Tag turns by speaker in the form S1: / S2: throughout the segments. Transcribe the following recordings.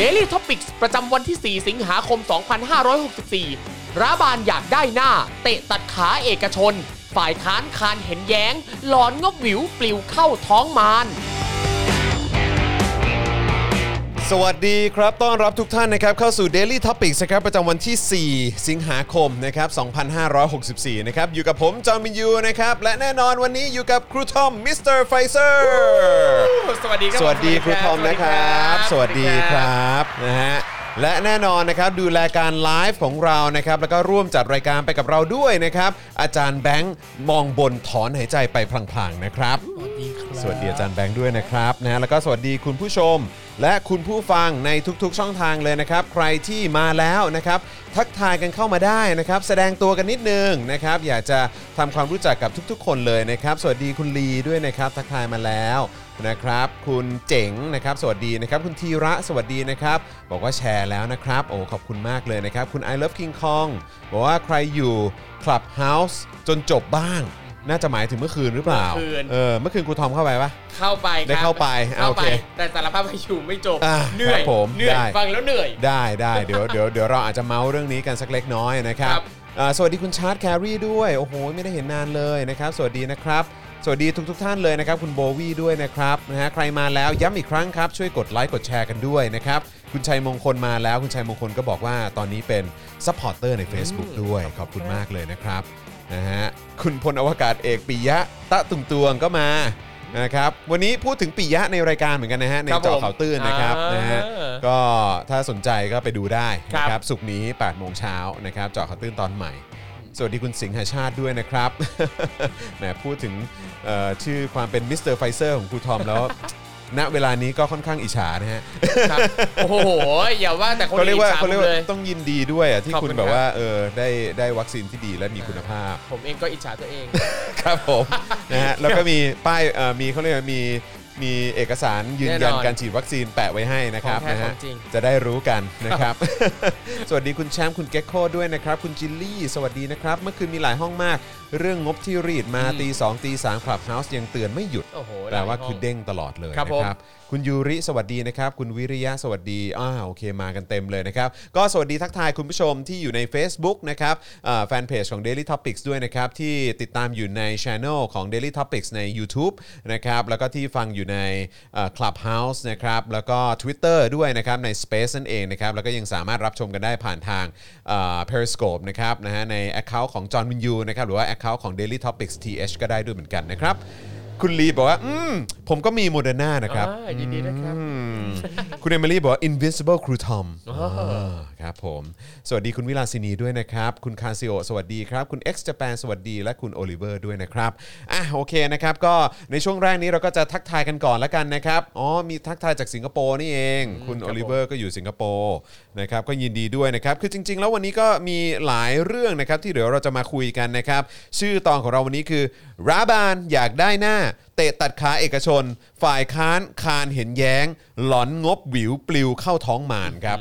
S1: Daily Topics ประจำวันที่ 4 สิงหาคม 2564 ร้าบานอยากได้หน้า เตะตัดขาเอกชน ฝ่ายค้านคานเห็นแย้ง หลอนงบหวิวปลิวเข้าท้องมาร
S2: สวัสดีครับ ต้อนรับทุกท่านนะครับเข้าสู่ Daily Topics นะครับประจำวันที่ 4 สิงหาคมนะครับ 2564 นะครับ อยู่กับผมจอมินยูนะครับ และแน่นอนวันนี้อยู่กับครูทอมมิสเตอร์ไฟเซอร์
S1: สวัสดีครับ
S2: สวัสดีครูทอมนะครับ สวัสดีครับนะฮะและแน่นอนนะครับดูแลการไลฟ์ของเรานะครับ แล้วก็ร่วมจัดรายการไปกับเราด้วยนะครับ อาจารย์แบงค์มองบนถอนหายใจไปพลางๆนะครับ สวัสดีอาจารย์แบงค์ด้วยนะครับนะฮะแล้วก็สวัสดีคุณผู้ชม และคุณผู้ฟังในทุกๆช่องทางเลยนะครับ ใครที่มาแล้วนะครับ ทักทายกันเข้ามาได้นะครับ แสดงตัวกันนิดนึงนะครับ อยากจะทำความรู้จักกับทุกๆ คนเลยนะครับ สวัสดีคุณลีด้วยนะครับ ทักทายมาแล้วนะครับ คุณเจ๋งนะครับ สวัสดีนะครับ คุณธีระสวัสดีนะครับ บอกว่าแชร์แล้วนะครับ โอ้ขอบคุณมากเลยนะครับ คุณ I love King Kong บอกว่าใครอยู่ Clubhouse จนจบบ้าง น่าจะหมายถึงเมื่อคืนหรือเปล่า
S1: เมื่อคืน
S2: เออเมื่อคืนครูทอมเข้าไปปะ
S1: เข้าไปครับ
S2: ได้เข้าไป
S1: เข้า
S2: โอ
S1: ไป
S2: เค
S1: แต่สารภาพว่าอยู่ไม่จบ
S2: อ่า
S1: เหนื่อย
S2: ครับผม
S1: เหนื่อย
S2: ได้
S1: ฟังแล้วเหนื่อย
S2: ได้ได้เดี๋ยวเดี๋ยวเดี๋ยวเราอาจจะเมาส์เรื่องนี้กันสักเล็กน้อยนะครับ
S1: ครับ
S2: เอ่อสวัสดีคุณชาร์ตแครีด้วย โอ้โห ไม่ได้เห็นนานเลยนะครับ สวัสดีนะครับ สวัสดีทุกทท่านเลยนะครับ คุณโบวี่ด้วยนะครับนะฮะใครมาแล้วย้ำอีกครั้งครับ ช่วยกดไลค์กดแชร์กันด้วยนะครับ คุณชัยมงคลมาแล้ว คุณชัยมงคลก็บอกว่าตอนนี้เป็นซัพพอร์เตอร์ใน Facebook ด้วย ขอบคุณมากเลยนะครับนะฮะคุณพลอวกาศเอกปิยะตะตุงตวงก็มานะครับวันนี้พูดถึงปิยะในรายการเหมือนกันนะฮะใน
S1: ครับ
S2: เจอ
S1: ผม
S2: ข่าวตื้นนะครับ
S1: อ่าน
S2: นะฮะ ก็ถ้าสนใจก็ไปดูได้นะค
S1: ครั
S2: รับบ สุกร์นี้8โมงเช้านะครับเจาะข่าวตื้นตอนใหม่ สวัสดีคุณสิงหาชาติด้วยนะครับ แหมพูดถึงเอ่อชื่อความเป็นมิสเตอร์ไฟเซอร์ของครูทอมแล้ว ณเวลานี้ก็ค่อนข้างอิจฉานะฮะ
S1: ครับโอ้โหอย่าว่าแต่คน
S2: เขาเรียกว่า
S1: อื่นสม
S2: เขาเรียกว่า
S1: เลย
S2: ต้องยินดีด้วยอ่ะที่
S1: ขอบคุ
S2: คุณ
S1: ณ
S2: แบบ
S1: ครับ
S2: ว่าเออได้ได้วัคซีนที่ดีและมีคุณภาพ
S1: ผมเองก็อิจฉาตัวเอง
S2: ครับผมนะฮะแล้วก็มีป้ายเอ่อมีเขาเรียกว่ามีมีเอกสารยืน
S1: แน่
S2: ยัน
S1: นอน
S2: การฉีดวัคซีนแปะไว้ให้นะครับ
S1: ของแท้
S2: นะฮะ
S1: ของจริง
S2: จะได้รู้กันนะครับ สวัสดีคุณแชมป์คุณเก็กโคด้วยนะครับ คุณจิลลี่ สวัสดีนะครับ เมื่อคืนมีหลายห้องมาก เรื่องงบที่รีดมาตีสองตีสามคลับเฮาส์ยังเตือนไม่หยุด
S1: โอ้โห
S2: แปลว่า
S1: หยห้ง
S2: คือเด้งตลอดเลย
S1: ครับผม
S2: นะครับ คุณยูริสวัสดีนะครับ คุณวิริยะสวัสดีอ่าโอเคมากันเต็มเลยนะครับ ก็สวัสดีทักทายคุณผู้ชมที่อยู่ใน Facebook นะครับอ่าแฟนเพจของ Daily Topics ด้วยนะครับ ที่ติดตามอยู่ใน Channel ของ Daily Topics ใน YouTube นะครับ แล้วก็ที่ฟังอยู่ในเอ่อ Clubhouse นะครับ แล้วก็ Twitter ด้วยนะครับ ใน Space นั่นเองนะครับ แล้วก็ยังสามารถรับชมกันได้ผ่านทางเอ่อ Periscope นะครับนะฮะใน Account ของ John Min Yu นะครับหรือว่า Account ของ Daily Topics TH ก็ได้ด้วยเหมือนกันนะครับ คุณลีบอกว่า อืม ผมก็มีโมเดอร์นานะครับ
S1: อ่ายินดีนะครับ
S2: อืม คุณเอมิลี่บอกว่า invincible ครูทอมครับผม สวัสดีคุณวิลาสินีด้วยนะครับ คุณคาซิโอสวัสดีครับ คุณ X Japan สวัสดี และคุณโอลิเวอร์ด้วยนะครับ อ่ะโอเคนะครับ ก็ในช่วงแรกนี้เราก็จะทักทายกันก่อนละกันนะครับ อ๋อ มีทักทายจากสิงคโปร์นี่เอง คุณ
S1: ครับ
S2: โอ
S1: ผม
S2: ลิเวอร์ก็อยู่สิงคโปร์นะครับ ก็ยินดีด้วยนะครับ คือจริง ๆ แล้ววันนี้ก็มีหลายเรื่องนะครับที่เดี๋ยวเราจะมาคุยกันนะครับ ชื่อตอนของเราวันนี้คือราบานอยากได้หน้า เตะตัดขาเอกชน ฝ่ายค้านคานเห็นแย้ง หลอนงบหวิวปลิวเข้าท้องหมานครับ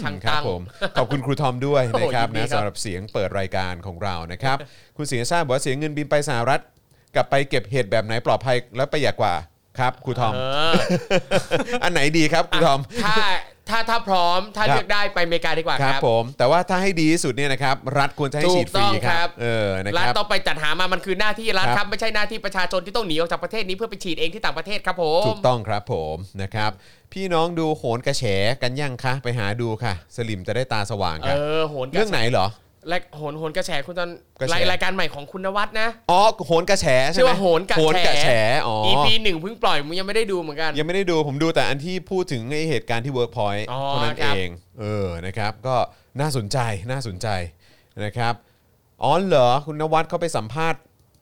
S1: ช่าง
S2: ครั
S1: ตั้
S2: บ
S1: ง
S2: ผมขอบคุณครูทอมด้วย
S1: โอ้
S2: นะ
S1: โห
S2: ครับ
S1: ยินดี
S2: นะครับ สำหรับเสียงเปิดรายการของเรานะครับ คุณเสียชาติบอกว่าเสียเงินบินไปสหรัฐกลับไปเก็บเห็ดแบบไหนปลอดภัยและประหยัดกว่าครับครูทอม
S1: เออ
S2: อันไหนดีครับครูทอม
S1: ถ้าถ้าถ้าพร้อมถ้า
S2: ครับ
S1: เลือกได้ไปอเมริกาดีกว่า
S2: ค
S1: ค
S2: รั
S1: รั
S2: บบ ผมแต่ว่าถ้าให้ดีที่สุดเนี่ยนะครับรัฐควรจะให้ฉีดฟรี
S1: ถูกต้อง
S2: ค
S1: ครั
S2: รับ
S1: บ
S2: เออนะค
S1: รัฐ
S2: รับ
S1: ต้องไปจัดหามามันคือหน้าที่รัฐ
S2: ครับ
S1: ครับไม่ใช่หน้าที่ประชาชนที่ต้องหนีออกจากประเทศนี้เพื่อไปฉีดเองที่ต่างประเทศครับผม
S2: ถูกต้องครับผมนะครับ พี่น้องดูโหนกระแฉกันยังคะไปหาดูค่ะ สลิมจะได้ตาสว่าง
S1: เอ
S2: ค่ะ
S1: อโหนก
S2: เรื่
S1: ระ
S2: อง
S1: แส
S2: ไหนเหรอ
S1: และโหนโหนกระแสคุณตอน
S2: กระแส
S1: รายรายการใหม่ของคุณนวัดนะ
S2: อ๋อโหนกระแฉใช่
S1: ชื่อ
S2: ไหม
S1: ว่าโหนกระแฉ
S2: โหนกระแฉอ๋อ
S1: EP หนึ่งเพิ่งปล่อยมึงยังไม่ได้ดูเหมือนกัน
S2: ยังไม่ได้ดูผมดูแต่อันที่พูดถึงไอเหตุการณ์ที่เวิร์กพอยต์
S1: อ๋อ
S2: เท่านั้น
S1: ค
S2: เอ
S1: รับ
S2: ง เออนะครับ ก็น่าสนใจน่าสนใจนะครับอ๋อเหรอคุณนวัดเขาไปสัมภาษณ์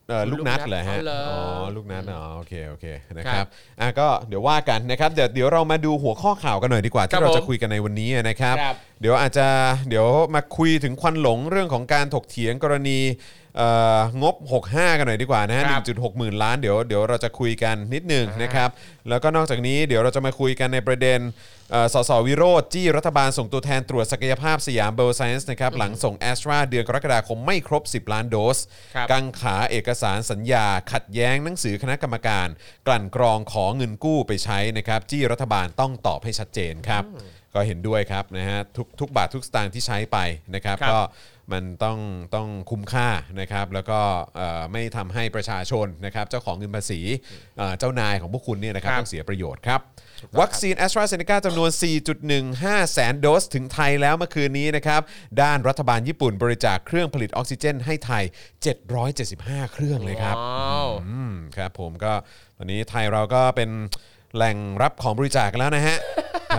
S2: เอ่อลูกนัดเหรอฮะ
S1: ลูกนัทอ๋อเหรออ๋
S2: อ๋อลูกนัดอ๋อโอเคโอเคนะครับ
S1: ครับ
S2: อ่ะก็เดี๋ยวว่ากันนะครับเดี๋ยวเดี๋ยวเรามาดูหัวข้อข่าวกันหน่อยดีกว่า
S1: ครั
S2: ที่
S1: บ
S2: เราจะ
S1: ผม
S2: คุยกันในวันนี้นะครับ
S1: ครับ
S2: เดี๋ยวอาจจะเดี๋ยวมาคุยถึงควันหลงเรื่องของการถกเถียงกรณีเอ่องบ 65 กันหน่อยดีกว่านะฮะ
S1: ครับ
S2: 1.6 หมื่นล้านเดี๋ยวเดี๋ยวเราจะคุยกันนิดหนึ่งนะครับ แล้วก็นอกจากนี้เดี๋ยวเราจะมาคุยกันในประเด็นเอ่อสสวิโรธจี้รัฐบาลส่งตัวแทนตรวจศักยภาพสยามเบลไซน์นะครับ หลังส่งแอสตราเดือนกรกฎาคมไม่ครบ 10 ล้านโดส
S1: ครับ
S2: กังขาเอกสารสัญญา ขัดแย้งหนังสือคณะกรรมการ กลั่นกรองของเงินกู้ไปใช้นะครับ จี้รัฐบาลต้องตอบให้ชัดเจนครับ ก็เห็นด้วยครับนะฮะทุกทุกบาททุกสตางค์ที่ใช้ไปนะครับ
S1: ครับ
S2: ก็มันต้องต้องคุ้มค่านะครับ แล้วก็เอ่อไม่ทำให้ประชาชนนะครับ เจ้าของเงินภาษีเอ่อเจ้านายของพวกคุณเนี่ยนะครับ
S1: ครับ
S2: ต้องเสียประโยชน์ครับ วัคซีนแอสตราเซเนกาจำนวน 4.15 แสนโดสถึงไทยแล้วเมื่อคืนนี้นะครับ ด้านรัฐบาลญี่ปุ่นบริจาคเครื่องผลิตออกซิเจนให้ไทย 775 เครื่องเลยครับ
S1: ว้าว
S2: อืมครับผมก็ตอนนี้ไทยเราก็เป็นแหล่งรับของบริจาคกันแล้วนะฮะ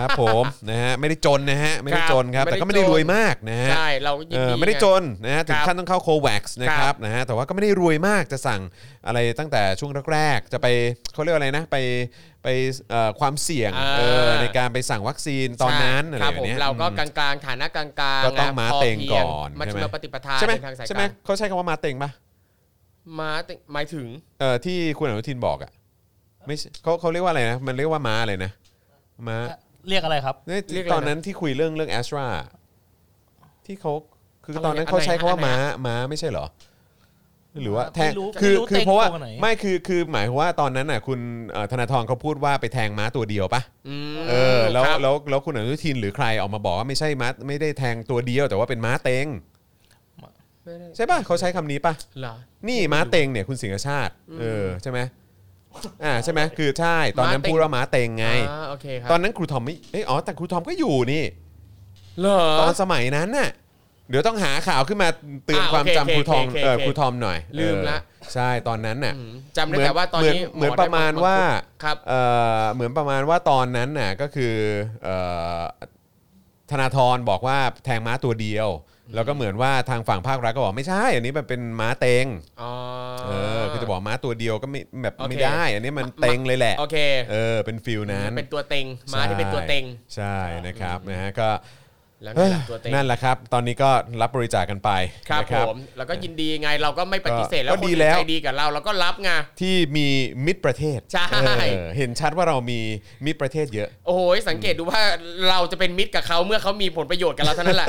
S2: ครับผมนะฮะไม่ได้จนนะฮะไม่ได้จนค
S1: ครั
S2: รับ
S1: บ
S2: แต่ก็ไม่ได้
S1: ไม่ได้จน
S2: รวยมากนะฮะ
S1: ใช่เรายิน
S2: เออ
S1: ดี
S2: ไม่ได้จ
S1: ง
S2: นนะฮะถึง
S1: ครับ
S2: ขั้นต้องเข้าโควัคซ์นะค
S1: ครั
S2: รับบ นะฮะแต่ว่าก็ไม่ได้รวยมากจะสั่งอะไรตั้งแต่ช่วงแรกๆจะไปเขาเรียกว่าอะไรนะไปไปเอ่อความเสี่ยง
S1: อ่า
S2: เออในการไปสั่งวัคซีนตอนนั้นอะไร
S1: ครับ
S2: แบ
S1: ผ
S2: บ
S1: ม
S2: เนี้ย
S1: เราก็กลางๆฐานะกลางๆ
S2: ก็ต้อง
S1: นะ
S2: ม้า
S1: พ
S2: เต็ง
S1: พีย
S2: ก่อน
S1: มา
S2: ใช่
S1: ชุม
S2: ไหม
S1: นุมปฏิปทา
S2: ใช่ไหม
S1: เดินทางสาย
S2: ใช่ไหม
S1: กลาง
S2: เขาใช้คำว่ามาเต็งปะ
S1: ม้าเต็งหมายถึง
S2: เออที่คุณอนุทินบอกอ่ะไม่ใช่เขาเขาเรียกว่าอะไรนะมันเรียกว่าม้าอะไรนะม้า
S3: เรียกอะไรครับ
S2: เนี่ย
S1: เรียกอะไร
S2: ตอนนั้นที่คุยเรื่องเรื่องแอสตราที่เขาคือตอนนั้น
S1: อะไร
S2: เขาใช้คาว่า
S1: อันไหน
S2: ม้า
S1: อะ
S2: ม้าไม่ใช่เหรอ หรือว่าแทง
S3: ไม่รู้
S2: คือ
S3: ไม่รู้
S2: คือ
S3: เต็ง
S2: เพราะว่า
S3: ตัวไหน
S2: ไม่คือคือหมายความว่าตอนนั้นน่ะคุณเอ่อธนาธรเขาพูดว่าไปแทงม้าตัวเดียวปะ
S1: อืม
S2: เออแล้ว
S1: ครับ
S2: แล้วแล้วคุณอนุทินหรือใครออกมาบอกว่าไม่ใช่ม้าไม่ได้แทงตัวเดียว แต่ว่าเป็นม้าเต็ง
S1: ไม่ได้
S2: ใช่ปะเขาใช้คำนี้ปะ
S1: เหรอ
S2: นี่ม้าเต็งเนี่ยคุณสิงห์ชาติเออใช่ไหมอ่าใช่ไหมคือใช่ตอนนั้น
S1: ม้าเต็ง
S2: พูดว่าม้าเต็งไง
S1: อ่าโอเคครับ
S2: ตอนนั้นครูทอมไม่เอ้ยอ๋อแต่ครูทอมก็อยู่นี่
S1: เหรอ
S2: ตอนสมัยนั้นน่ะเดี๋ยวต้องหาข่าวขึ้นมาเตือน
S1: อ่ะ
S2: ความ
S1: โอเค
S2: จำครูทอม
S1: โอเค
S2: เออ
S1: โอเค
S2: ครูทอมหน่อย
S1: ลืมละ
S2: เออใช่ตอนนั้นน่ะ
S1: อืมจำได้แต่ว่าตอนนี้
S2: เหมือนเหมือนประมาณว่า
S1: ครับ
S2: เออเหมือนประมาณว่าตอนนั้นน่ะก็คือเอ่อธนาธรบอกว่าแทงม้าตัวเดียว แล้วก็เหมือนว่าทางฝั่งภาครัฐก็บอกไม่ใช่ อันนี้มันเป็นม้าเต็ง
S1: อ๋อ
S2: เออคือจะบอกม้าตัวเดียวก็ไม่แบบ
S1: โอเค
S2: ไม่ได้ อันนี้มันเต็งเลยแหละ
S1: โอเค
S2: เออเป็นฟิลนั้น
S1: เป็นตัวเต็งม้าที่เป็นตัวเต็ง
S2: ใช่นะครับนะฮะก็
S1: แล้วก็
S2: เอ้ย
S1: เป็นตัวเต็ง
S2: นั่นแหละครับ ตอนนี้ก็รับบริจาคกันไป
S1: ครับ
S2: นะ
S1: ผมแล้วก็ยินดีไงเราก็ไม่ปฏิเสธ
S2: ก็
S1: แล้วคน
S2: ดี
S1: อื่น
S2: แล้ว
S1: ใจดีกับเราเราก็รับไง
S2: ที่มีมิตรประเทศ
S1: ใช่
S2: เออเห็นชัดว่าเรามีมิตรประเทศเยอะ
S1: โอ้โหสังเกตดูว่าเราจะเป็นมิตรกับเขาเมื่อเขามีผลประโยชน์กับเราเท่านั้นแห ละ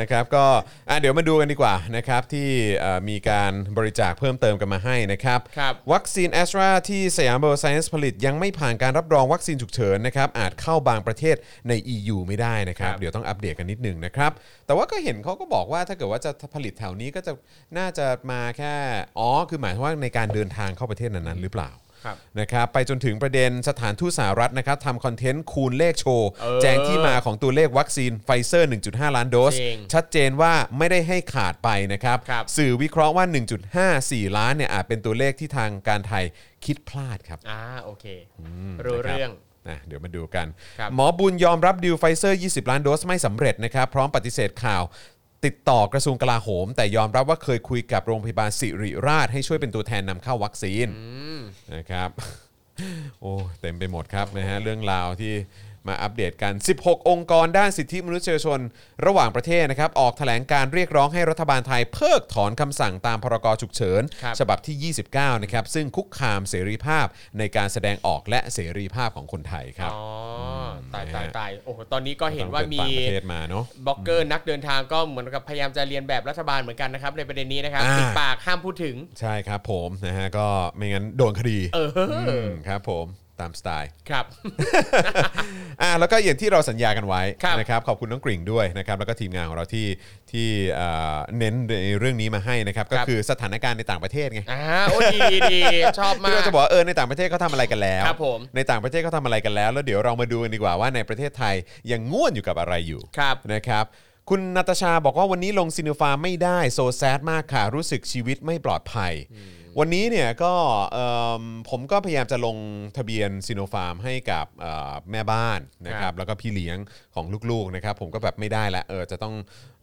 S2: นะครับก็อ่ะเดี๋ยวมาดูกันดีกว่านะครับที่เอ่อมีการบริจาคเพิ่มเติมกันมาให้นะครับ
S1: ครับ
S2: วัคซีนแอสตราที่สยามไบโอไซเอนซ์ผลิตยังไม่ผ่านการรับรองวัคซีนฉุกเฉินนะครับอาจเข้าบางประเทศใน EU ไม่ได้นะครับ
S1: ครับ
S2: เดี๋ยวต้องอัปเดตกันนิดหนึ่งนะครับ แต่ว่าก็เห็นเขาก็บอกว่าถ้าเกิดว่าจะผลิตแถวนี้ก็จะน่าจะมาแค่อ๋อคือหมายความว่าในการเดินทางเข้าประเทศนั้นๆหรือเปล่า
S1: ครับ
S2: นะครับไปจนถึงประเด็นสถานทูตสหรัฐนะครับทำคอนเทนต์คูณเลขโชว์
S1: เออ
S2: แจงที่มาของตัวเลขวัคซีนไฟเซอร์ 1.5 ล้านโดส
S1: จริง
S2: ชัดเจนว่าไม่ได้ให้ขาดไปนะครับ
S1: ครับ
S2: สื่อวิเคราะห์ว่า 1.54 ล้านเนี่ยอาจเป็นตัวเลขที่ทางการไทยคิดพลาดครับ
S1: อ่าโอเค รู้เรื่อง
S2: นะเดี๋ยวมาดูกัน
S1: ครับ
S2: หมอบุญยอมรับดีลไฟเซอร์ 20 ล้านโดสไม่สำเร็จนะครับ พร้อมปฏิเสธข่าว ติดต่อกระทรวงกลาโหม แต่ยอมรับว่าเคยคุยกับโรงพยาบาลสิริราช ให้ช่วยเป็นตัวแทนนำเข้าวัคซีนนะครับ โอ้เต็มไปหมดครับนะฮะเรื่องราวที่มาอัปเดตกัน 16 องค์กรด้านสิทธิมนุษยชน ระหว่างประเทศนะครับ ออกแถลงการเรียกร้องให้รัฐบาลไทยเพิกถอนคำสั่งตามพรกฉุกเฉิน
S1: ครับ
S2: ฉบับที่ 29 นะครับ ซึ่งคุกคามเสรีภาพในการแสดงออกและเสรีภาพของคนไทยครับ
S1: อ๋อตาย
S2: นะฮะ
S1: ตายตายโอ้โหตอนนี้ก็เห็นว่า
S2: ต้องป็
S1: มี
S2: ต่างประเทศมาเนาะ
S1: บล็อกเกอร์นักเดินทางก็เหมือนกับพยายามจะเรียนแบบรัฐบาลเหมือนกันนะครับในประเด็นนี้นะครับ
S2: อ่า
S1: ปิดปากห้ามพูดถึง
S2: ใช่ครับผมนะฮะก็ไม่งั้นโดนคดี
S1: เออ
S2: มครับผมตามสไตล์
S1: ครับ
S2: อ่ะแล้วก็อย่างที่เราสัญญากันไว้
S1: ครับ
S2: นะครับขอบคุณน้องกริ่งด้วยนะครับแล้วก็ทีมงานของเราที่ที่เอ่อเน้นในเรื่องนี้มาให้นะครับก็
S1: ครับ
S2: คือสถานการณ์ในต่างประเทศไง
S1: อ่าโอ้ดีดีดีชอบมาก
S2: ที่เราจะบอกว่าเออในต่างประเทศเขาทำอะไรกันแล้ว
S1: ครับผม
S2: ในต่างประเทศเขาทำอะไรกันแล้ว แล้วเดี๋ยวเรามาดูกันดีกว่าว่าในประเทศไทยยังง่วนอยู่กับอะไรอยู่
S1: ครับ
S2: นะครับคุณนาตาชาบอกว่าวันนี้ลงซินฟาไม่ได้โซแซดมากค่ะ รู้สึกชีวิตไม่ปลอดภัย วันนี้เนี่ยก็เอิ่มผมก็พยายามจะลงทะเบียนซิโนฟาร์มให้กับเอ่อแม่บ้านนะค
S1: ครั
S2: รับบ แล้วก็พี่เลี้ยงของลูกๆนะครับผมก็แบบไม่ได้ละเออจะต้อง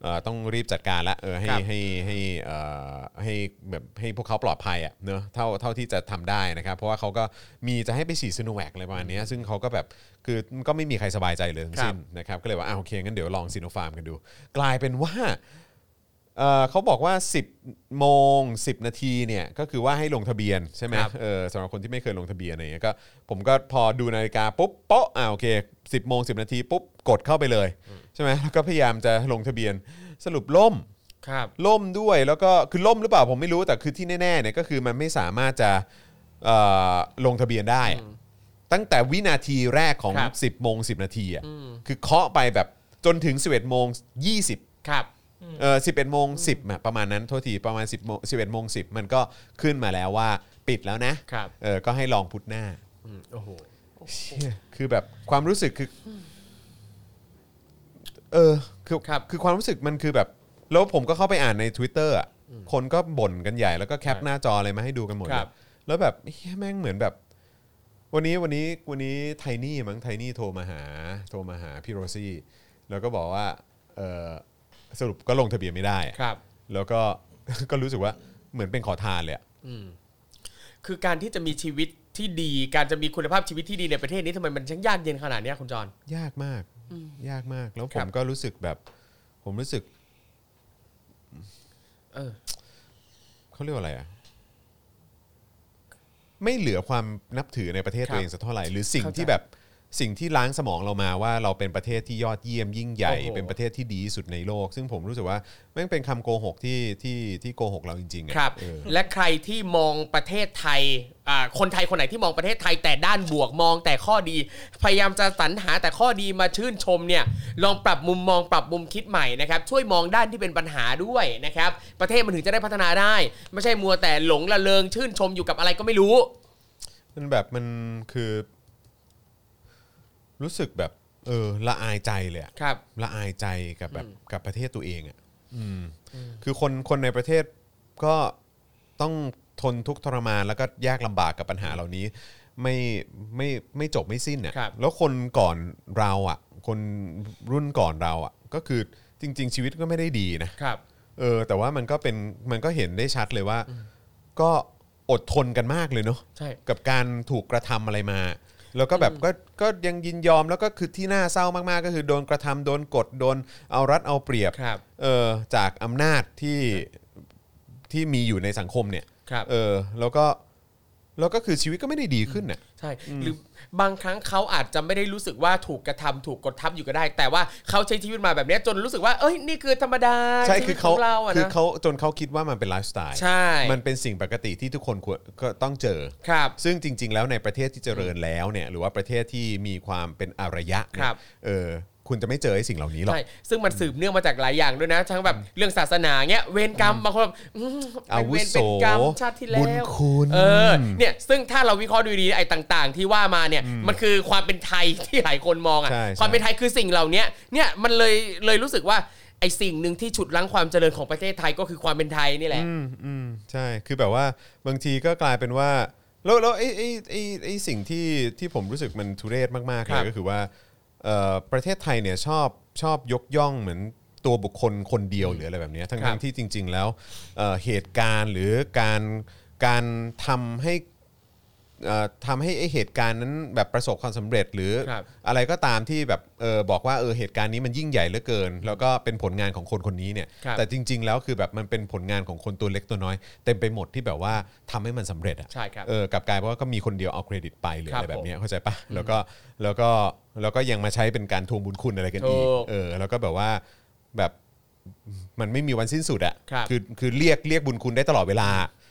S2: เอ่อต้องรีบจัดการละเออให้
S1: ครับ
S2: ให้ให้เอ่อให้แบบให้พวกเขาปลอดภัยอ่ะเนอะเท่าเท่าที่จะทำได้นะครับ เพราะว่าเขาก็มีจะให้ไปฉีดซิโนแวคอะไรประมาณเนี้ยซึ่งเขาก็แบบคือก็ไม่มีใครสบายใจเลยทั้งสิ้น นะครับก็เลยว่าอ้าวโอเคงั้นเดี๋ยวลองซีโนฟาร์มกันดู กลายเป็นว่าเอ่อเขาบอกว่า 10 โมง 10 นาทีเนี่ยก็คือว่าให้ลงทะเบียนใช่ไหม
S1: ครับ
S2: เออสำหรับคนที่ไม่เคยลงทะเบียนอะไรอย่างเงี้ยก็ผมก็พอดูนาฬิกาปุ๊บโป๊ะอ่าโอเค 10 โมง 10 นาทีปุ๊บกดเข้าไปเลยใช่ไหมแล้วก็พยายามจะลงทะเบียนสรุปล่ม
S1: ครับ
S2: ล่มด้วยแล้วก็คือล่มหรือเปล่าผมไม่รู้แต่คือที่แน่ๆเนี่ยก็คือมันไม่สามารถจะเอ่อลงทะเบียนได้อะ ตั้งแต่วินาทีแรกของ
S4: ครับ
S2: 10โมง10 นาทีอ่ะ
S4: อืม
S2: คือเคาะไปแบบจนถึง 11โมง20
S4: ครับ
S2: เออ11โมง10อ่ะประมาณนั้นโทษทีประมาณ 10โมง11โมง10 มันก็ขึ้นมาแล้วว่าปิดแล้วนะครับ เออก็ให้ลองพุทธหน้า
S4: อืมโอ้โห
S2: เชี่ยคือแบบความรู้สึกคือเออคือ
S4: ครับ
S2: คือความรู้สึกมันคือแบบ แล้วผมก็เข้าไปอ่านใน Twitter อ่ะคนก็บ่นกันใหญ่แล้วก็แคปหน้าจออะไรมาให้ดูกันหมด
S4: ครับ
S2: แล้วแบบเฮียแม่งเหมือนแบบ วันนี้วันนี้วันนี้ไทนี่มั้งไทนี่โทรมาหาโทรมาหาพี่โรซี่แล้วก็บอกว่าเออสรุปก็ลงทะเบียนไม่ได้อะ
S4: ครับ
S2: แล้วก็ ก็รู้สึกว่าเหมือนเป็นขอทานเลยอะ
S4: อืมคือการที่จะมีชีวิตที่ดี การจะมีคุณภาพชีวิตที่ดีในประเทศนี้ทำไมมันช่างยากเย็นขนาดเนี้ยคุณจอน
S2: ยากมาก ยากมาก แล้ว
S4: ค
S2: ผ
S4: รับ
S2: มก็รู้สึกแบบ ผมรู้สึก
S4: เออ
S2: เขาเรียกว่าอะไรอะไม่เหลือความนับถือในประเทศ
S4: ครับ
S2: ตัวเองสักเท่าไหร่ หรือสิ่ง
S4: เข้าใจ
S2: ที่แบบสิ่งที่ล้างสมองเรามาว่าเราเป็นประเทศที่ยอดเยี่ยมยิ่งใหญ่
S4: โอ้โห
S2: เป็นประเทศที่ดีที่สุดในโลก ซึ่งผมรู้สึกว่าแม่งเป็นคำโกหกที่ที่ที่โกหกเราจริงๆอะ
S4: ครับ
S2: เออ
S4: และใครที่มองประเทศไทยอ่าคนไทยคนไหนที่มองประเทศไทยแต่ด้านบวกมองแต่ข้อดี พยายามจะสรรหาแต่ข้อดีมาชื่นชมเนี่ย ลองปรับมุมมองปรับมุมคิดใหม่นะครับ ช่วยมองด้านที่เป็นปัญหาด้วยนะครับ ประเทศมันถึงจะได้พัฒนาได้ ไม่ใช่มัวแต่หลงละเลงชื่นชมอยู่กับอะไรก็ไม่รู้
S2: มันแบบมันคือ รู้สึกแบบ เออละอายใจเลยอะ
S4: ครับ
S2: ละอายใจกับแบบกับประเทศตัวเองอะ่ะอืมคือคนคนในประเทศก็ต้องทนทุกข์ทรมานแล้วก็ยากลำบากกับปัญหาเหล่านี้ ไม่ไม่ไม่จบไม่สิ้น
S4: ครั
S2: อะ่ะ
S4: บ
S2: แล้วคนก่อนเราอะ่ะ คนรุ่นก่อนเราอะ่ะ ก็คือจริง ๆ ชีวิตก็ไม่ได้ดีนะครับ เออ แต่ว่ามันก็เป็นมันก็เห็นได้ชัดเลยว่า ก็อดทนกันมากเลยเนาะ
S4: ใช่
S2: กับการถูกกระทำอะไรมา แล้วก็แบบก็ก็ยังยินยอมแล้วก็คือที่น่าเศร้ามากๆ ก็คือโดนกระทำโดนกดโดนเอารัดเอาเปรียบ
S4: ครับ
S2: เออจากอำนาจที่ที่มีอยู่ในสังคมเนี่ย
S4: ครับ
S2: เออแล้วก็แล้วก็คือชีวิตก็ไม่ได้ดีขึ้นน่ะ
S4: ใช่หรือบางครั้งเขาอาจจะไม่ได้รู้สึกว่าถูกกระทำถูกกดทับอยู่ก็ได้ แต่ว่าเขาใช้ชีวิตมาแบบเนี้ยจนรู้สึกว่า เอ้ยนี่คือธรรมดา
S2: ใช่
S4: ชี
S2: คื
S4: วิ
S2: อ
S4: ต
S2: เขา
S4: งเราอะ
S2: คือ
S4: นะ
S2: เขาจนเขาคิดว่ามันเป็นไลฟ์สไตล์
S4: ใช่
S2: มันเป็นสิ่งปกติที่ทุกคนควรก็ต้องเจอ
S4: ครับ
S2: ซึ่งจริง ๆ แล้วในประเทศที่เจริญแล้วเนี่ยหรือว่าประเทศที่มีความเป็นอารยะเนี่ย
S4: ครับ
S2: เออคุณจะไม่เจอไอ้สิ่งเหล่านี้หรอก
S4: ใช่ซึ่งมันสืบเนื่องมาจากหลายอย่างด้วยนะ ทั้งแบบเรื่องศาสนาเงี้ยเวรกรรมบางคนแบบอืม
S2: อาวุ
S4: เป็น
S2: โส
S4: เวรเป็นกรรมชาติที่แล้ว
S2: บุญคุณ
S4: เออเนี่ยซึ่งถ้าเราวิเคราะห์ดูดีๆไอ้ต่าง ๆ ที่ว่ามาเนี่ยมันคือความเป็นไทยที่หลายคนมอง
S2: ใช่
S4: อะ่ะ
S2: ใช่
S4: ความเป็นไทยคือสิ่งเหล่าเนี้ยเนี่ยมันเลยเลยรู้สึกว่าไอ้สิ่งหนึ่งที่ฉุดรั้งความเจริญของประเทศไทยก็คือความเป็นไทยนี่แหละ
S2: อืมอืมใช่คือแบบว่าบางทีก็กลายเป็นว่าแล้วแล้วไอ้ไอ้ไอ้ไอ้สิ่งที่ที่ผมรู้สึกมันทุเรศมากๆเล
S4: ครั
S2: ย
S4: บ
S2: ก็คือว่าเอ่อประเทศไทยเนี่ยชอบชอบยกย่องเหมือนตัวบุคคลคนเดียวหรืออะไรแบบเนี้ยทั้
S4: ค
S2: ง
S4: รั
S2: ทั้
S4: บ
S2: งที่จริง ๆ แล้วเอ่อเหตุการณ์หรือการการทำให้ เอ่อทำให้ไอ้เหตุการณ์นั้นแบบประสบความสำเร็จหรือ
S4: ครับ
S2: อะไรก็ตามที่แบบเออบอกว่าเออเหตุการณ์นี้มันยิ่งใหญ่เหลือเกิน แล้วก็เป็นผลงานของคนคนนี้เนี่ย
S4: ครับ
S2: แต่จริง ๆ แล้วคือแบบมันเป็นผลงานของคนตัวเล็กตัวน้อย เต็มไปหมดที่แบบว่าทำให้มันสำเร็จอะ
S4: ใช่ครับ
S2: เออกลับกลายเพราะว่าก็มีคนเดียวเอาเครดิตไปหรื
S4: ค
S2: อ
S4: รั
S2: อะ
S4: บ
S2: ไรแบบเนี้ยเข้าใจปะแล้วก็แล้วก็แล้วก็ยังมาใช้เป็นการทวงบุญคุณอะไรกันอีก
S4: ถูก
S2: เออแล้วก็แบบว่าแบบมันไม่มีวันสิ้นสุดอะ
S4: ครับ
S2: คือคือเรียกเรียกบุญคุณได้ตลอดเวลา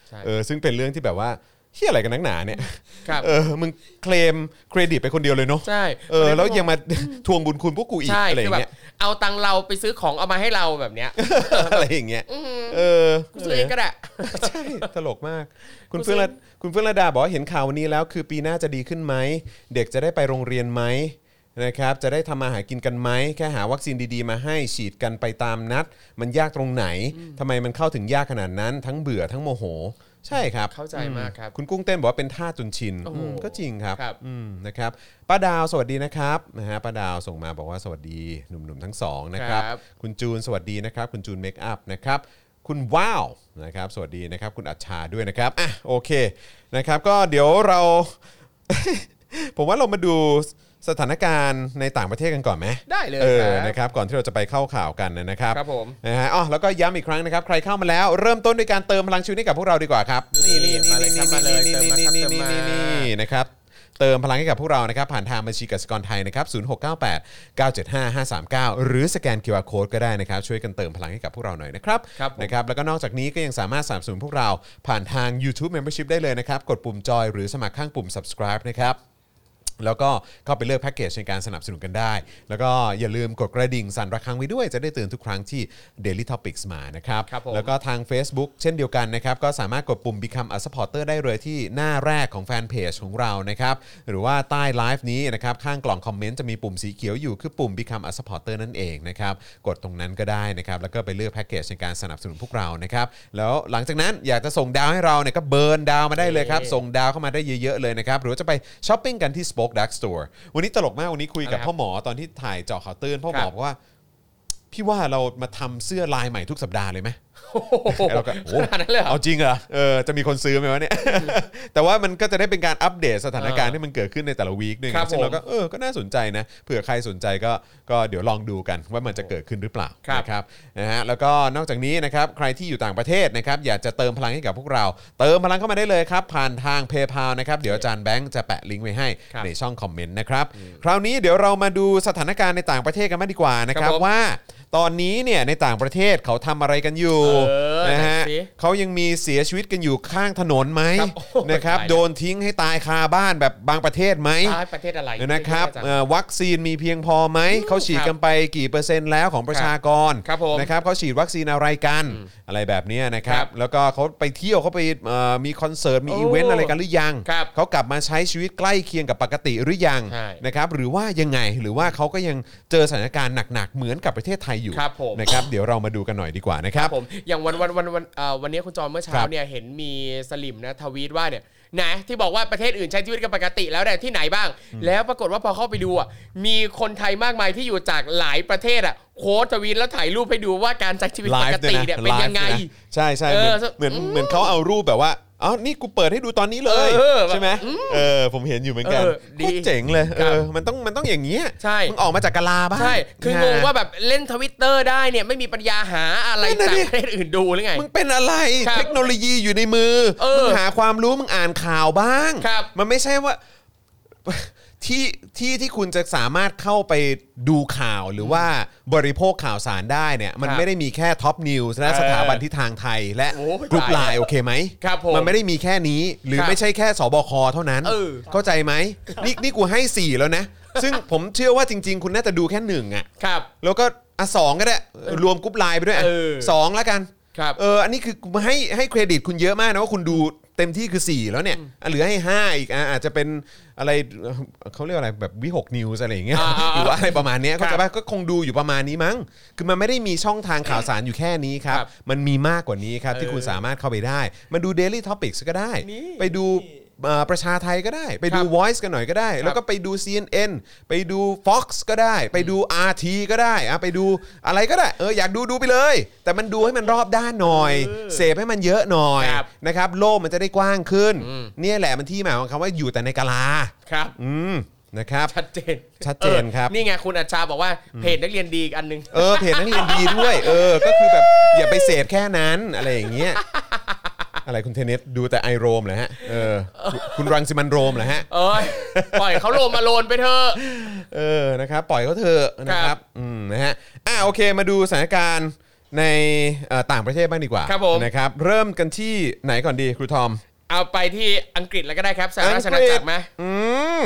S4: ใช่
S2: เออซึ่งเป็นเรื่องที่แบบว่าเฮียอะไรกันนักหนาเนี่ย
S4: ครับ
S2: เออ มึงเคลมเครดิตไปคนเดียวเลยเนาะ
S4: ใช่
S2: เออ แล้วยังมา ทวงบุญคุณพวกกูอีก
S4: ใช่
S2: อะไรอ
S4: คือ
S2: ย่าง
S4: แบบ
S2: เงี้ย
S4: เอาตังค์เราไปซื้อของเอามาให้เราแบบเนี้ย
S2: อะไรอย่างเงี้ย เออ
S4: กูซื้อเองก็ ได้
S2: ใช่ ตลกมาก คุณ
S4: กูซื้อ
S2: เฟื่องระคุณเฟื่องระดาบอกว่าเห็นข่าววันนี้แล้ว คือปีหน้าจะดีขึ้นไหม เด็กจะได้ไปโรงเรียนไหมนะครับ จะได้ทำมาหากินกันไหม แค่หาวัคซีนดีๆ มาให้ฉีดกันไปตามนัด มันยากตรงไหนทำไมมันเข้าถึงยากขนาดนั้น ทั้งเบื่อทั้งโมโห ใช่ครับ
S4: เข้าใจมากครับ
S2: คุณกุ้งเต้นบอกว่าเป็นท่าจนชิน
S4: โอ้โห
S2: อืมก็จริงครับ
S4: ครับ
S2: อืมนะครับป้าดาวสวัสดีนะครับนะฮะป้าดาวส่งมาบอกว่าสวัสดีหนุ่มๆทั้งสองนะครับ
S4: ครับ
S2: คุณจูนสวัสดีนะครับ คุณจูนเมคอัพนะครับ คุณว้าวนะครับ สวัสดีนะครับ คุณอัจฉาด้วยนะครับอ่ะโอเคนะครับ ก็เดี๋ยวเรา ผมว่าเรามาดูสถานการณ์ในต่างประเทศกันก่อนไหม
S4: ได้เลย
S2: เอ
S4: ค
S2: อ
S4: รับ
S2: นะครับ ก่อนที่เราจะไปเข้าข่าวกันนะครับ
S4: ครับผม
S2: นะฮะ อ๋อ แล้วก็ย้ำอีกครั้งนะครับ ใครเข้ามาแล้ว เริ่มต้นด้วยการเติมพลังชีวิตให้กับพวกเราดีกว่าครับ
S4: นี่มาเลยครับมาเลยเติมมาครับ
S2: นี่
S4: เติม
S2: นี่
S4: มา
S2: นี่นี่นี่นะครับ เติมพลังให้กับพวกเรานะครับ ผ่านทางบัญชีกสิกรไทยนะครับ 0698 975 539 หรือสแกน QR Code ก็ได้นะครับ ช่วยกันเติมพลังให้กับพวกเราหน่อยนะครับ
S4: ครับผม
S2: นะครับแล้วก็นอกจากนี้ก็ยังสามารถสนับสนุนพวกเราผ่านทาง YouTube Membership ได้เลยนะครับ กดปุ่มจอยหรือสมัครข้างปุ่ม subscribe นะครับ แล้วก็เข้าไปเลือกแพ็กเกจในการสนับสนุนกันได้ แล้วก็อย่าลืมกดกระดิ่งสั่นระฆังไว้ด้วย จะได้เตือนทุกครั้งที่ Daily Topics มานะครับ
S1: ครับผม
S2: แล้วก็ทาง Facebook เช่นเดียวกันนะครับ ก็สามารถกดปุ่ม Become a supporter ได้เลยที่หน้าแรกของแฟนเพจของเรานะครับ หรือว่าใต้ไลฟ์นี้นะครับ ข้างกล่องคอมเมนต์จะมีปุ่มสีเขียวอยู่คือปุ่ม Become a supporter นั่นเองนะครับ กดตรงนั้นก็ได้นะครับ แล้วก็ไปเลือกแพ็กเกจในการสนับสนุนพวกเรานะครับ แล้วหลังจากนั้นอยากจะส่งดาวให้เราเนี่ยก็เบิร์นดาวมาได้เลยครับ
S1: เย้
S2: ส่ง ส่งดาวเข้ามาได้เยอะๆเลยนะครับ หรือว่าจะไปช้อปปิ้งกันที่ Spoke Dark Store วันนี้ตลกมากวันนี้คุยกับ
S1: ครับ
S2: พ่อหมอตอนที่ถ่ายเจาะข่าวตื้นพ่อหม
S1: ค
S2: อ
S1: รับ
S2: บอกว่า พี่ว่าเรามาทำเสื้อลายใหม่ทุกสัปดาห์เลยไหม เราก็โอ้โห
S1: ขนาดนั้นเลยเหรอ
S2: เอาจริงเหรอเออจะมีคนซื้อไหมวะเนี่ย แต่ว่ามันก็จะได้เป็นการอัปเดตสถานการณ์ที่มันเกิดขึ้นในแต่ละวีคด้วยไง
S1: ครับ
S2: ซึ่งเรา
S1: ผม
S2: ก็เออก็น่าสนใจนะเผื่อใครสนใจก็ก็เดี๋ยวลองดูกันว่ามันจะเกิดขึ้นหรือเปล่า
S1: ครับ
S2: นะครับนะฮะแล้วก็นอกจากนี้นะครับใครที่อยู่ต่างประเทศนะครับอยากจะเติมพลังให้กับพวกเรา เติมพลังเข้ามาได้เลยครับ ผ่านทางเพย์พานะครับเดี๋ยวอาจารย์แบงค์จะแปะลิงก์ไว้ให้
S1: ครับ
S2: ในช่องคอมเมนต์นะครับคราวนี้เดี๋ยวเรามาดูสถานการณ์ในต่างประเทศกันมากดีกว่านะค
S1: ครั
S2: รับ
S1: ผ
S2: บ
S1: ม
S2: ว่า ตอนนี้เนี่ยในต่างประเทศเขาทำอะไรกันอยู่
S1: เออ
S2: นะฮะ
S1: นั่นสิ
S2: เขายังมีเสียชีวิตกันอยู่ข้างถนนไหม
S1: ครับโอ้ย
S2: นะครับ
S1: ตายแล้ว
S2: โดนทิ้งให้ตายคาบ้านแบบบางประเทศไหม
S1: ตายประเทศอะไร
S2: นะครับ
S1: ไม่ได้จ้
S2: เอ่อวัคซีนมีเพียงพอไหมเขาฉีดกันไปกี่เปอร์เซ็นต์แล้วของประชากร
S1: ครับผม
S2: นะครับเขาฉีดวัคซีนอะไรกันอะไรแบบเนี้ยนะ
S1: ค
S2: ครั
S1: รับ บ
S2: แล้วก็เขาไปเที่ยวเขาไปเอ่อมีคอนเสิร์ตมี
S1: โอ้
S2: อีเวนต์อะไรกันหรือยัง
S1: ครับ
S2: เขากลับมาใช้ชีวิตใกล้เคียงกับปกติหรือยัง
S1: ใช่
S2: นะครับหรือว่ายังไงหรือว่าเขาก็ยังเจอสถานการณ์หนักๆเหมือนกับประเทศไทยอยู่
S1: ครับผม
S2: นะครับเดี๋ยวเรามาดูกันหน่อยดีกว่านะครับ
S1: ผมอย่างวันวันวันวันเอ่อวันนี้คุณจอมเมื่อ
S2: ค
S1: เช้า
S2: รับ
S1: เนี่ยเห็นมีสลิมนะทวีตว่าเนี่ยนะที่บอกว่าประเทศอื่นใช้ชีวิตกันปกติแล้วเนี่ยที่ไหนบ้าง แล้วปรากฏว่าพอเข้าไปดูอ่ะมีคนไทยมากมายที่อยู่จากหลายประเทศอ่ะโค้ดทวีตแล้วถ่ายรูปให้ดูว่าการใช้ชีวิตปกติเนี่ยเป็นยังไง
S2: ด้วนะใช่ใช่
S1: เออ
S2: เหมือนเหมือนเหมือนเขาเอารูปแบบว่าเอ้านี่กูเปิดให้ดูตอนนี้เลย
S1: เออ
S2: ใช่ไหมเออ ผมเห็นอยู่เหมือนกัน
S1: เออดี
S2: โคตรเจ๋งเลย
S1: ค
S2: เอ
S1: รับ
S2: อมันต้องมันต้องอย่างเงี้ย
S1: ใช่
S2: มึงออกมาจากกะลาบ้าง
S1: ใช่ คืองง
S2: นะ
S1: ว่าแบบเล่นทวิตเตอร์ได้เนี่ยไม่มีปัญญาหาอะไร
S2: นั่น
S1: จาก
S2: น่ะดิ
S1: ประเทศอื่นดูหรือไง
S2: มึงเป็นอะไร
S1: ครับ
S2: เทคโนโลยีอยู่ในมือ
S1: เออ
S2: มึงหาความรู้มึงอ่านข่าวบ้าง
S1: ครับ
S2: มันไม่ใช่ว่า ที่ที่ที่คุณจะสามารถเข้าไปดูข่าวหรือว่าบริโภคข่าวสารได้เนี่ย มัน
S1: ครับ
S2: ไม่ได้มีแค่ท็อปนิวส์และ
S1: เออ
S2: สถาบันทิศทางไทย และ
S1: โอ้ย
S2: กรุ๊ป
S1: ตาย
S2: ไลน์โอเคไหม
S1: ครับผม
S2: นไม่ได้มีแค่นี้ หรือ
S1: ครับ
S2: ไม่ใช่แค่สบคเท่านั้น
S1: เออ
S2: ใจไหมนี่นี่กูให้ 4 แล้วนะ ซึ่งผมเชื่อว่าจริง ๆ คุณน่าจะดูแค่หนึ่งอะ
S1: ครับ
S2: แล้วก็อ่ะสองก็ได้รวมกรุ๊ปไลน์ไปด้วยอ่ะ
S1: เออ
S2: สองแล้วกัน
S1: ครับ
S2: เอออันนี้คือให้ให้เครดิตคุณเยอะมากนะว่าคุณดูเต็มที่คือ 4 แล้วเนี่ยอ่ะเหลือให้ 5 อีกอ่ะอาจจะเป็นอะไรเอ่อเขาเรียกอะไรแบบวิหกนิวส์อะไรอย่างเงี้ย
S1: อ่าอ่า
S2: หรือว่าอะไรประมาณเนี้ย
S1: ครั
S2: เขา
S1: บ
S2: ใจปะก็คงดูอยู่ประมาณนี้มั้ง คือมันไม่ได้มีช่องทางข่าวสารอยู่แค่นี้ครับ
S1: ครับ
S2: มันมีมากกว่านี้ครับ ที่
S1: เออ
S2: คุณสามารถเข้าไปได้ มาดู Daily Topics ก็ได้
S1: นี่
S2: ไปดูเอ่อประชาไทยก็ได้ ไป
S1: ค
S2: ดู
S1: รับ
S2: Voice กันหน่อยก็ได้
S1: ครับ
S2: แล้วก็ไปดู CNN ไปดู Fox ก็ได้ ไปดู RT ก็ได้อะไปดูอะไรก็ได้ เอออยากดูดูไปเลย แต่มันดูให้มันรอบด้านหน่อย เสพให้มันเยอะหน่อย
S1: ครับ
S2: นะครับ โลกมันจะได้กว้างขึ้น
S1: อืม
S2: เนี่ยแหละมันที่มาของคำว่าอยู่แต่ในกะลา
S1: ครับ
S2: อืมนะครับ
S1: ชัดเจน
S2: ชัดเจนครับ
S1: ออนี่ไงคุณอัจฉาบอกว่าเพจนักเรียนดีอีกอันหนึง
S2: เออเพจนักเรียนดีด้วย เออ ก็คือแบบอย่าไปเสพแค่นั้นอะไรอย่างเงี้ยอะไรคุณเทนเนสดูแต่ไอโรมเหรอฮะเออคุณคุณรังสิมันโรมเหรอฮะ
S1: เอ้ยปล่อยเขาโลมาโลนไปเถอะ
S2: เออ นะครับ ปล่อยเขาเถอะนะค
S1: ครั
S2: รับบ อืมนะฮะ อ่ะโอเค มาดูสถานการณ์ในเอ่อต่างประเทศบ้างดีกว่า
S1: ครับผม
S2: นะครับ เริ่มกันที่ไหนก่อนดีครูทอม
S1: เอาไปที่อังกฤษแล้วก็ได้ครับสหราชอาณาจักรไหม
S2: อืม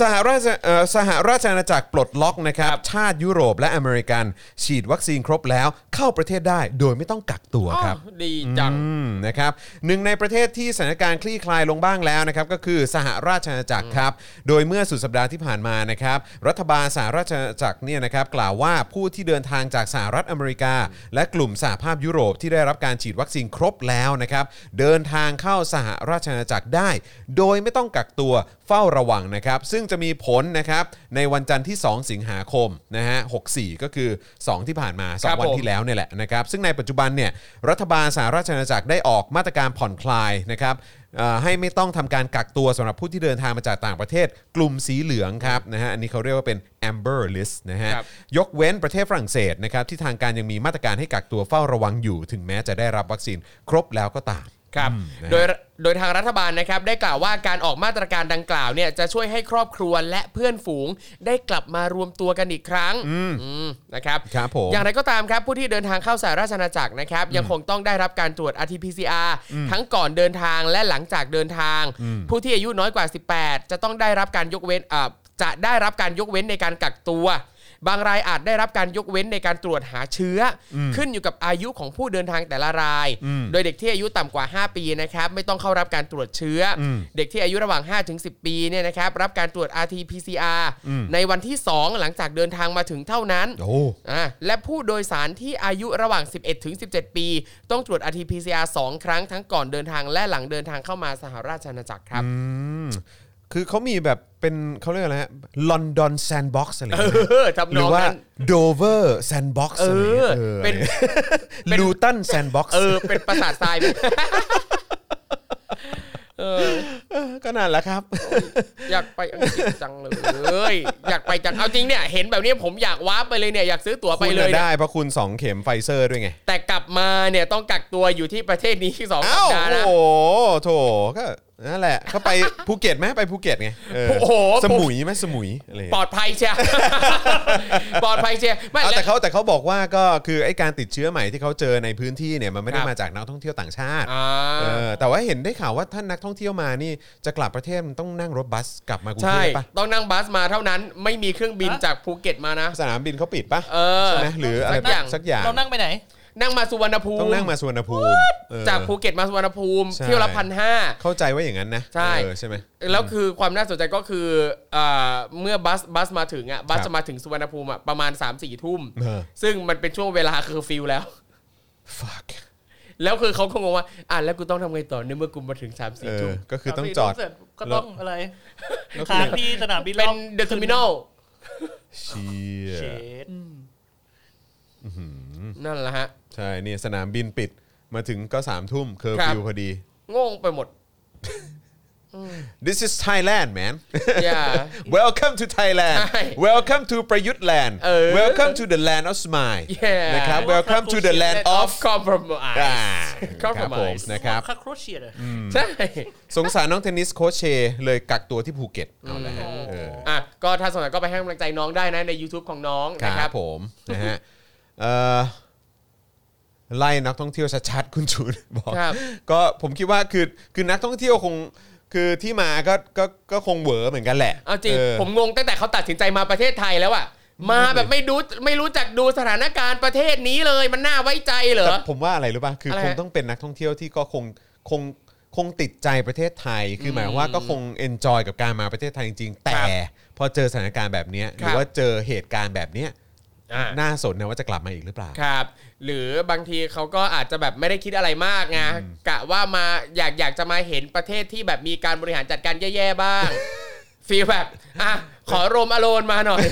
S2: สหราชเอ่อสหราชอาณาจักรปลดล็อกนะครับ ชาติยุโรปและอเมริกัน ฉีดวัคซีนครบแล้วเข้าประเทศได้โดยไม่ต้องกักตัวครับ
S1: อ้าวดีจัง
S2: อืมนะครับหนึ่งในประเทศที่สถานการณ์คลี่คลายลงบ้างแล้วนะครับก็คือสหราชอาณาจักรครับโดยเมื่อสุดสัปดาห์ที่ผ่านมานะครับรัฐบาลสหราชอาณาจักรเนี่ยนะครับกล่าวว่าผู้ที่เดินทางจากสหรัฐอเมริกา และกลุ่มสหภาพยุโรปที่ได้รับการฉีดวัคซีนครบแล้วนะครับเดินทางเข้าสหราชอาณาจักรได้ โดยไม่ต้องกักตัวเฝ้าระวังนะครับซึ่งจะมีผลนะครับในวันจันทร์ที่ 2 สิงหาคมนะฮะ64 ก็คือ 2 ที่ผ่านมา
S1: ครั
S2: 2
S1: บ
S2: วัน
S1: ผม
S2: ที่ แล้วเนี่ยแหละนะครับซึ่งในปัจจุบันเนี่ยรัฐบาลสหราชอาณาจักรได้ออกมาตรการผ่อนคลายนะครับเอ่อให้ไม่ต้องทำการกักตัวสำหรับผู้ที่เดินทางมาจากต่างประเทศ กลุ่มสีเหลืองครับนะฮะอันนี้เขาเรียกว่าเป็น amber list นะฮะ
S1: ครับ
S2: ยกเว้นประเทศฝรั่งเศสนะครับที่ทางการยังมีมาตรการให้กักตัวเฝ้าระวังอยู่ ถึงแม้จะได้รับวัคซีนครบแล้วก็ตาม
S4: ครับ
S2: อืมนะฮะ
S4: โดยโดยทางรัฐบาลนะครับได้กล่าวว่าการออกมาตรการดังกล่าวเนี่ยจะช่วยให้ครอบครัวและเพื่อนฝูง ได้กลับมารวมตัวกันอีกครั้งอืมนะครับ
S2: ครับผม
S4: อย่างไรก็ตามครับ ผู้ที่เดินทางเข้าสหราชอาณาจักรนะครับ ยังคงต้องได้รับการตรวจ RT-PCR ทั้งก่อนเดินทางและหลังจากเดินทาง ผู้ที่อายุน้อยกว่า 18 จะต้องได้รับการยกเว้นอ่าจะได้รับการยกเว้นในการกักตัว บางรายอาจได้รับการยกเว้นในการตรวจหาเชื้ออขึ้นอยู่กับอายุของผู้เดินทางแต่ละราย
S2: อืม
S4: โดยเด็กที่อายุต่ำกว่า 5 ปีนะครับไม่ต้องเข้ารับการตรวจเชื้ออ
S2: ม
S4: เด็กที่อายุระหว่าง 5-10 ปีเนี่ยนะครับรับการตรวจ RT-PCR
S2: อืม
S4: ในวันที่ 2 หลังจากเดินทางมาถึงเท่านั้น
S2: โอ้
S4: อ่ะและผู้โดยสารที่อายุระหว่าง 11 ถึง 17 ปี ต้องตรวจ RT-PCR 2 ครั้งทั้งก่อนเดินทางและหลังเดินทางเข้ามาสหราชอาณาจักรครับ
S2: อืม คือเขามีแบบเป็นเขาเรียกอะไรฮะลอนดอนแซนด์บ็อกซ์อะไรอย่างเงี้ย
S4: เออทำ
S2: ห
S4: น
S2: รือ อง ว่า
S4: นั้น
S2: โดเวอร์แซนด์บ็อกซ์อะไรอย่างเงี้ย
S4: เอ
S2: เอ
S4: อ
S2: อ
S4: เป็น
S2: ลูตันแซนด์บ็อกซ์
S4: เออ เป็นประสาททรายไห ม เออ
S2: ก็นั่นแหละครับ
S4: อยากไปอังกฤษจังเลย อยากไปจัง เอาจริงเนี่ย เห็นแบบนี้ผมอยากว้าร์ปไปเลยเนี่ย อยากซื้อตั๋วไป
S2: คุณ
S4: เล
S2: น่ะ
S4: ยเนี่ย
S2: ได้เพราะคุณ 2 เข็มไฟเซอร์ด้วยไง
S4: แต่กลับมาเนี่ยต้องกักตัวอยู่ที่ประเทศนี้สองสั
S2: อ้า
S4: ป
S2: ว
S4: ดาห์
S2: โอ้
S4: นะ
S2: โหโถก็นั่นแหละ เขาไป ภูเก็ตไหมไปภูเก็ตไงเ
S4: โอ้โห
S2: สมุยไหมสมุยอะไรอย่าง
S4: ปลอ
S2: เงี้ย
S4: ดภัยเชียว ปลอดภัยเชียวไม่
S2: เอา
S4: แล้ว
S2: แต่เขาแต่เขาบอกว่าก็คือไอ้การติดเชื้อใหม่ที่เขาเจอในพื้นที่เนี่ยมันไม่ได้
S4: ครับ
S2: มาจากนักท่องเที่ยวต่างชาติ
S4: อ่า
S2: เออแต่ว่าเห็นได้ข่าวว่าท่านนักท่องเที่ยวมานี่จะกลับประเทศมันต้องนั่งรถบัสกลับมากรุง
S4: ใช่
S2: เทพปะ
S4: ต้องนั่งบัสมาเท่านั้น ไม่มีเครื่องบินจากภูเก็ตมานะ
S2: สนามบินเขาปิดปะ
S4: เออ
S2: ใช่ไหมหรืออะไร
S4: สักอย่าง
S2: สักอย่าง
S3: เรานั่งไปไหน
S4: นั่งมาสุวรรณภูมิ
S2: ต้องนั่งมาสุวรรณภูมิเออ
S4: จากภูเก็ตมาสุวรรณภูมิ
S2: ใช่
S4: เที่ยวละพันห้า
S2: เข้าใจว่าอย่างนั้นนะ
S4: ใช่
S2: เออใช่ไหม
S4: แล้วคือความน่าสนใจก็คืออ่าเมื่อบัสบัสมาถึงอ่ะบัส
S2: ครับ
S4: จะมาถึงสุวรรณภูมิอ่ะประมาณ 3 4 ทุ่ม
S2: เออ
S4: ซึ่งมันเป็นช่วงเวลาเคอร์ฟิวแล้ว
S2: fuck
S4: แล้วคือเขาคงงงว่า อ่ะแล้วกูต้องทำไงต่อในเมื่อกูมาถึง 3
S2: เอ
S4: 4 ทุ่
S2: อ
S4: ม
S2: ก็คือต้องจอด
S3: เสร็จก็ต้องอะไร
S2: แล้วคือ
S3: ค้างที่สนามบิน
S4: เป็น
S3: รอบ
S4: เดอะเทอร์มินอล
S2: เชีย
S3: เชด
S4: นั่นแหละฮะ
S2: ใช่เนี่ยสนามบินปิดมาถึงก็สามทุ่มเคอร์ฟิว
S4: ครับ
S2: พอดี
S4: งงไปหมด
S2: this is Thailand man
S4: อย่า
S2: welcome to Thailand
S4: ใช่
S2: welcome to ประยุทธ์ land
S4: เออ
S2: welcome to the land of smile
S4: Yeah
S2: นะครับ welcome to the land of
S4: compromise
S2: อ่า
S4: ครับ
S2: ครับผม
S4: ผม
S2: นะครับ
S3: คักโครเชียเลย
S4: ใช่
S2: สงสารน้องเทนนิสโคชเชเลยกักตัวที่ภูเก็ตเอาละฮะเออ
S4: อ่ะก็ถ้าสนใจก็ไปให้กำลังใจน้องได้นะใน YouTube ของน้องนะค
S2: ค
S4: รั
S2: รั
S4: บบ
S2: ผมนะฮะเอ่อไล่นักท่องเที่ยวชัดๆคุณจูน บอก
S4: ครับ
S2: ก็ผมคิดว่าคือคือนักท่องเที่ยวคงคือที่มาก็ก็ก็คงเหวอเหมือนกันแหละ
S4: เอาจริง
S2: ออ
S4: ผมงงตั้งแต่เขาตัดสินใจมาประเทศไทยแล้วอะมาแบบไม่รู้ไม่รู้จักดูสถานการณ์ประเทศนี้เลยมันน่าไว้ใจเหรอ
S2: แต่ผมว่าอะไรรู้ป่ะ คืออะไร คงต้องเป็นนักท่องเที่ยวที่ก็คงคงคงติดใจประเทศไทย คือหมายว่าก็คงเอนจอยกับการมาประเทศไทยจริงๆ แต่พอเจอสถานการณ์แบบเนี้ยห
S4: ครับ
S2: รือว่าเจอเหตุการณ์แบบเนี้ย
S4: อ่า
S2: น่าสนนะว่าจะกลับมาอีกหรือเปล่า
S4: ครับ หรือบางทีเขาก็อาจจะแบบไม่ได้คิดอะไรมากไงกะว่ามาอยากอยากจะมาเห็นประเทศที่แบบมีการบริหารจัดการแย่ๆ บ้าง ฟีลแบบอ่ะขอโรมอโลนมาหน่อย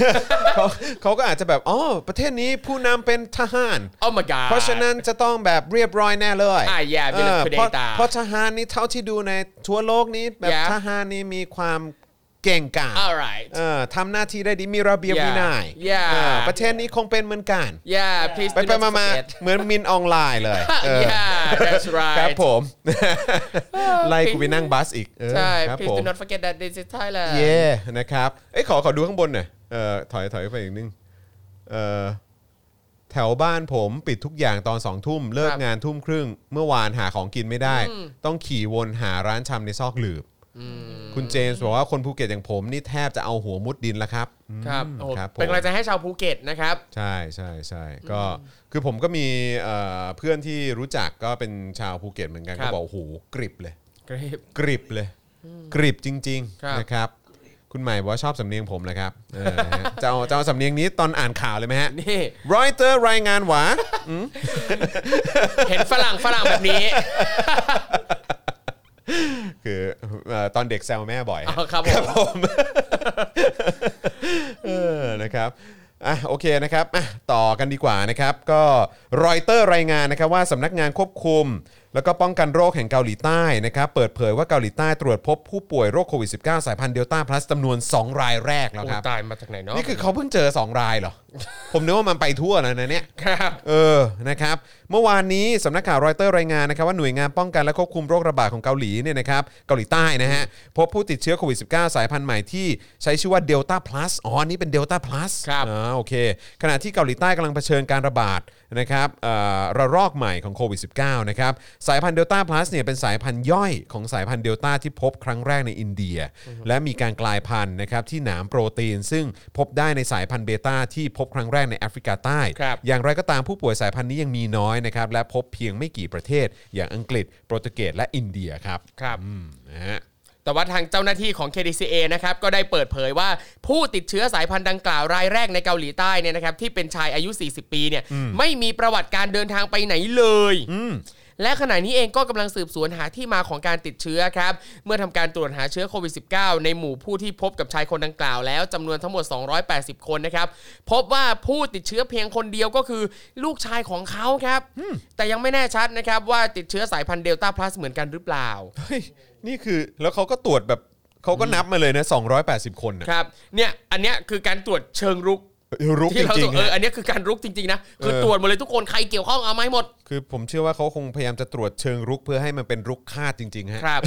S2: เขาเขาก็อาจจะแบบอ๋อประเทศนี้ผู้นำเป็นทหาร
S4: โอ้ my god
S2: เพราะฉะนั้นจะต้องแบบเรียบร้อยแน่เลย
S4: อ่า yeah,
S2: เ
S4: village
S2: เพราะ
S4: predator
S2: เพราะทหารนี่เท่าที่ดูในทั่วโลกนี้แบบ
S4: Yeah
S2: ทหารนี่มีความเก่งกาจ
S4: alright
S2: เออทำหน้าที่ได้ดีมีระเบียบ
S4: Yeah.
S2: วินัย
S4: Yeah.
S2: เออประเทศนี้คงเป็นเหมือนกัน
S4: yeah please
S2: ไป
S4: do
S2: ไป
S4: not
S2: มามา
S4: forget
S2: เหมือนมินออนไลน์เลยเออ
S4: yeah that's right
S2: ครับ ผม ไล่กูไปนั่งบัสอีกเออ
S4: ใช่
S2: ครับผ
S4: please
S2: ม
S4: do not forget that this is Thailand
S2: เย่นะครับเอ้ยขอขอดูข้างบนหน่อยเออถอยถอยไปอีกนิดนึงเออแถวบ้านผมปิดทุกอย่างตอนสองทุ่มเลิก
S4: ครับ
S2: งานทุ่มครึ่ง เมื่อวานหาของกินไม่ได้
S4: อืม
S2: ต้องขี่วนหาร้านชำในซอกหลืบ คุณเจมส์บอกว่าคนภูเก็ตอย่างผมนี่แทบจะเอาหัวมุดดินแล้วครับอืม
S4: ครับโอ้
S2: ครับผม
S4: เป็นกำลังใจให้ชาวภูเก็ตนะครับ
S2: ใช่ใช่ใช่ก็คือผมก็มีเอ่อเพื่อนที่รู้จักก็เป็นชาวภูเก็ตเหมือนกัน
S4: ครั
S2: ก็
S4: บ
S2: บอกโอ้โหกริบเลย
S4: ครับ
S2: กริบเลย กริบจริง
S4: ครับ
S2: ๆนะครับ คุณใหม่บอกว่าชอบสำเนียงผมแหละครับเออ นะฮะจะเอาจะเอาสำเนียงนี้ตอนอ่านข่าวเลยไหม ฮะ
S4: นี่
S2: รอยเตอร์รายงานหวา
S4: เห็นฝรั่งฝรั่งแบบ นี้
S2: คือเอ่อตอนเด็กแซวแม่บ่อยฮะ
S4: อ๋อครับผม
S2: เออนะครับ อ่ะโอเคนะครับอ่ะต่อกันดีกว่านะครับ ก็รอยเตอร์รายงานนะครับว่าสำนักงานควบคุม แล้วก็ป้องกันโรคแห่งเกาหลีใต้นะครับเปิดเผยว่าเกาหลีใต้ตรวจพบผู้ป่วยโรคโควิด -19 สายพันธุ์เดลต้าพลัสจำนวน 2 รายแรกแล้ว
S4: โอ้
S2: ครับ
S4: ตายมาจากไหนเนาะ
S2: นี่คือเขาเพิ่งเจอ 2 รายเหรอ ผมนึกว่ามันไปทั่วแล้วนะเนี่ย
S4: ครับ
S2: เออ นะครับ เมื่อวานนี้สำนักข่าวรอยเตอร์รายงานนะครับว่าหน่วยงานป้องกันและควบคุมโรคระบาดของเกาหลีเนี่ยนะครับ เกาหลีใต้นะฮะ พบผู้ติดเชื้อโควิด -19 สายพันธุ์ใหม่ที่ใช้ชื่อว่าเดลต้าพลัส อ๋อ นี่เป็นเดลต้าพลัส
S4: ครับ
S2: อ่าโอเค ขณะที่เกาหลีใต้กำลังเผชิญการระบาดนะครับเอ่อระลอกใหม่ของโควิด -19 นะครับ สายพันธุ์เดลต้าพลัสเนี่ยเป็นสายพันธุ์ย่อยของสายพันธุ์เดลต้าที่พบครั้งแรกในอินเดีย และมีการกลายพันธุ์นะครับที่หนามโปรตีน ซึ่งพบได้ในสายพันธุ์เบต้าที่พบครั้งแรกในแอฟริกาใต้
S4: ครับ
S2: อย่างไรก็ตามผู้ป่วยสายพันธุ์นี้ยังมีน้อยนะครับและพบเพียงไม่กี่ประเทศ อย่างอังกฤษโปรตุเกสและอินเดียครับ
S4: ครับ
S2: อืมนะฮะ
S4: แต่ว่าทางเจ้าหน้าที่ของ KDCA นะครับก็ได้เปิดเผยว่าผู้ติดเชื้อสายพันธุ์ดังกล่าวรายแรกในเกาหลีใต้เนี่ยนะครับที่เป็นชายอายุ 40 ปีเนี่ยไม่มีประวัติการเดินทางไปไหนเลย และขณะนี้เองก็กำลังสืบสวนหาที่มาของการติดเชื้อครับ เมื่อทำการตรวจหาเชื้อโควิด -19 ในหมู่ผู้ที่พบกับชายคนดังกล่าวแล้วจำนวนทั้งหมด 280 คนนะครับ พบว่าผู้ติดเชื้อเพียงคนเดียวก็คือลูกชายของเขาครับ แต่ยังไม่แน่ชัดนะครับว่าติดเชื้อสายพันธุ์เดลต้าพลัสเหมือนกันหรือเปล่า
S2: เฮ้ยนี่คือแล้วเขาก็ตรวจแบบเขาก็นับมาเลยนะ 280 คนนะครับ
S4: เนี่ยอันเนี้ยคือการตรวจเชิงรุก
S2: รุกจ
S4: ที่เรา
S2: ริ
S4: ตรว
S2: ง
S4: จ
S2: ๆ
S4: เออ
S2: ฮะ
S4: อันเนี้ยคือการรุกจริงๆนะคือ
S2: เออ
S4: ตรวจหมดเลยทุกคนใครเกี่ยวข้องเอาไหมาให้หมด
S2: คือผมเชื่อว่าเขาคงพยายามจะตรวจเชิงรุกเพื่อให้มันเป็นรุกคาดจริงๆฮะ
S4: ครับ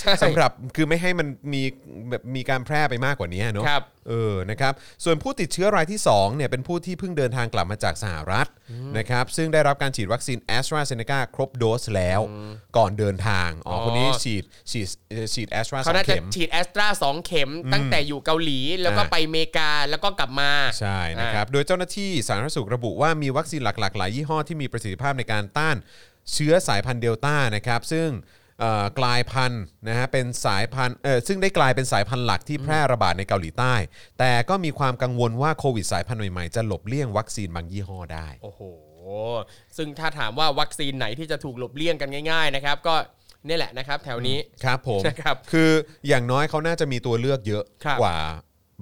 S4: ใช่
S2: สำหรับคือไม่ให้มันมีแบบมีการแพร่ไปมากกว่านี้เนอะ
S4: ครับ
S2: เออนะครับส่วนผู้ติดเชื้อรายที่2เนี่ยเป็นผู้ที่เพิ่งเดินทางกลับมาจากสหรัฐนะครับซึ่งได้รับการฉีดวัคซีนแอสตราเซเนกาครบโดสแล้ว ก่อนเดินทางอ๋อคนนี้ฉีดฉีดเอ่อฉีดแอสตราส
S4: เขา
S2: อง
S4: น่าจะ
S2: เข็ม
S4: ฉีดแอสตราสองเข็ม ตั้งแต่อยู่เกาหลีแล้วก็
S2: อ่า
S4: ไปอเมริกาแล้วก็กลับมา
S2: ใช่นะครับ โดยเจ้าหน้าที่สาธารณสุขระบุว่ามีวัคซีนหลากๆ หลายยี่ห้อที่มีประสิทธิภาพในการต้านเชื้อสายพันธุ์เดลต้านะครับ ซึ่งเอ่อกลายพันธุ์นะฮะเป็นสายพันธุ์เออซึ่งได้กลายเป็นสายพันธุ์หลักที่แพร่ระบาดในเกาหลีใต้ แต่ก็มีความกังวลว่าโควิดสายพันธุ์ใหม่ๆ จะหลบเลี่ยงวัคซีนบางยี่ห้อได้
S4: โอ้โห ซึ่งถ้าถามว่าวัคซีนไหนที่จะถูกหลบเลี่ยงกันง่ายๆนะครับ ก็เนี่ยแหละนะครับ แถวนี้
S2: ครับผม
S4: ใช่ครับ
S2: คืออย่างน้อยเขาน่าจะมีตัวเลือกเยอะ
S4: ครับ
S2: กว่า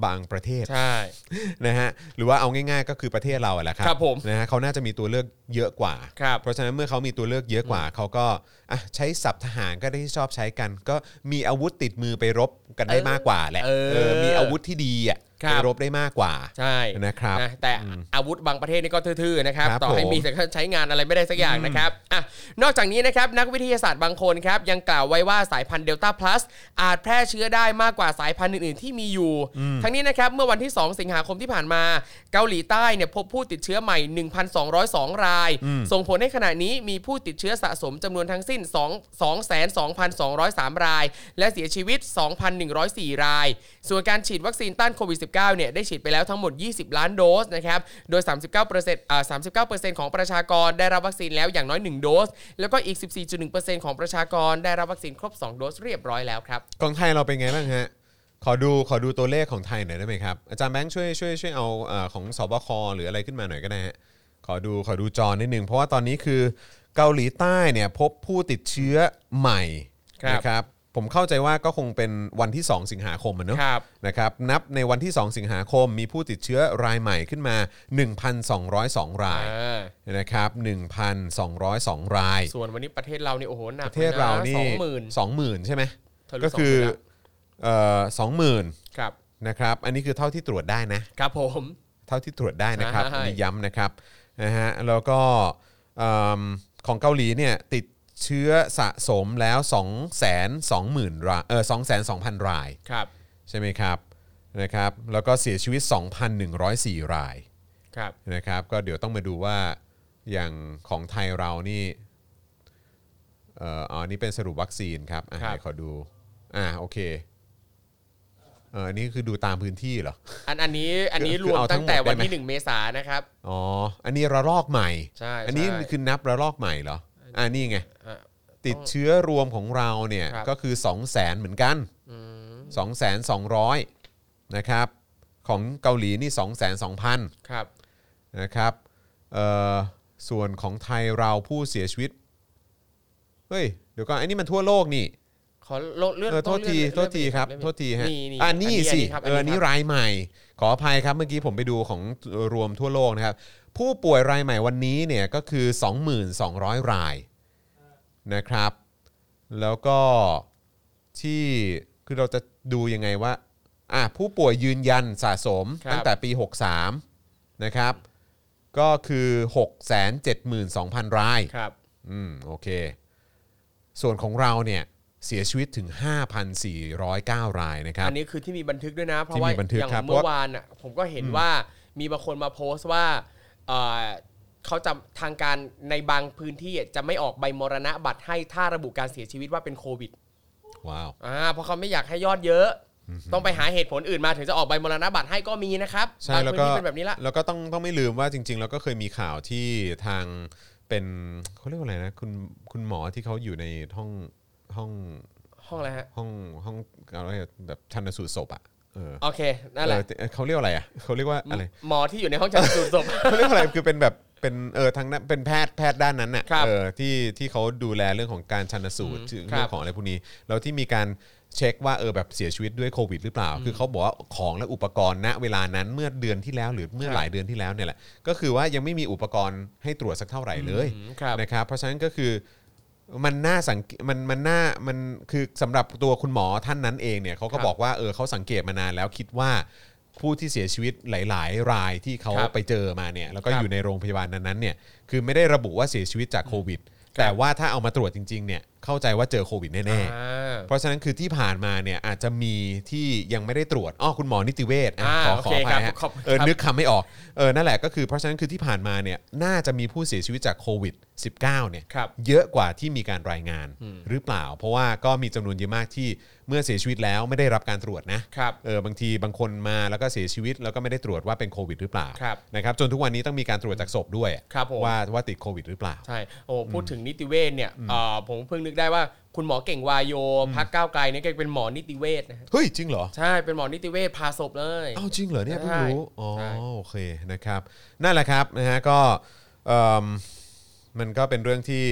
S2: บางประเทศ
S4: ใช่
S2: นะฮะหรือว่าเอาง่ายๆก็คือประเทศเราอะแหละครั
S4: ครับผม
S2: นะฮะเขาน่าจะมีตัวเลือกเยอะกว่า
S4: ครับ
S2: เพราะฉะนั้นเมื่อเขามีตัวเลือกเยอะกว่าเขาก็อ่ะใช้ศัพท์ทหารก็ได้ที่ชอบใช้กัน ก็มีอาวุธติดมือไปรบกันได้มากกว่าแหละ
S4: เออ
S2: เออมีอาวุธที่ดีอ่ะ
S4: ครับ
S2: ไปรบได้มากกว่า
S4: ใช่
S2: นะครับ
S4: นะแต่อาวุธบางประเทศนี่ก็ทื่อๆนะครับ
S2: ครับ
S4: ต่อให้
S2: ผม
S4: มีแต่ก็ใช้งานอะไรไม่ได้สักอย่างนะครับอ่ะนอกจากนี้นะครับนักวิทยาศาสตร์บางคนครับ ยังกล่าวไว้ว่าสายพันธุ์เดลต้าพลัสอาจแพร่เชื้อได้มากกว่าสายพันธุ์อื่นๆที่มีอยู่ ทั้งนี้นะครับ เมื่อวันที่ 2 สิงหาคมที่ผ่านมา เกาหลีใต้เนี่ยพบผู้ติดเชื้อใหม่ 1,202 ราย ส่งผลให้ขณะนี้มีผู้ติดเชื้อสะสมจำนวนทั้งสิ้น 2 22,203 ราย และเสียชีวิต 2,104 ราย ส่วนการฉีดวัคซีนต้านโควิด -19 เนี่ยได้ฉีดไปแล้วทั้งหมด 20 ล้านโดสนะครับ โดย 39%อ่า39%ของประชากรได้รับวัคซีนแล้วอย่างน้อย 1 โดส แล้วก็อีก 14.1%ของประชากรได้รับวัคซีนครบ 2 โดสเรียบร้อยแล้วครับ
S2: ของไทยเราเป็นไงบ้างฮะขอดูขอดูตัวเลขของไทยหน่อยได้ไหมครับอาจารย์แบงค์ช่วยช่วยช่วยเอาเอ่อของสบคหรืออะไรขึ้นมาหน่อยก็ได้ฮะขอดูขอดูจอนิดนึงเพราะว่าตอนนี้คือเกาหลีใต้เนี่ยพบผู้ติดเชื้อใหม่
S4: ครับ
S2: นะครับผมเข้าใจว่าก็คงเป็นวันที่ 2 สิงหาคมอะเนอะ
S4: ครับ
S2: นะครับนับในวันที่ 2 สิงหาคมมีผู้ติดเชื้อรายใหม่ขึ้นมา 1,202 รายนะครับ1,202 ราย
S4: ส่วนวันนี้ประเทศเราเนี่ยโอ้โหหนัก
S2: ประเทศเรานี่
S4: สองหมื่น
S2: 20,000 ใช่ไหม
S4: ทะลุ
S2: ก็คือ
S4: สองหมื่นละ
S2: เอ่อสองหมื่น
S4: ครับ
S2: นะครับอันนี้คือเท่าที่ตรวจได้นะ
S4: ครับผม
S2: เท่าที่ตรวจได้นะครับ
S4: ใช่
S2: อันนี้ย้ำนะครับนะฮะแล้วก็เอิ่มของเกาหลีเนี่ยติดเชื้อสะสมแล้ว 2 2 0 0 0 0รายเออ22,000 ราย
S4: ครับ
S2: ใช่ไหมครับนะครับ แล้วก็เสียชีวิต 2,104 ราย
S4: ครับ
S2: นะครับ ก็เดี๋ยวต้องมาดูว่าอย่างของไทยเรานี่เอ่ออ๋อนี่เป็นสรุปวัคซีนครับอ่ะไหนขอดูอ่าโอเคเอออันนี้คือดูตามพื้นที่เหรอ
S4: อันอันนี้อันนี้
S2: คือ
S4: รวม
S2: เอาทั้
S4: ตั้
S2: ง
S4: ง
S2: หมด
S4: แต่วัน
S2: ได้ไหม
S4: ที่หนึ่งเมษายนนะครับ
S2: อ๋ออันนี้ระลอกใหม่
S4: ใช่
S2: อันี้
S4: ใช่
S2: คือนับระลอกใหม่เหรออ่านี่ไง
S4: อ่ะ
S2: ติดเชื้อรวมของเราเนี่ย
S4: ครับ
S2: ก็คือ 2 0 0 0 0 0 เหมือนกัน 2 2 0 0 นะครับของเกาหลีนี่ 2 2 0 0 0
S4: ครับ
S2: นะครับเอ่อส่วนของไทยเราผู้เสียชีวิต เฮ้ย เดี๋ยวก่อนไอ้นี่มันทั่วโลกนี่
S4: ขอโลดเลื่อน
S2: เออโทษที โท
S4: เลื่อน
S2: ษทีครับ
S4: เลื่อน
S2: โทษทีฮะ
S4: นี่นี่
S2: อ่านี่สิ
S4: ครับ
S2: เอออน
S4: ค
S2: นี่
S4: รับ
S2: รายใหม่ ขออภัยครับ เมื่อกี้ผมไปดูของรวมทั่วโลกนะครับ ผู้ป่วยรายใหม่วันนี้เนี่ยก็คือ 22,200 รายนะครับ แล้วก็ที่คือเราจะดูยังไงว่าอ่ะผู้ป่วยยืนยันสะสม
S4: ครับ
S2: ตั้งแต่ปี 63 นะครับ ก็คือ 672,000 ราย
S4: ครับ
S2: อืมโอเค ส่วนของเราเนี่ยเสียชีวิตถึง 5,409 รายนะครับ
S4: อันนี้คือที่มีบันทึกด้วยนะ เพราะ
S2: ที่
S4: ว่า
S2: มีบันทึก
S4: อย่าง
S2: ครับ
S4: เมื่
S2: เพ
S4: อ
S2: ราะ
S4: วานอ่ะผมก็เห็นว่ามีบางคนมาโพสต์ว่าเอ่อเขาจะทางการในบางพื้นที่อ่ะจะไม่ออกใบมรณะบัตรให้ถ้าระบุการเสียชีวิตว่าเป็นโควิด
S2: ว้าว
S4: อ่าเพราะเขาไม่อยากให้ยอดเยอะ ต้องไปหาเหตุผลอื่นมาถึงจะออกใบมรณะบัตรให้ก็มีนะครับ
S2: ใช่
S4: บาง
S2: แล้ว
S4: พื้น
S2: ก็
S4: ที่เป็นแบบนี้ละ
S2: แล้วก็ต้องต้องไม่ลืมว่าจริง ๆ แล้วก็เคยมีข่าวที่ทางเป็นเขาเรียกว่าอะไรนะคุณคุณหมอที่เขาอยู่ในห้องห้อง
S4: ห้องอะไรฮะ
S2: ห้องห้องอะไรแบบชันสูตรศพอ่ะเออ
S4: โอเค นั่นแหละ
S2: เออเขาเรียกว่าอะไรอ่ะเขาเรียกว่าอะไร
S4: หมอที่อยู่ในห้องชันสูตรศพ
S2: เขาเรียกว่าอะไรคือเป็นแบบเป็นเออทางนั้นเป็นแพทย์แพทย์ด้านนั้นน่ะ
S4: ครับ
S2: เออที่ที่เขาดูแลเรื่องของการชันสูตร
S4: อืมครับ
S2: เรื่องของอะไรพวกนี้แล้วที่มีการเช็คว่าเออแบบเสียชีวิตด้วยโควิดหรือเปล่า คือเขาบอกว่าของและอุปกรณ์ณเวลานั้นเมื่อเดือนที่แล้วหรือเมื่
S4: ค
S2: อ
S4: รับ
S2: หลายเดือนที่แล้วเนี่ยแหละก็คือว่ายังไม่มีอุปกรณ์ให้ตรวจสักเท่าไหร่เลย
S4: อืมครับ
S2: นะครับเพราะฉะนั้นก็คือมันน่าสังเกตมันมันน่ามันคือสำหรับตัวคุณหมอท่านนั้นเองเนี่ยเขาก็
S4: ครับ
S2: บอกว่าเออเขาสังเกตมานานแล้วคิดว่าผู้ที่เสียชีวิตหลาย ๆ รายที่เขา
S4: ครับ
S2: ไปเจอมาเนี่ยแล้วก็
S4: ครับ
S2: อยู่ในโรงพยาบาลนั้นๆเนี่ยคือไม่ได้ระบุว่าเสียชีวิตจากโควิด แต่ว่าถ้าเอามาตรวจจริงๆเนี่ยเข้าใจว่าเจอโควิดแน่
S4: อ่า
S2: ๆ เพราะฉะนั้นคือที่ผ่านมาเนี่ยอาจจะมีที่ยังไม่ได้ตรวจอ้อคุณหมอนิติเวชอ่ะ
S4: อ่า
S2: ขอ
S4: โอ
S2: ขอ
S4: เค
S2: อภัย
S4: ครั
S2: ฮะ
S4: บขอบคุณ
S2: เออ
S4: ครับ
S2: นึกคำไม่ออกเออนั่นแหละก็คือเพราะฉะนั้นคือที่ผ่านมาเนี่ยน่าจะมีผู้เสียชีวิตจากโควิด -19 เนี่ย
S4: ครับ
S2: เยอะกว่าที่มีการรายงานหรือเปล่า เพราะว่าก็มีจำนวนเยอะมากที่เมื่อเสียชีวิตแล้วไม่ได้รับการตรวจนะครับ เออบางทีบางคนมาแล้วก็เสียชีวิตแล้วก็ไม่ได้ตรวจว่าเป็นโควิดหรือเปล่า
S4: ครับ
S2: นะครับจนทุกวันนี้ต้องมีการตรวจจากศพด้วย
S4: ครับผม
S2: ว่าว่าติดโควิดหรือเปล่า
S4: ใช่ โอ้ พูดถึงนิติเวชเนี่ยเอ่อผมเพิ่งนึกได้ว่าคุณหมอเก่งวายโยพักก้าวไกลเนี่ยแกเป็นหมอนิติเวชนะฮะ
S2: เฮ้ย จริงเหรอ
S4: ใช่ เป็นหมอนิติเวชพาศพเลย
S2: เอ้าจริงเหรอเนี่ยเพิ่ง
S4: ใช่
S2: รู้อ๋อ
S4: ใช่
S2: โอเคนะครับนั่นแหละครับนะฮะก็เอิ่มมันก็เป็นเรื่องที่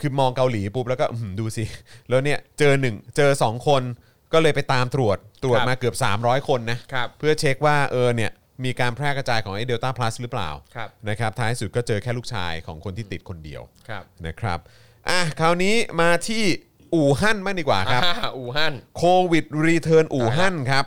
S2: คือมองเกาหลีปุ๊บแล้วก็อื้อหือดูสิ แล้วเนี่ยเจอหนึ่งเจอสองคนก็เลยไปตามตรวจตรวจ
S4: ครับ
S2: มาเกือบ 300 คนนะ
S4: ครับ
S2: เพื่อเช็คว่าเออเนี่ยมีการแพร่กระจายของไอ้เดลต้าพลัสหรือเปล่า
S4: ครับ
S2: นะครับท้ายสุดก็เจอแค่ลูกชายของคนที่ติดคนเดียว
S4: ครับ
S2: นะครับอ่ะคราวนี้มาที่อู่ฮั่นบ้างดีกว่าครับ
S4: อ่าอู่ฮั่น
S2: โควิดรีเทิร์นอู่ฮั่นครับ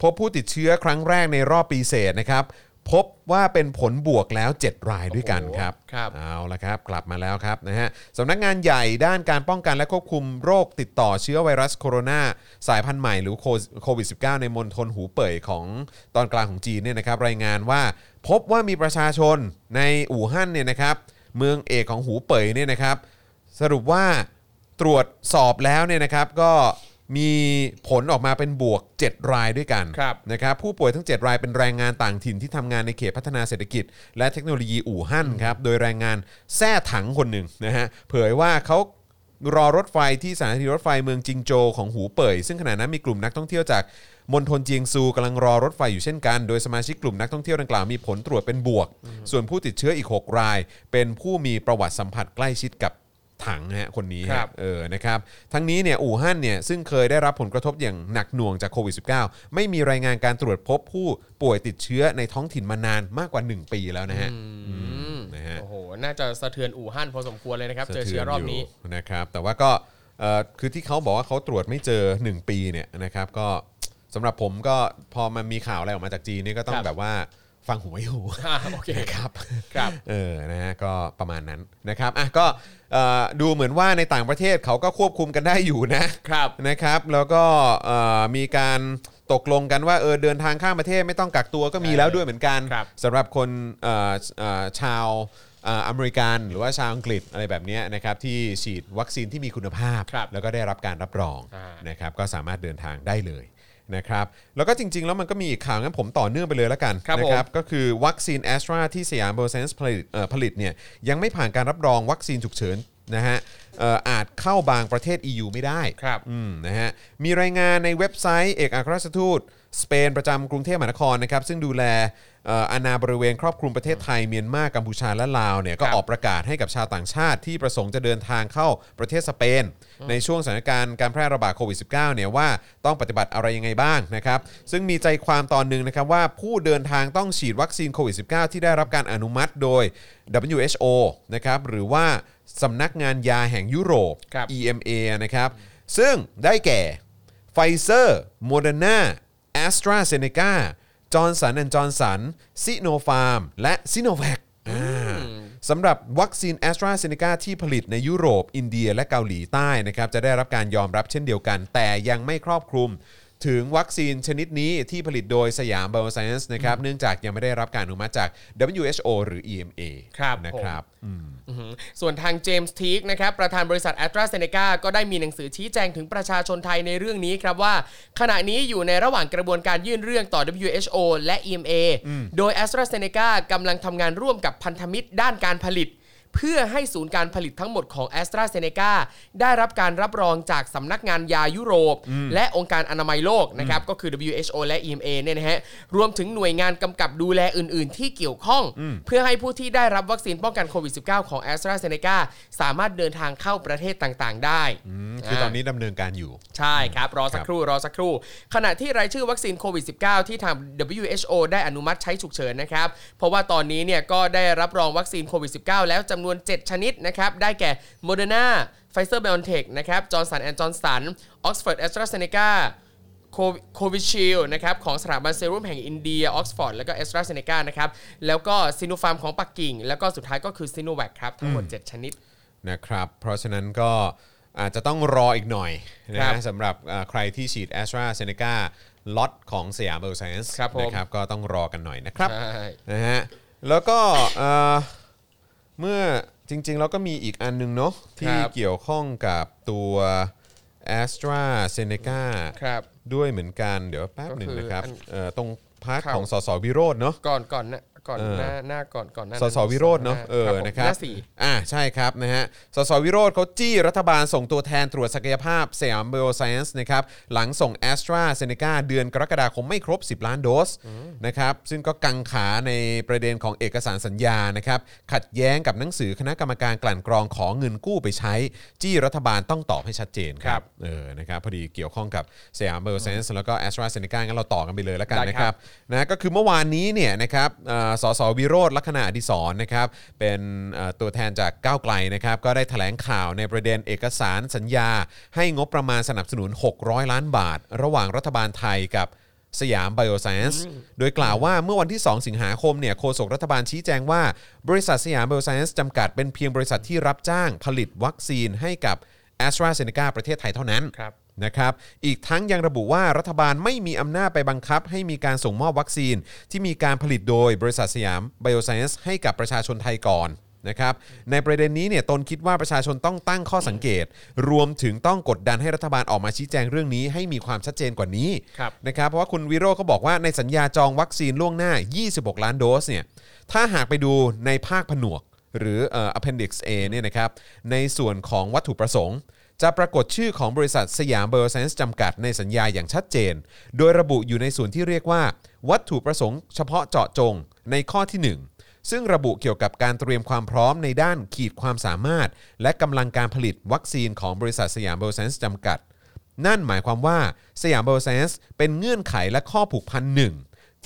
S2: พบผู้ติดเชื้อครั้งแรกในรอบปีเศษนะครับ พบว่าเป็นผลบวกแล้ว 7 รายด้วยกันครับ
S4: โอ้โหครับ
S2: เอาละครับ กลับมาแล้วครับนะฮะสำนักงานใหญ่ด้านการป้องกันและควบคุมโรคติดต่อเชื้อไวรัสโคโรนาสายพันธุ์ใหม่หรือโควิด -19 ในมณฑลหูเป่ยของตอนกลางของจีนเนี่ยนะครับรายงานว่าพบว่ามีประชาชนในอู่ฮั่นเนี่ยนะครับเมืองเอกของหูเป่ยเนี่ยนะครับ สรุปว่าตรวจสอบแล้วเนี่ยนะครับก็มีผลออกมาเป็นบวก 7 รายด้วยกัน
S4: ครับ
S2: นะครับผู้ป่วยทั้ง 7 รายเป็นแรงงานต่างถิ่นที่ทำงานในเขตพัฒนาเศรษฐกิจ และเทคโนโลยีอู่ฮั่นครับโดยแรงงานแท้ถังคนหนึ่งนะฮะเผยว่าเขารอรถไฟที่สถานีรถไฟเมืองจิงโจวของหูเป่ยซึ่งขณะนั้นมีกลุ่มนักท่องเที่ยวจากมณฑลเจียงซูกำลังรอรถไฟอยู่เช่นกัน โดยสมาชิกกลุ่มนักท่องเที่ยวดังกล่าวมีผลตรวจเป็นบวก ส่วนผู้ติดเชื้ออีกหกราย เป็นผู้มีประวัติสัมผัสใกล้ชิดกับ ถังฮะคนนี้ฮะ
S4: ครับ
S2: เออนะครับทั้งนี้เนี่ยอู่ฮั่นเนี่ยซึ่งเคยได้รับผลกระทบอย่างหนักหน่วงจากโควิด -19 ไม่มีรายงานการตรวจพบผู้ป่วยติดเชื้อในท้องถิ่นมานานมากกว่า 1 ปีแล้วนะฮะ นะฮะ
S4: โอ้โห น่าจะสะเทือนอู่ฮั่นพอสมควรเลยนะครับ เจอเชื้อรอบนี้
S2: สะเทืยู่นะครับแต่ว่าก็เอ่อคือที่เขาบอกว่าเขาตรวจไม่เจอ 1 ปีเนี่ยนะครับก็สำหรับผมก็พอมันมีข่าวอะไรออกมาจากจีนเนี่ยก็ต้อ
S4: ค
S2: ง
S4: รับ
S2: แบบว่าฟังหูไว้หู
S4: อ่าโอเค
S2: นะครับ
S4: ครับ
S2: เออนะฮะก็ประมาณนั้นนะครับอ่ะก็เอ่อดูเหมือนว่าในต่างประเทศเขาก็ควบคุมกันได้อยู่นะครับ นะครับ แล้วก็เอ่อมีการตกลงกันว่าเออเดินทางข้ามประเทศไม่ต้องกักตัวก็มีแล้วด้วยเหมือนกัน
S4: ครับ
S2: สำหรับคนเอ่อเอ่อชาวเอ่ออเมริกันหรือว่าชาวอังกฤษอะไรแบบเนี้ยนะครับที่ฉีดวัคซีนที่มีคุณภาพ
S4: ครับ
S2: แล้วก็ได้รับการรับรอง
S4: อ่า
S2: นะครับก็สามารถเดินทางได้เลยนะครับแล้วก็จริง ๆ แล้วมันก็มีอีกข่าวงั้นผมต่อเนื่องไปเลยละกัน
S4: ครับผม
S2: นะครับก็คือวัคซีนแอสตราที่สยามเบอร์เซนส์ผลิตเอ่อผลิตเนี่ยยังไม่ผ่านการรับรองวัคซีนฉุกเฉินนะฮะเอ่ออาจเข้าบางประเทศ EU ไม่ได้
S4: ครับ
S2: อืมนะฮะมีรายงานในเว็บไซต์เอกอัครราชทูตสเปนประจำกรุงเทพมหานครนะครับซึ่งดูแลเอ่ออาณาบริเวณครอบคลุมประเทศไทย เมียนมากัมพูชาและลาวเนี่ยก็
S4: ครับ
S2: ออกประกาศให้กับชาวต่างชาติที่ประสงค์จะเดินทางเข้าประเทศสเปน ในช่วงสถานการณ์การแพร่ระบาดโควิด -19 เนี่ยว่าต้องปฏิบัติอะไรยังไงบ้างนะครับซึ่งมีใจความตอนหนึ่งนะครับว่าผู้เดินทางต้องฉีดวัคซีนโควิด -19 ที่ได้รับการอนุมัติโดย WHO นะครับหรือว่าสำนักงานยาแห่งยุโรป
S4: ครับ
S2: EMA นะครับ ซึ่งได้แก่ไฟเซอร์โมเดอร์นาแอสตราเซเนกา จอร์นสันแอนจอร์นสันซิโนฟาร์ม และซิโนแวคสำหรับวัคซีนแอสตราเซเนกาที่ผลิตในยุโรป อินเดียและเกาหลีใต้นะครับจะได้รับการยอมรับเช่นเดียวกัน แต่ยังไม่ครอบคลุม ถึงวัคซีนชนิดนี้ที่ผลิตโดยสยามไบโอไซเอนส์นะครับเนื่องจากยังไม่ได้รับการอนุมัติจาก WHO หรือ EMA
S4: ครับ
S2: นะ
S4: ผม
S2: ครับ
S4: อือหือส่วนทางเจมส์ทีกนะครับ ประธานบริษัทแอตราเซเนกาก็ได้มีหนังสือชี้แจงถึงประชาชนไทยในเรื่องนี้ครับว่า ขณะนี้อยู่ในระหว่างกระบวนการยื่นเรื่องต่อ WHO และ EMA โดย a s t r a z e ซ e c a กำลังทำงานร่วมกับพันธมิตรด้านการผลิต เพื่อให้ศูนย์การผลิตทั้งหมดของ a s t r a z e ซ e c a ได้รับการรับรองจากสำนักงานยายุโรป และองค์การอนามัยโลกนะครับก็คือ WHO และ EMA เนี่ยนะฮะรวมถึงหน่วยงานกำกับดูแลอื่น ๆ ที่เกี่ยวข้อง เพื่อให้ผู้ที่ได้รับวัคซีนป้องกันโควิด -19 ของ a s t r a z e ซ e c a สามารถเดินทางเข้าประเทศต่างๆ ได้
S2: คือตอนนี้ดำเนินการอยู่
S4: ใช่ครับ รอสักครู่รอสักครู่ ขณะที่รายชื่อวัคซีนโควิด -19 ที่ทาง WHO ได้อนุมัติใช้ฉุกเฉินนะครับ เพราะว่าตอนนี้เนี่ยก็ได้รับรองวัคซีนโควิด -19 แล้วจำนวน 7 ชนิดนะครับ ได้แก่โมเดอร์นาไฟเซอร์เบลเทคนะครับจอร์นสันแอนด์จอร์นสันออกซฟอร์ดแอสตราเซเนกา โควิชิลนะครับของสถาบันเซรุ่มแห่งอินเดียออกซฟอร์ดแล้วก็เอสตราเซเนกานะครับ แล้วก็ซิโนฟาร์มของปักกิ่ง แล้วก็สุดท้ายก็คือซิโนแวคครับทั้งหมด 7 ชนิด
S2: นะครับ เพราะฉะนั้นก็อาจจะต้องรออีกหน่อยนะครับ ฮะสำหรับอ่าใครที่ฉีด a s t r a z e ซ e c a ล็อตของสยามเบลไซเอนส์
S4: ครับผม
S2: นะครับก็ต้องรอกันหน่อยนะครับ
S4: ใช่
S2: นะฮะแล้วก็เอ่อเมื่อจริงๆแล้วก็มีอีกอันนึงเนาะที่
S4: ครับ
S2: เกี่ยวข้องกับตัว a s t r a z e ซ e c a
S4: ครับ
S2: ด้วยเหมือนกันเดี๋ยวแป๊บหนึ่ง
S4: ก็คือ
S2: นะครับ
S4: อัน
S2: เอ่อตรงพาร์ท
S4: ครับ
S2: ของสสวิโรจน์เนาะ
S4: ก่อนก่อนนะก่อน
S2: เออ
S4: หน้าหน้าก่อนก่อนหน้า
S2: ส
S4: นั้น
S2: สวิโรจน์เนาะเออ
S4: ผม
S2: นะครับ
S4: หน้าสี่
S2: อ่าใช่ครับนะฮะสสวิโรจน์เขาจี้รัฐบาลส่งตัวแทนตรวจศักยภาพสยามเบลไซเอนส์นะครับหลังส่งแอสตราเซเนกาเดือนกรกฎาคมไม่ครบ 10 ล้านโดสนะครับซึ่งก็กังขาในประเด็นของเอกสารสัญญานะครับขัดแย้งกับหนังสือคณะกรรมการกลั่นกรองของเงินกู้ไปใช้ จี้รัฐบาลต้องตอบให้ชัดเจนค
S4: ครั
S2: รับบ เออนะครับพอดีเกี่ยวข้องกับสยามเบลไซเอนส์แล้วก็แอสตราเซเนกางั้นเราต่อกันไปเลยแล้วกัน
S4: ได้ครับ
S2: นะครับ นะก็คือเมื่อวานนี้เนี่ยนะครับเอ่อสสวิโรธลักษณะอดิศรนะครับเป็นเอ่อตัวแทนจากก้าวไกลนะครับก็ได้แถลงข่าวในประเด็นเอกสารสัญญา ให้งบประมาณสนับสนุน 600 ล้านบาท ระหว่างรัฐบาลไทยกับสยามไบโอไซเอนส์โดยกล่าวว่าเมื่อวันที่ 2 สิงหาคมเนี่ยโฆษกรัฐบาลชี้แจงว่า บริษัทสยามไบโอไซเอนส์จำกัดเป็นเพียงบริษัทที่รับจ้างผลิตวัคซีนให้กับ a s t r a z e ซ e c a ประเทศไทยเท่านั้น
S4: ครับ
S2: นะครับ อีกทั้งยังระบุว่ารัฐบาลไม่มีอำนาจไปบังคับ ให้มีการส่งมอบวัคซีน ที่มีการผลิตโดยบริษัทสยามไบโอไซเอนส์ให้กับประชาชนไทยก่อนนะครับในประเด็นนี้เนี่ยตนคิดว่าประชาชนต้องตั้งข้อสังเกต รวมถึงต้องกดดันให้รัฐบาลออกมาชี้แจงเรื่องนี้ให้มีความชัดเจนกว่านี้
S4: ครับ
S2: นะครับเพราะว่าคุณวิโรจน์ก็บอกว่าในสัญญาจองวัคซีนล่วงหน้า 26 ล้านโดสเนี่ยถ้าหากไปดูในภาคผนวก หรือเอ่อ appendix A เนี่ยนะครับในส่วนของวัตถุประสงค์ จะปรากฏชื่อของบริษัทสยามเบอร์เซนส์จำกัดในสัญญาอย่างชัดเจน โดยระบุอยู่ในส่วนที่เรียกว่า วัตถุประสงค์เฉพาะเจาะจงในข้อที่ 1 ซึ่งระบุเกี่ยวกับการเตรียมความพร้อมในด้านขีดความสามารถ และกำลังการผลิตวัคซีนของบริษัทสยามเบอร์เซนส์จำกัด นั่นหมายความว่าสยามเบอร์เซนส์เป็นเงื่อนไขและข้อผูกพันหนึ่ง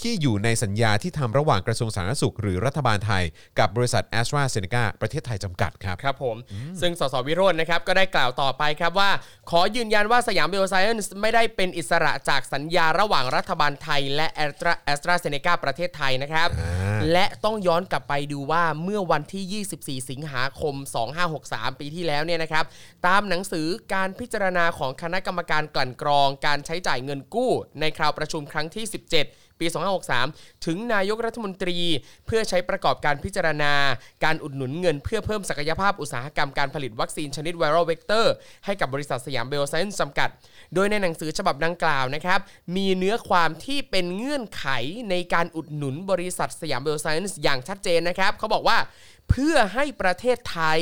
S2: ที่อยู่ในสัญญาที่ทำระหว่างกระทรวงสาธารณสุข หรือรัฐบาลไทย กับบริษัทแอสตราเซเนกาประเทศไทยจำกัดครับ
S4: ครับผม ซึ่งสสวิโรจน์นะครับก็ได้กล่าวต่อไปครับว่า ขอยืนยันว่าสยามเบลไซเอนส์ไม่ได้เป็นอิสระจากสัญญาระหว่างรัฐบาลไทย และแอสตราเซเนกาประเทศไทยนะครับ และต้องย้อนกลับไปดูว่าเมื่อวันที่ 24 สิงหาคม 2563 ปีที่แล้วเนี่ยนะครับ ตามหนังสือการพิจารณาของคณะกรรมการกลั่นกรอง การใช้จ่ายเงินกู้ ในคราวประชุมครั้งที่ 17 ปี 2563 ถึงนายกรัฐมนตรี เพื่อใช้ประกอบการพิจารณา การอุดหนุนเงินเพื่อเพิ่มศักยภาพอุตสาหกรรมการผลิตวัคซีนชนิดไวรัลเวกเตอร์ ให้กับบริษัทสยามเบลไซเอนซ์จำกัด โดยในหนังสือฉบับดังกล่าวนะครับ มีเนื้อความที่เป็นเงื่อนไขในการอุดหนุนบริษัทสยามเบลไซเอนซ์อย่างชัดเจนนะครับ เขาบอกว่า เพื่อให้ประเทศไทย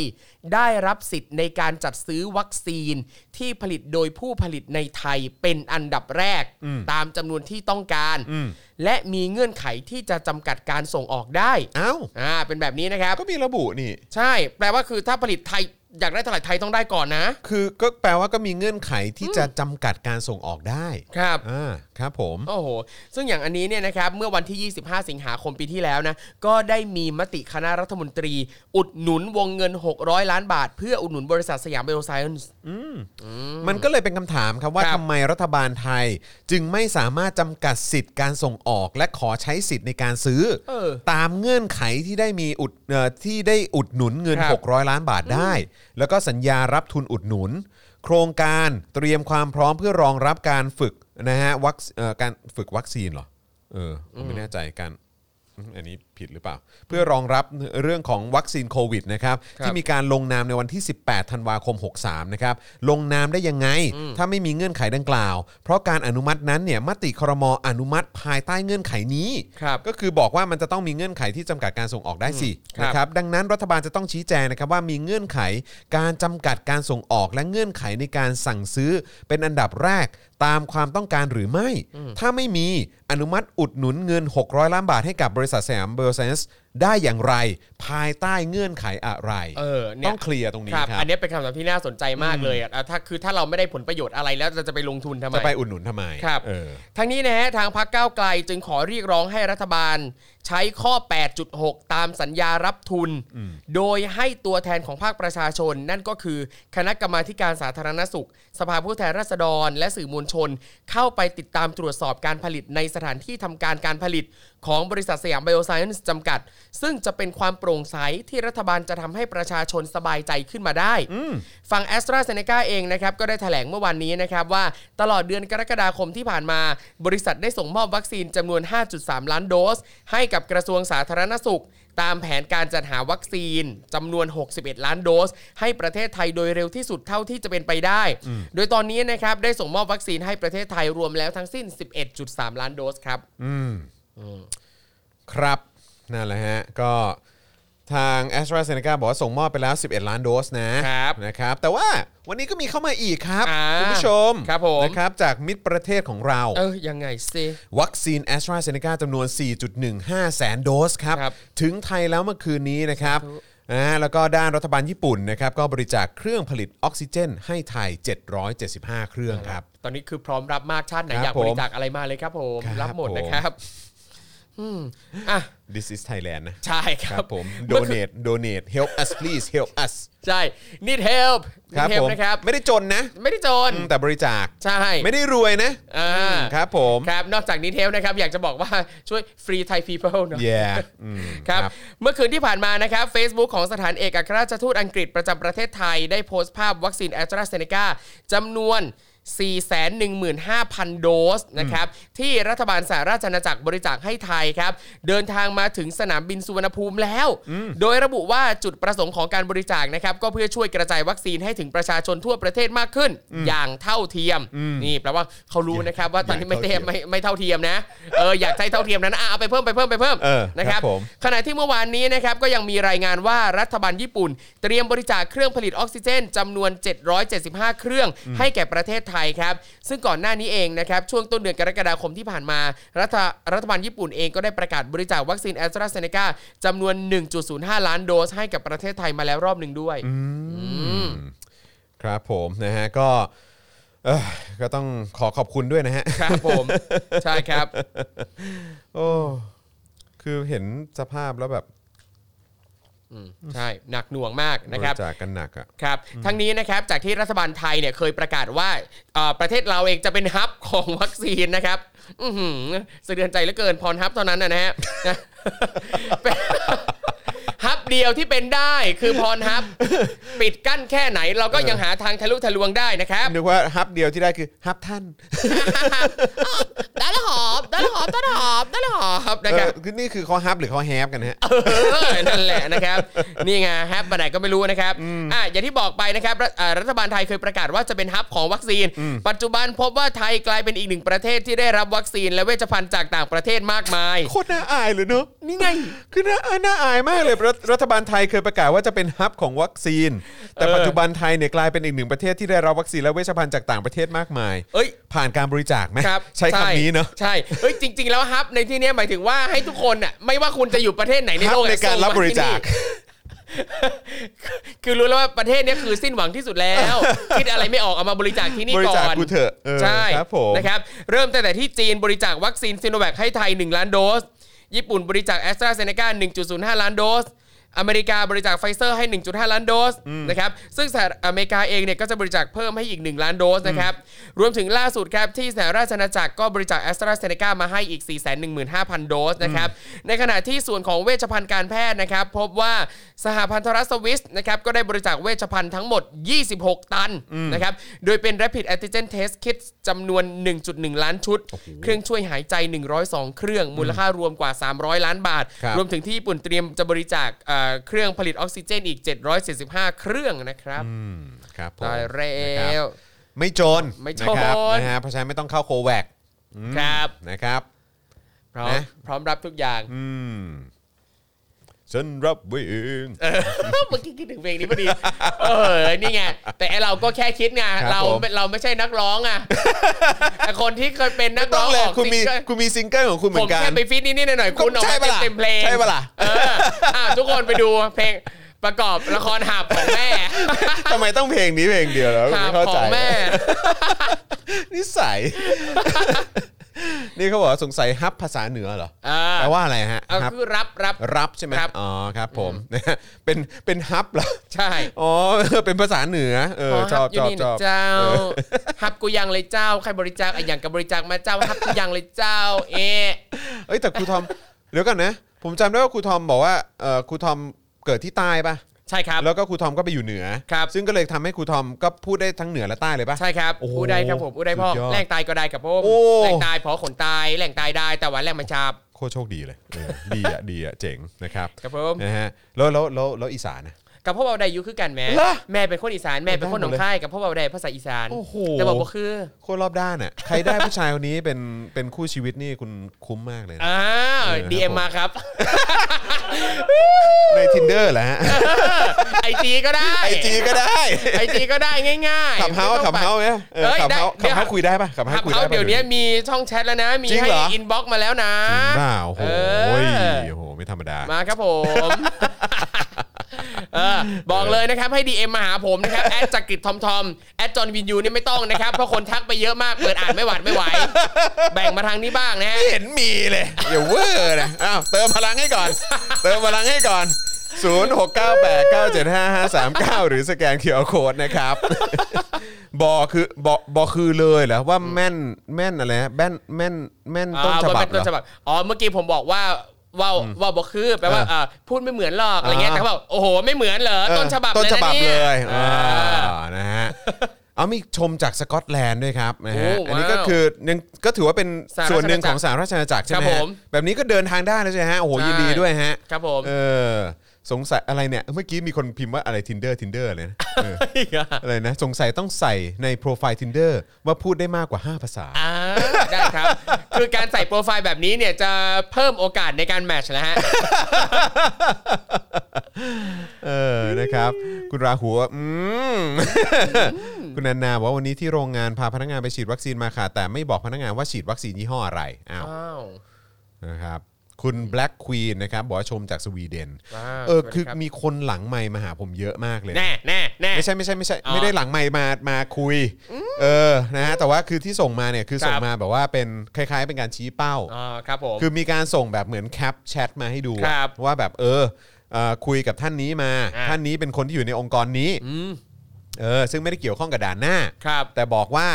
S4: ได้รับสิทธิ์ในการจัดซื้อวัคซีนที่ผลิตโดยผู้ผลิตในไทยเป็นอันดับแรก ตามจำนวนที่ต้องการ และมีเงื่อนไขที่จะจำกัดการส่งออกได้
S2: เอ้า
S4: อ่าเป็นแบบนี้นะครับ
S2: ก็มีระบุนี่
S4: ใช่ แปลว่าคือถ้าผลิตไทย อยากได้เท่าไหร่ไทยต้องได้ก่อนนะ
S2: คือก็แปลว่าก็มีเงื่อนไขที่จะจำกัดการส่งออกได้
S4: ครับ
S2: อ่าครับผม
S4: โอ้โห ซึ่งอย่างอันนี้เนี่ยนะครับ เมื่อวันที่ 25 สิงหาคมปีที่แล้วนะ ก็ได้มีมติคณะรัฐมนตรี อุดหนุนวงเงิน 600 ล้านบาท เพื่ออุดหนุนบริษัทสยามไบโอไซเอนซ์
S2: มันก็เลยเป็นคำถามครับว่า
S4: ครับ
S2: ทำไมรัฐบาลไทย จึงไม่สามารถจำกัดสิทธิ์การส่งออกและขอใช้สิทธิ์ในการซื้อ
S4: เออ
S2: ตามเงื่อนไขที่ได้มีอุดเอ่อที่ได้อุดหนุนเงิน
S4: ครับ
S2: 600 ล้านบาทได้ แล้วก็สัญญารับทุนอุดหนุน โครงการเตรียมความพร้อมเพื่อรองรับการฝึกนะฮะวัคเอ่อการฝึกวัคซีนเหรอเออผมไม่แน่ใจการ อืมอันนี้ผิดหรือเปล่า เพื่อรองรับเรื่องของวัคซีนโควิดนะครับ
S4: ครับ
S2: ที่มีการลงนามในวันที่ 18 ธันวาคม 63 นะครับลงนามได้ยังไง ถ้าไม่มีเงื่อนไขดังกล่าว เพราะการอนุมัตินั้นเนี่ยมติครมอนุมัติภายใต้เงื่อนไขนี้
S4: ครับ
S2: ก็คือบอกว่ามันจะต้องมีเงื่อนไขที่จำกัดการส่งออกได้สิ
S4: ครับ
S2: นะครับ ครับดังนั้นรัฐบาลจะต้องชี้แจงนะครับว่ามีเงื่อนไขการจำกัดการส่งออกและเงื่อนไขในการสั่งซื้อ เป็นอันดับแรกตามความต้องการหรือไม่ ถ้าไม่มีอนุมัติอุดหนุนเงิน 600 ล้านบาทให้กับบริษัทสยามเบอร์เซนส์ได้อย่างไร ภายใต้เงื่อนไขอะไร
S4: เออเนี่
S2: ต้
S4: ย
S2: องเคลียร์ตรงนี้
S4: ครับ
S2: ครับ
S4: อันนี้เป็นคำถามที่น่าสนใจมากเลยอ่ะอ่ะถ้าคือถ้าเราไม่ได้ผลประโยชน์อะไรแล้วเราจะไปลงทุนทำไม
S2: จะไปอุดหนุนทำไม
S4: ครับ
S2: เออ
S4: ทั้งนี้นะฮะทางพรรคก้าวไกลจึงขอเรียกร้องให้รัฐบาล ใช้ข้อ 8.6 ตามสัญญารับทุน โดยให้ตัวแทนของภาคประชาชน นั่นก็คือคณะกรรมาธิการสาธารณสุข สภาผู้แทนราษฎร และสื่อมวลชน เข้าไปติดตามตรวจสอบการผลิตในสถานที่ทำการการผลิต ของบริษัทสยามไบโอไซเอนซ์จำกัด ซึ่งจะเป็นความโปร่งใสที่รัฐบาลจะทำให้ประชาชนสบายใจขึ้นมาได้ ฝั่งแอสตราเซเนกาเองนะครับ ก็ได้แถลงเมื่อวันนี้นะครับว่าตลอดเดือนกรกฎาคมที่ผ่านมา บริษัทได้ส่งมอบวัคซีนจำนวน 5.3 ล้านโดส ให้กับกระทรวงสาธารณสุข ตามแผนการจัดหาวัคซีนจำนวน 61 ล้านโดส ให้ประเทศไทยโดยเร็วที่สุดเท่าที่จะเป็นไปได้ โดยตอนนี้นะครับได้ส่งมอบวัคซีนให้ประเทศไทยรวมแล้วทั้งสิ้น 11.3 ล้านโดสครับ
S2: ครับนั่นแหละฮะก็ทาง a s t r a z e ซ e c a บอกว่าส่งมอบไปแล้ว 11 ล้านโดสนะครับนะครับแต่ว่าวันนี้ก็มีเข้ามาอีกครับ
S4: อ่า
S2: คุณผู้ชม
S4: ครับผม
S2: นะครับจากมิตรประเทศของเรา
S4: เออยังไงสิ
S2: วัคซีน a s t r a z e ซ e c a จำนวน 4.15 แสนโดสครับ
S4: ครับ
S2: ถึงไทยแล้วเมื่อคืนนี้นะครับอ่าแล้วก็ด้านรัฐบาลญี่ปุ่นนะครับก็บริจาคเครื่องผลิตออกซิเจน ให้ไทย 775 เครื่องครับ
S4: ตอนนี้คือพร้อมรับมากชาติไหน
S2: ครับ
S4: อยาก
S2: ผม
S4: บริจาคอะไรมาเลยครับผม
S2: ครับ
S4: รับหมด
S2: ผม
S4: นะครับอืมอ่ะ
S2: This is Thailand นะ
S4: ใช่ค
S2: ค
S4: รั
S2: รั
S4: บบ
S2: ผม donate donate help us please help us
S4: ใช่ need help need
S2: ครับ
S4: help
S2: ผม
S4: นะครับ
S2: ไม่ได้จนนะ
S4: ไม่ได้จน
S2: อืมแต่บริจาค
S4: ใช่
S2: ไม่ได้รวยนะ
S4: อ่า
S2: อืมครับผม
S4: ครับ นอกจากนี้เทลนะครับ อยากจะบอกว่าช่วยฟรีไทย people เนอะ
S2: yeah อืม
S4: ครับ เมื่อคืนที่ผ่านมานะครับ Facebook ของสถานเอกอัครราชทูตอังกฤษประจำประเทศไทย ได้โพสต์ภาพวัคซีนแอสตราเซเนกาจำนวน 415,000 โดสนะครับ ที่รัฐบาลสหราชอาณาจักรบริจาคให้ไทยครับ เดินทางมาถึงสนามบินสุวรรณภูมิแล้ว โดยระบุว่าจุดประสงค์ของการบริจาคนะครับ ก็เพื่อช่วยกระจายวัคซีนให้ถึงประชาชนทั่วประเทศมากขึ้น อย่างเท่าเทียม นี่แปลว่าเขารู้นะครับว่าตอนนี้ไม่เท่ไม่ไม่เท่าเทียมนะเอออยากใช้เท่าเทียมนั้นอ่ะเอาไปเพิ่มไปเพิ่มไปเพิ่ม
S2: เออ
S4: นะค
S2: ครั
S4: รับบ
S2: ผม
S4: ขณะที่เมื่อวานนี้นะครับก็ยังมีรายงานว่ารัฐบาลญี่ปุ่น เตรียมบริจาคเครื่องผลิตออกซิเจนจำนวน 775 เครื่องให้แก่ประเทศไทยครับ ซึ่งก่อนหน้านี้เองนะครับช่วงต้นเดือนกรกฎาคมที่ผ่านมา รัฐรัฐบาลญี่ปุ่นเองก็ได้ประกาศบริจาควัคซีนแอสตราเซเนกาจำนวน 1.05 ล้านโดสให้กับประเทศไทยมาแล้วรอบหนึ่งด้วย
S2: ครับผมนะฮะก็เอ่อก็ต้องขอขอบคุณด้วยนะฮะ
S4: ครับผมใช่ครับ
S2: โอ้คือเห็นสภาพแล้วแบบ
S4: ใช่หนักหน่วงมาก
S2: บ
S4: นะค
S2: ริ
S4: รับ
S2: จาคกันหนักอ่ะ
S4: ครับ ทั้งนี้นะครับ จากที่รัฐบาลไทยเนี่ยเคยประกาศว่าเอ่อประเทศเราเองจะเป็นฮับของวัคซีนนะครับ อือหือสะเดือนใจเหลือเกินพรฮับเท่านั้นนะนะฮะ เป็นฮับเดียวที่เป็นได้คือพรฮับ ปิดกั้นแค่ไหนเราก็ยังหาทางทะลุทะลวงได้ นะครับ
S2: นึกว่าฮับเดียวที่ได้คือฮับท่าน
S4: ได้ละหอบ ได้ละหอบได้ละหอบได้ละหอบนะ
S2: เอ
S4: ครับ
S2: อคือนี่คือเขาฮับหรือเขาแฮปกันฮะ
S4: เออนั่นแหละนะครับ นี่ไงฮับมาไหนก็ไม่รู้นะครับอ่ะอย่างที่บอกไปนะครับรัฐอ่ารัฐบาลไทยเคยประกาศว่าจะเป็นฮับของวัคซีน ปัจจุบันพบว่าไทยกลายเป็นอีกหนึ่งประเทศที่ได้รับวัคซีนและเวชภัณฑ์จากต่างประเทศมากมาย
S2: โคตรน่าอายเลยเนอะ
S4: นี่ไง
S2: คือน่าอายน่าอายมากเลยรัฐรัฐบาลไทยเคยประกาศว่าจะเป็นฮับของวัคซีน แต่
S4: เออ
S2: ปัจจุบันไทยเนี่ยกลายเป็นอีกหนึ่งประเทศที่ได้รับวัคซีนและเวชภัณฑ์จากต่างประเทศมากมาย
S4: เอ้ย
S2: ผ่านการบริจาคไหม
S4: ครับ
S2: ใช้คำนี้เนอะ
S4: ใช่เอ้ยจริง ๆ แล้วฮับในที่เนี้ยหมายถึงว่าให้ทุกคนอ่ะไม่ว่าคุณจะอยู่ประเทศไหนใน
S2: ฮับ
S4: โลกอะ
S2: ในการรับบริจาค
S4: ส่งมที่นี่ คือรู้แล้วว่าประเทศเนี้ยคือสิ้นหวังที่สุดแล้ว คิดอะไรไม่ออกเอามาบริจาคที่นี่
S2: บริ
S4: ก่
S2: จาค
S4: อน
S2: กูเถอะเออ
S4: ใช่
S2: ครับผม
S4: นะครับเริ่มตั้งแต่ที่จีนบริจาควัคซีนซิโนแวคให้ไทย 1 ล้านโดส ญี่ปุ่นบริจาคแอสตราเซเนกา1.05 ล้านโดส อเมริกาบริจาคไฟเซอร์ให้ 1.5 ล้านโดสนะครับซึ่งสหรัฐอเมริกาเองเนี่ยก็จะบริจาคเพิ่มให้อีก 1 ล้านโดสนะครับรวมถึงล่าสุดครับที่สหราชอาณาจักรก็บริจาคแอสตราเซเนกามาให้อีก 415,000 โดสนะครับในขณะที่ส่วนของเวชภัณฑ์การแพทย์นะครับพบว่าสหพันธรัฐสวิสนะครับก็ได้บริจาคเวชภัณฑ์ทั้งหมด 26 ตันนะครับโดยเป็น Rapid Antigen Test Kit จำนวน 1.1 ล้านชุด เครื่องช่วยหายใจ 102 เครื่องมูลค่ารวมกว่า 300 ล้านบาท
S2: ครับ
S4: รวมถึงที่ญี่ปุ่นเตรียมจะบริจาคเอ่อเครื่องผลิตออกซิเจนอีก 775 เครื่องนะครับ
S2: อืมครับผม
S4: ตายแล้
S2: นะครับ
S4: ว
S2: ไม่จน
S4: ไม่จน
S2: นะครับนะฮะเพราะฉะนั้นไม่ต้องเข้าโคแวก
S4: ครับ
S2: นะครับ
S4: พร้อม
S2: นะ
S4: พร้อมรับทุกอย่าง
S2: อืมฉันรับไว้เอง
S4: เอ อเมื่อกี้คิดถึงเพลงนี้พอดี เออ นี่ไง แต่ไอ้เราก็แค่คิดไงเราเราไม่ใช่นักร้องอ่ะ แต่คนที่เคยเป็นนักร้
S2: ต้
S4: อ
S2: อง งเล
S4: อย อก
S2: คุณมี
S4: ซิงเกิล
S2: คุณมีซิงเกิลของคุณเห
S4: ผ
S2: มื
S4: ม
S2: อนกัน
S4: แค่ไปฟิตนิดๆหน่อยๆคุณออก
S2: ใช่
S4: มา
S2: ปะล่ะ
S4: เต็มๆเพลง
S2: ใช่ปะ ล่ะ
S4: เอออ่ะทุกคนไปดูเพลงประกอบละครหับของแม่
S2: ทำไมต้องเพลงนี้เพลงเดียวแล้ว
S4: หั
S2: ไม่
S4: บ
S2: เข้า
S4: ข
S2: ใจ
S4: องแม่
S2: นิสัย นี่เขาบอกว่าสงสัยฮับภาษาเหนือเหรอ
S4: อ่า
S2: แปลว่าอะไรฮะ
S4: เอา
S2: ฮับ
S4: คือรับรับ
S2: รับใช่ไหม
S4: ครับ
S2: อ๋อครับ ผมนะฮะเป็นเป็นฮับเหรอ
S4: ใช่
S2: อ๋อ เป็นภาษาเหนือ เออชอบ
S4: ยู่
S2: ชอบ
S4: นี่
S2: ช
S4: นะ
S2: อบ
S4: เจ้าหับกูยังเลยเจ้าใครบริจาคอะอย่างกับบริจาคมาเจ้าหับกูยังเลยเจ้า เอ๊ะ
S2: เอ้ยแต่ครูทอม เดี๋ยวก่อนนะ ผมจำได้ว่าครูทอมบอกว่าเอ่อครูทอมเกิดที่ใต้ป่ะ
S4: ใช่ครับ
S2: แล้วก็ครูทอมก็ไปอยู่เหนือ
S4: ครับ
S2: ซึ่งก็เลยทำให้ครูทอมก็พูดได้ทั้งเหนือและใต้เลยป่ะ
S4: ใช่ครับ
S2: โอ้โห
S4: อู้ได้ครับผมอู้ได้พ่อ
S2: สุดยอด
S4: แหล่งตายก็ได้ครับผม
S2: โอ้
S4: แหล่งตายเพอขนตายแหล่งตายได้แต่ว่าแหล่งมันชาบ
S2: โคตรโชคดีเลยเออดีอ่ะ ดีอ่ะ เจ๋งนะครับ
S4: ครับผม
S2: นะฮะแล้วแล้วแล้วแล้วอีสานนะ
S4: กับพ่อเบาได้อยุคือกันแม่
S2: เหรอ
S4: แม่เป็นคนอีสานแม่เป็นคนหนองคายกับพ่อเบาได้ภาษาอีสาน
S2: โอ้โห
S4: แต่บอกว่าคือ
S2: โคตรรอบด้านอ่ะใครได้ผู้ชายคนนี้เป็นเป็นคู่ชีวิตนี่คุณคุ้มมากเลยนะ
S4: อ่า
S2: เออครับ
S4: DM มาครับ
S2: ใน tinder แหละฮะ
S4: ไอจีก็ได้
S2: IG ก็ได้
S4: ไอจีก็ได้ง่ายๆ
S2: ขับเฮา
S4: ไม่ต้อง
S2: ขับเฮา
S4: ไป
S2: เนี่ยเออ
S4: เอ้ย
S2: ขับเฮา
S4: ได้
S2: ขับ
S4: เดี๋ยว
S2: เฮาคุยได้ป่ะขับเฮา
S4: ขับ
S2: คุย
S4: เฮา
S2: ได้ป่ะ
S4: เดี๋ยวนี้มีช่องแชทแล้วนะ มี
S2: จริง
S4: ให้
S2: เหรอ
S4: อินบ็อกซ์มาแล้วนะ
S2: จริงเปล่าโอ้โห
S4: เออ
S2: โอ้โหไม่ธรรมดาม
S4: มาครับผม เออบอกเลยนะครับให้ DM มาหาผมนะครับ แอดจักริดทอมทอมแอดจอนวินยูนี่ไม่ต้องนะครับ เพราะคนทักไปเยอะมากเปิดอ่านไม่หวัดไม่ ไหว แบ่งมาทางนี้บ้างนะฮะ
S2: ไม่เห็นมีเลยอย่าเวอร์นะอ้าวเติมพลังให้ก่อน เติมพลังให้ก่อน 0698975539 หรือสแกนเคอร์โคดนะครับ บอคือบอบอคือเลยเหรอว่าแม่นแม่นอะไรฮะแม่นแม่นแม่นต้นฉบับ
S4: อ่าว่าเป็
S2: เหร
S4: ต้น
S2: อ
S4: ฉบับอ๋อเมื่อกี้ผมบอกว่าว่าวว่าวบอกคือแปลว่า
S2: เออ
S4: เอ่อพูดไม่เหมือนหรอกอะไรเงี้ย
S2: อ่า
S4: แต่เขาบอกโอ้โหไม่เหมือนเหรอ
S2: เออ
S4: ต้นฉบับ
S2: ต้น
S4: เลย
S2: ฉบั
S4: นะ
S2: บ
S4: เนี่
S2: เลย ยอ่า
S4: อ่า
S2: นะฮะเอามีชมจากสกอตแลนด์ด้วยครับนะฮะ
S4: โอ้ว้าว
S2: อันนี้ก็คือยังก็ถือว่าเป็นส่วนหนึ่งของสหราชอาณาจักรใช่ไหม
S4: ครับ
S2: ฮะ
S4: ผม
S2: แบบนี้ก็เดินทางได้แล้วใช่ไหมฮะโอ้โหยินดี
S4: ใช่
S2: ด้วยฮะ
S4: ครับผม
S2: เออสงสัยอะไรเนี่ย เมื่อกี้มีคนพิมพ์ว่าอะไร tinder tinder เลยนะเออ อะไรนะ สงสัยต้องใส่ในโปรไฟล์ tinder ว่าพูดได้มากกว่า 5 ภาษา
S4: อ่าได้ครับ คือการใส่โปรไฟล์แบบนี้เนี่ยจะเพิ่มโอกาสในการแมทช์ นะฮะ
S2: เออนะครับ คุณราหัวาอืม คุณนันนาบอกว่าวันนี้ที่โรงงานพาพนักงานไปฉีดวัคซีนมาค่ะ แต่ไม่บอกพนักงานว่าฉีดวัคซีนยี่ห้ออะไรอ้าว
S4: ว้าว
S2: นะครับคุณ Black Queen นะครับบอกว่าชมจากสวีเดน
S4: ว้าว
S2: เออคือ
S4: สวัสดีรับ
S2: มีคนหลังไมค์มาหาผมเยอะมากเลยนะ
S4: แน่แน่แน่
S2: ไม่ใช่ไม่ใช่ไม่ใช่
S4: อ๋อ
S2: ไม่ได้หลังไมค์มามาคุย เออนะฮะแต่ว่าคือที่ส่งมาเนี่ยคือ
S4: ครับ
S2: ส่งมาแบบว่าเป็นคล้าย ๆ เป็นการชี้เป้า
S4: อ๋อครับผม
S2: คือมีการส่งแบบเหมือนแคปแชทมาให้ดู
S4: ค
S2: อะ
S4: รับ
S2: ว่าแบบเออเอ่อคุยกับท่านนี้มา
S4: อ่า
S2: ท่านนี้เป็นคนที่อยู่ในองค์กรนี้
S4: ม
S2: เออซึ่งไม่ได้เกี่ยวข้องกับด่านหน้า
S4: ครับ
S2: แต่บอกว่า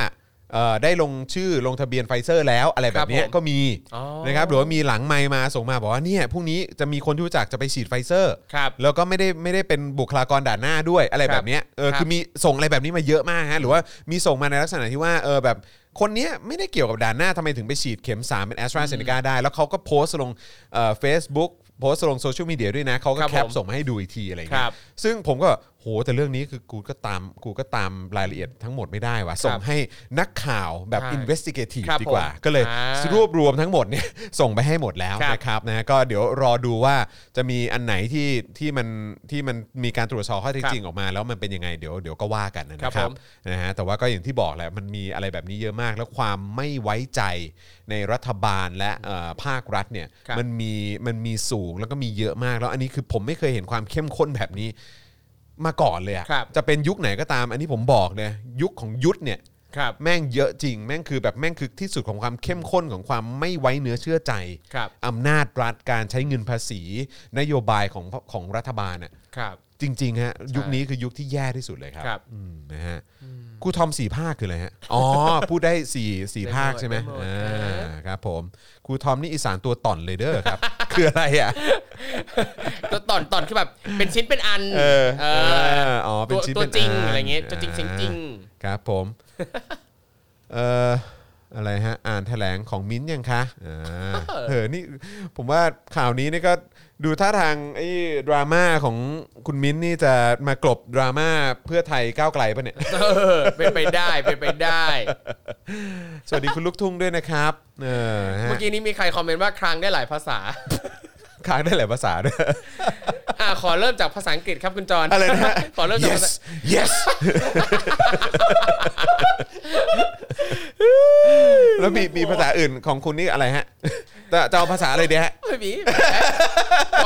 S2: เอ่อได้ลงชื่อลงทะเบียนไฟเซอร์แล้วอะไรแบบเนี้ย
S4: ครับผม
S2: ก็มี
S4: อ๋อ
S2: นะครับหรือว่ามีหลังไมค์มาส่งมาบอกว่าเนี่ยพรุ่งนี้จะมีคนที่รู้จักจะไปฉีดไฟเซอร์
S4: ครับ
S2: แล้วก็ไม่ได้ไม่ได้เป็นบุคลากรด่านหน้าด้วยอะไร
S4: ครับ
S2: แบบเนี้ยเออ
S4: ครับ
S2: คือมีส่งอะไรแบบนี้มาเยอะมากฮะหรือว่ามีส่งมาในลักษณะที่ว่าเออแบบคนเนี้ยไม่ได้เกี่ยวกับด่านหน้าทำไมถึงไปฉีดเข็ม 3 เป็นแอสตราเซเนกาได้ แล้วเขาก็โพสต์ลงเฟซบุ๊กโพสต์ลงโซเชียลมีเดียด้วยนะเขาก็
S4: ครับ
S2: แคป
S4: ผม
S2: ส่งมาให้ดูอีกทีอะไรอย่าง
S4: ค
S2: เงี้
S4: รั
S2: ย
S4: บ
S2: ซึ่งผมก็ โหแต่เรื่องนี้คือกูก็ตามกูก็ตามรายละเอียดทั้งหมดไม่ได้ว่ะส่งให้นักข่าวแบบ
S4: ใช่
S2: investigative
S4: ครับ
S2: ดีกว่า
S4: ผม
S2: ก็เลย
S4: อ่าร
S2: วบรวมทั้งหมดเนี่ย ส่งไปให้หมดแล้ว
S4: ครับ
S2: นะครับนะฮะก็เดี๋ยวรอดูว่าจะมีอันไหนที่ที่มันที่มันมีการตรวจสอบข้อเท็จ
S4: ครับ
S2: จริงออกมา แล้วมันเป็นยังไงเดี๋ยวเดี๋ยวก็ว่ากันนะค
S4: ครั
S2: รับบ
S4: ผม
S2: นะฮะแต่ว่าก็อย่างที่บอกแหละมันมีอะไรแบบนี้เยอะมาก แล้วความไม่ไว้ใจในรัฐบาลและเอ่อภาครัฐเนี่ย
S4: ครับ
S2: มันมีมันมีสูงแล้วก็มีเยอะมาก แล้วอันนี้คือผมไม่เคยเห็นความเข้มข้นแบบนี้มาก่อนเลยอะ
S4: ครับ
S2: จะเป็นยุคไหนก็ตาม อันนี้ผมบอกเลยยุคของยุทธเนี่ย
S4: ครับ
S2: แม่งเยอะจริง แม่งคือแบบแม่งคือที่สุดของความเข้มข้นของความไม่ไว้เนื้อเชื่อใจ
S4: ครับ
S2: อำนาจรัฐการใช้เงินภาษี นโยบายของของรัฐบาลน่ะ
S4: ครับ
S2: จริงๆฮะยุคนี้คือยุคที่แย่ที่สุดเลยครับ
S4: ครับ
S2: อืมนะฮะครูทอมสี่ภาคคืออะไรฮะ อ๋อ พูดได้สี่สี่ภาคใช่ไหม
S4: ได้หมด
S2: อ่าครับผมครูทอมนี่อีสานตัวต่อนเลยเด้อครับ คืออะไรอ่ะ
S4: แล้วตอนตอนคือแบบเป็นชิ้นเป็นอัน
S2: เออ
S4: เอ
S2: เอ
S4: อ
S2: ออ๋อ เป็น
S4: ตัว
S2: ชิ้น
S4: ตัว
S2: เป็น
S4: จริง
S2: น
S4: อะไรเงี้ยตัวจริงเสียงจริง
S2: ครับผม เอ่อ อะไรฮะ อ่านแถลงของมิ้นท์ยังคะ อ่าเออ นี่ ผมว่าข่าวนี้นี่ก็ดูท่าทางไอ้ดราม่าของคุณมิ้นท์นี่จะมากลบดราม่าเพื่อไทยก้าวไกล ปะเนี่ย
S4: เออเป็นไปได้เป็นไปได้
S2: สวัสดีคุณลูกทุ่งด้วยนะครับ เออฮะ
S4: เมื่อกี้นี้มีใครคอมเมนต์ว่าคลังได้หลายภาษา
S2: ค้างได้หลายภาษาด้วย
S4: อ่าขอเริ่มจากภาษาอังกฤษครับคุณ จอน
S2: อะไรนะฮะ
S4: ขอเริ่มจากภา
S2: yes
S4: ษา
S2: yes แล้วมีมีภาษาอื่นของคุณนี่อะไรฮะจะจะเอาภาษาอะไรดี ฮะ
S4: ไม่มี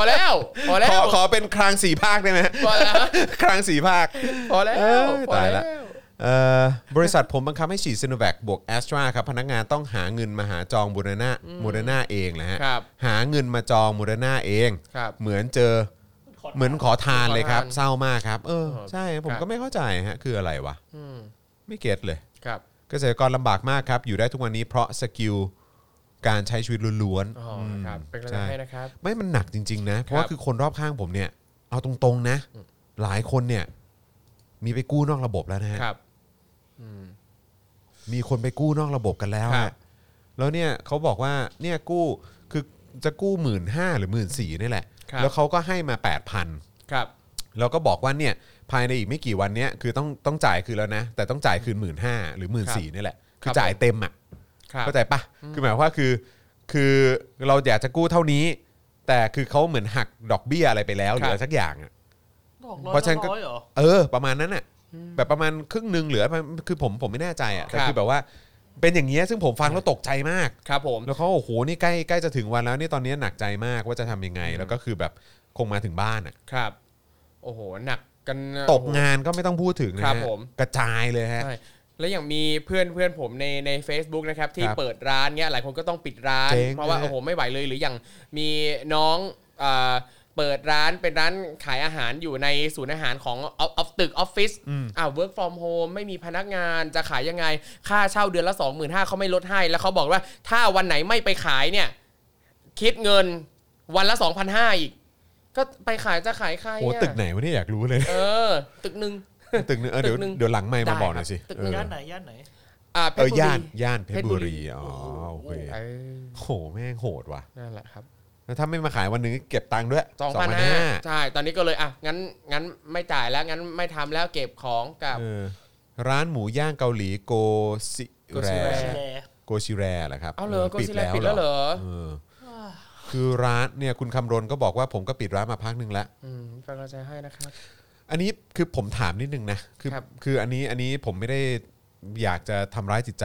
S4: พอแล้วพอแล้
S2: ขอ
S4: ว
S2: ขอเป็นครางสีภาคได้ไหมฮะ
S4: พอแล้ว
S2: ครางสีภาค
S4: พอแล้ว
S2: เอ้ย
S4: พอ
S2: ตาย
S4: แล้
S2: ละ
S4: ว
S2: เอ่อบริษัทผมบังคับให้ฉีดซ i โนแวคบวกแอสตราครับพนักงานต้องหาเงินมาหาจองบูรณาโมเดอร์นาเองแหละฮะ
S4: ครับ
S2: หาเงินมาจองโมเดอร์นาเอง
S4: ครับ
S2: เหมือนเจอเหมือนขอทานเลยครับ
S4: ขอทาน
S2: เศร้ามากครับ เออ ใช่ผม
S4: ครับ
S2: ก็ไม่เข้าใจฮะคืออะไรวะ
S4: อืม
S2: ไม่เก็ตเลย
S4: ครับ
S2: เกษตรกรลำบากมากครับ อยู่ได้ทุกวันนี้เพราะสกิลการใช้ชีวิตล้วนๆ
S4: อ๋อ
S2: ม
S4: ครับ เป็นกำลัง
S2: ใช่
S4: ให้นะครับ
S2: ไม่มันหนักจริง ๆ นะ เพราะว่าคือคนรอบข้างผมเนี่ย เอาตรงๆนะ หลายคนเนี่ย มีไปกู้นอกระบบแล้วนะฮะ
S4: ครับ
S2: มีคนไปกู้นอกระบบกันแล้ว
S4: ครั
S2: ฮะ
S4: บ
S2: แล้วเนี่ยเขาบอกว่าเนี่ยกู้คือจะกู้หมื่นห้าหรือหมื่นสี่นี่แหละ แล้วเขาก็ให้มาแปดพัน
S4: ครับ
S2: แล้วก็บอกว่าเนี่ยภายในอีกไม่กี่วันเนี้ยคือต้องต้องจ่ายคืนแล้วนะ แต่ต้องจ่ายคืนหมื่นห้าหรือหมื่นสี่นี่แหละ คือจ่ายเต็มอ่ะ
S4: ครับ
S2: เข้าใจปะคือหมายความว่าคือ คือเราอยากจะกู้เท่านี้ แต่คือเขาเหมือนหักดอกเบี้ยอะไรไปแล้วห
S4: ครั
S2: รื
S4: บ
S2: ออะไรสักอย่างอะ
S3: ดอกร้อย
S2: เพราะฉะนั้นก็
S3: ละร้อยเหรอ
S2: เออ ประมาณนั้นน่ะ แบบประมาณครึ่งหนึ่งเหลือคือผมผมไม่แน่ใจอะแต่
S4: ครับ
S2: คือแบบว่าเป็นอย่างเงี้ยซึ่งผมฟังแล้วตกใจมาก
S4: ครับผม
S2: แล้วเขาโอ้โหนี่ใกล้ใกล้จะถึงวันแล้วนี่ตอนนี้หนักใจมากว่าจะทำยังไง แล้วก็คือแบบคงมาถึงบ้านอะ
S4: ครับ โอ้โห หนักกันนะ
S2: ตก
S4: โอ้โห
S2: งานก็ไม่ต้องพูดถึงนะครับ ฮะ
S4: ผม
S2: กระจายเลยฮะ
S4: ใช่แล้วอย่างมีเพื่อนเพื่อนผมในใน a c e b o o k นะครับ ที่
S2: ครับ
S4: เปิดร้านเนี้ยหลายคนก็ต้องปิดร้าน
S2: เจ๊ง
S4: เพราะว่า
S2: นะ
S4: โอ้โหไม่ไหวเลยหรืออย่างมีน้องเอ่อเปิดร้านเป็นร้านขายอาหารอยู่ในศูนย์อาหารของออฟออฟตึกออฟฟิศอ่า work from home ไม่มีพนักงานจะขายยังไง ค่าเช่าเดือนละ 25,000เขาไม่ลดให้ แล้วเขาบอกว่าถ้าวันไหนไม่ไปขายเนี่ย คิดเงินวันละ 2,500อีก ก็ไปขายจะขายใคร
S2: โอ้
S4: อะ
S2: ตึกไหนวะเนี่ยอยากรู้เลย
S4: เออ ตึกหนึ่ง
S2: ตึกหนึงเออเดี๋ยว
S4: ตึกหนึ่ง
S2: เดี๋ยวหลังไมค์มา
S4: ได้
S2: บอกหน่อยสิ
S4: ครับตึกห
S2: เอ
S4: นึ่
S2: อง
S3: ย่านไหน ย่านไหน
S4: อ่าเพ
S2: เอ
S4: ช
S2: อ
S4: รบุ
S2: ย่า
S4: รี
S2: นย่านเพชรบุรีอ๋อโอเค
S4: เออ
S2: โหแม่งโหดว่ะ
S4: นั่นแหละครับ
S2: แล้วถ้าไม่มาขายวันหนึงก็เก็บตังค์ด้วย
S4: สองพันห้าใช่ ตอนนี้ก็เลยอ่ะงั้นงั้นไม่จ่ายแล้วงั้นไม่ทำแล้วเก็บของกลับ
S2: เออร้านหมูย่างเกาหลีโกซิ
S4: โก
S2: แร
S4: ซิ
S3: แล
S2: โกชิแรเหรอครับ
S4: เอาเลยก็
S2: ปิด
S4: ซิแล
S2: แล้ว
S4: ปิด
S2: เหร
S4: แล้วเหร
S2: อ
S4: อ
S2: เออคือร้านเนี่ยคุณคำรณก็บอกว่าผมก็ปิดร้านมาพักหนึ่งแล้ว
S4: อืมเป็นกำลังใจให้นะครับ
S2: อันนี้คือผมถามนิดนึงนะคือ
S4: ครับ
S2: คืออันนี้อันนี้ผมไม่ได้อยากจะทำร้ายจิตใจ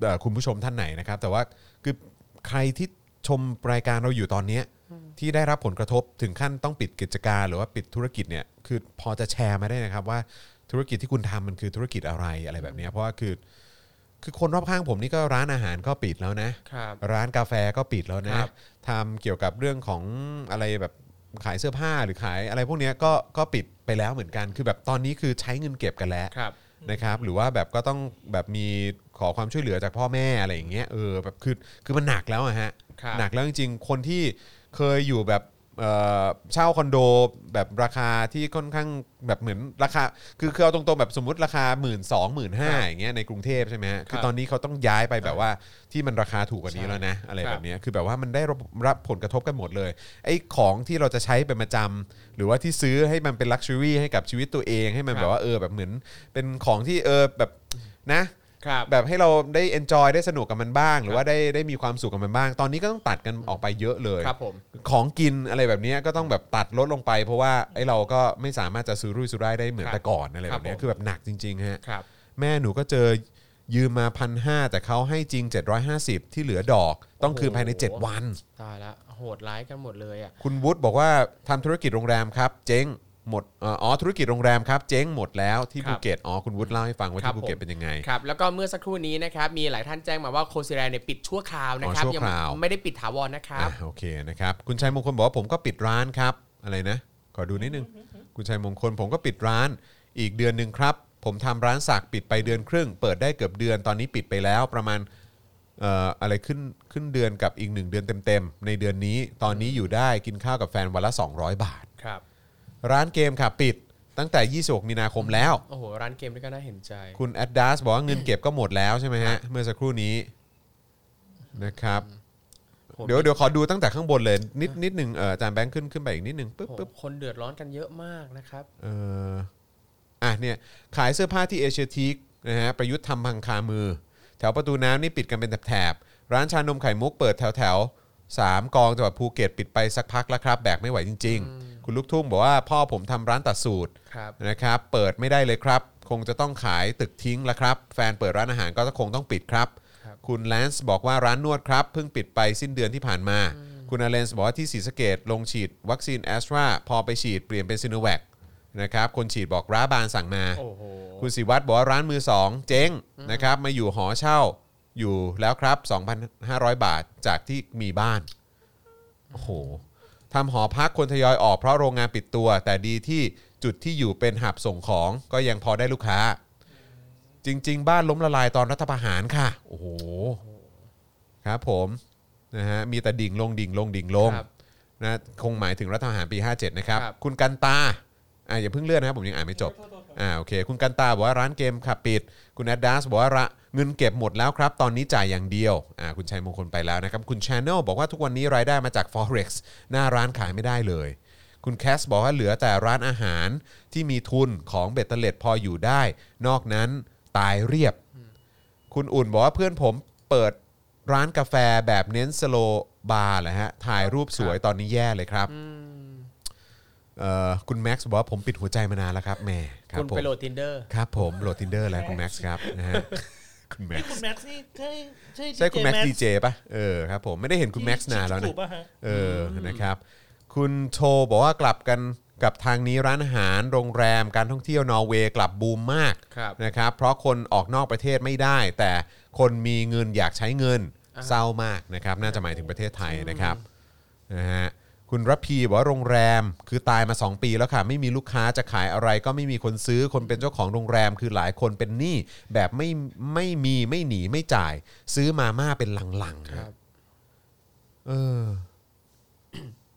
S2: เอ่อคุณผู้ชมท่านไหนนะครับ แต่ว่าคือใครที่ชมรายการเราอยู่ตอนเนี้ยที่ได้รับผลกระทบถึงขั้นต้องปิดกิจการ หรือว่าปิดธุรกิจเนี่ยคือพอจะแชร์มาได้นะครับว่าธุรกิจที่คุณทำมันคือธุรกิจอะไรอะไรแบบเนี้ยเพราะว่าคือ คือคนรอบข้างผมนี่ก็ร้านอาหารก็ปิดแล้วนะ
S4: ครับ
S2: ร้านกาแฟก็ปิดแล้วนะครับ ทำเกี่ยวกับเรื่องของอะไรแบบขายเสื้อผ้าหรือขายอะไรพวกเนี้ยก็ก็ปิดไปแล้วเหมือนกัน คือแบบตอนนี้คือใช้เงินเก็บกันแล้ว
S4: ครับ
S2: นะครับ หรือว่าแบบก็ต้องแบบมีขอความช่วยเหลือจากพ่อแม่อะไรอย่างเงี้ยเออแบบคือคือมันหนักแล้วอะฮะ
S4: ครับ
S2: หนักแล้วจริงๆคนที่เคยอยู่แบบ เอ่อเช่าคอนโดแบบราคาที่ค่อนข้างแบบเหมือนราคา คือคือเอาตรงๆแบบสมมติราคาหมื่นสองหมื่นห้าอย่างเงี้ยในกรุงเทพใช่ไหมฮะคือตอนนี้เขาต้องย้ายไปแบบว่าที่มันราคาถูกกว่านี้แล้วนะอะไร
S4: ครับ
S2: แบบเนี้ยคือแบบว่ามันได้รับรับผลกระทบกันหมดเลยไอ้ของที่เราจะใช้เป็นประจำหรือว่าที่ซื้อให้มันเป็นลักชัวรี่ให้กับชีวิตตัวเองให้มันแบบว่าเออแบบเหมือนเป็นของที่เออแบบนะ
S4: ครับ
S2: แบบให้เราได้ enjoy ได้สนุกกับมันบ้าง หรือว่าได้ได้มีความสุขกับมันบ้าง ตอนนี้ก็ต้องตัดกันออกไปเยอะเลย
S4: ครับผม
S2: ของกินอะไรแบบเนี้ยก็ต้องแบบตัดลดลงไป เพราะว่าไอ้เราก็ไม่สามารถจะซื้อรุ่ยซื้อร่ายได้เหมือน
S4: ครับ
S2: แต่ก่อนอะไรแบบ
S4: ค
S2: เนี้
S4: รั
S2: ย
S4: บผม
S2: คือแบบหนักจริงๆฮะ
S4: ครับ
S2: แม่หนูก็เจอยืมมาพันห้าแต่เขาให้จริง 750 ที่เหลือดอก ต้องคืนภายใน
S4: โอ้โห
S2: 7 วัน
S4: ตายละโหดร้ายกันหมดเลยอ่ะ
S2: คุณวุฒิบอกว่าทำธุรกิจโรงแรมครับ เจ๊งหมดเอ่ออ๋อธุรกิจโรงแรมครับเจ๊งหมดแล้ว
S4: ค
S2: ที่
S4: รับ
S2: ภูเก็ตอ๋อคุณวุฒิเล่าให้ฟังว่า
S4: ครับ
S2: ที่ภูเก็ต
S4: ผม
S2: เป็นยังไง
S4: ครับแล้วก็เมื่อสักครู่นี้นะครับมีหลายท่านแจ้งมาว่าโคซิแลนเนี่ยปิดชั่วคราวนะครับ
S2: อ๋อ
S4: ยั
S2: ชั่วคราว
S4: ไม่ได้ปิดถาวรนะครับ
S2: อ่ะโอเคนะครับ คุณชัยมงคลบอกว่าผมก็ปิดร้านครับ อะไรนะ ขอดูนิดนึง คุณชัยมงคลผมก็ปิดร้าน อีกเดือนหนึ่งครับ ผมทำร้านสักปิดไปเดือนครึ่ง เปิดได้เกือบเดือนตอนนี้ปิดไปแล้วประมาณเอ่ออะไรขึ้นขึ้นเดือนกับอีกหนึ่งเดือนเต็มๆ ในเดือนนี้ตอนนี้อยู่ได้กินข้าวกับแฟนวันละ 200 บาท
S4: ครับ
S2: ร้านเกมค่ะปิดตั้งแต่ 26 มีนาคมแล้ว
S4: โอ้โหร้านเกมด้วยก็น่าเห็นใจ
S2: คุณแอดดัสบอกว่าเงินเก็บก็หมดแล้วใช่ไหมฮะเมื่อสักครู่นี้นะครับ
S4: ผม
S2: เดี๋ยวเดี๋ยวขอดูตั้งแต่ข้างบนเลย นิดนิดหนึ่งเอ่ออาจารย์แบงค์ขึ้นขึ้นไปอีกนิดหนึ่งปึ๊บ
S4: โอ้โห
S2: ปึ๊บ
S4: คนเดือดร้อนกันเยอะมากนะครับ
S2: เอ่ออ่ะเนี่ยขายเสื้อผ้าที่เอเชียทีคนะฮะประยุทธ์ทำพังคามือ แถวประตูน้ำนี่ปิดกันเป็นแถบๆร้านชานมไข่มุกเปิดแถวแถวๆสามกองจังหวัดภูเก็ตปิดไปสักพักแล้วครับ แบกไม่ไหวจริง ๆ คุณลูกทุ่งบอกว่าพ่อผมทำร้านตัดสูตร
S4: ครับ
S2: นะครับเปิดไม่ได้เลยครับ คงจะต้องขายตึกทิ้งละครับ แฟนเปิดร้านอาหารก็คงต้องปิดครับ
S4: ครับ
S2: คุณแลนซ์บอกว่าร้านนวดครับ เพิ่งปิดไปสิ้นเดือนที่ผ่านมา คุณอาเลนซ์บอกว่าที่ศรีสะเกดลงฉีดวัคซีนแอสตราพอไปฉีดเปลี่ยนเป็นซิโนแวคนะครับคนฉีดบอกร้าบานสั่งมา
S4: โอ้โห
S2: คุณศิวัตรบอกว่าร้านมือสองเจ๊งนะครับมาอยู่หอเช่าอยู่แล้วครับ 2,500 บาทจากที่มีบ้านโอ้โหทำหอพักคนทยอยออกเพราะโรงงานปิดตัว แต่ดีที่จุดที่อยู่เป็นหับส่งของก็ยังพอได้ลูกค้า จริง ๆ บ้านล้มละลายตอนรัฐประหารค่ะ โอ้โหครับผมนะฮะมีแต่ดิ่งลงดิ่งลงดิ่งลง
S4: ครับ
S2: นะคงหมายถึงรัฐประหารปี 57 นะครับ
S4: ครับ
S2: คุณกันตาอ่ะอย่าเพิ่งเลื่อนนะครับผมยังอ่านไม่จบ อ่าโอเคคุณกันตาบอกว่าร้านเกมค่ะปิด คุณแอดดัสบอกว่าระเงินเก็บหมดแล้วครับ ตอนนี้จ่ายอย่างเดียวอ่าคุณชัยมงคลไปแล้วนะครับ คุณชานลบอกว่าทุกวันนี้รายได้มาจาก forex หน้าร้านขายไม่ได้เลย คุณแคสบอกว่าเหลือแต่ร้านอาหารที่มีทุนของเบ็ดเตล็ดพออยู่ได้ นอกนั้นตายเรียบ คุณอุ่นบอกว่าเพื่อนผมเปิดร้านกาแฟแบบเน้นสโลบาร์แหละฮะถ่ายรูปสวยตอนนี้แย่เลยครับเอ่อคุณแม็กซ์บอกว่าผมปิดหัวใจมานานแล้วครับแหม่รับ
S4: คุณ
S2: ผม
S4: ไปโหลด tinder
S2: ครับผมโหลด tinder แล้วคุณแม็กซ์ครับนะฮะ คุณแม็ก
S3: คุ
S2: ซ์
S3: ณแม็กซ์นี่ใช่ใช่
S2: ใช่คุณแม็กซ์ดี
S3: เจ
S2: เจป่ะเออครับผมไม่ได้เห็นคุณแม็กซ์นานแล้วนะ
S3: ถูกป่ะฮะ
S2: เออนะครับคุณโชบอกว่ากลับกันกับทางนี้ร้านอาหารโรงแรมการท่องเที่ยวนอร์เวย์กลับบูมมาก
S4: ครับ
S2: นะครับ เพราะคนออกนอกประเทศไม่ได้ แต่คนมีเงินอยากใช้เงินเศร้ามากนะครับ น่าจะหมายถึงประเทศไทยนะครับนะฮะคุณระพีบอกว่าโรงแรมคือตายมา 2 ปีแล้วค่ะ ไม่มีลูกค้าจะขายอะไร ก็ไม่มีคนซื้อคนเป็นเจ้าของโรงแรม คือหลายคนเป็นหนี้แบบไม่ไม่มีไม่หนีไม่จ่าย ซื้อมาม่าเป็นลังๆ
S4: ค
S2: ฮะ
S4: รับ
S2: เออ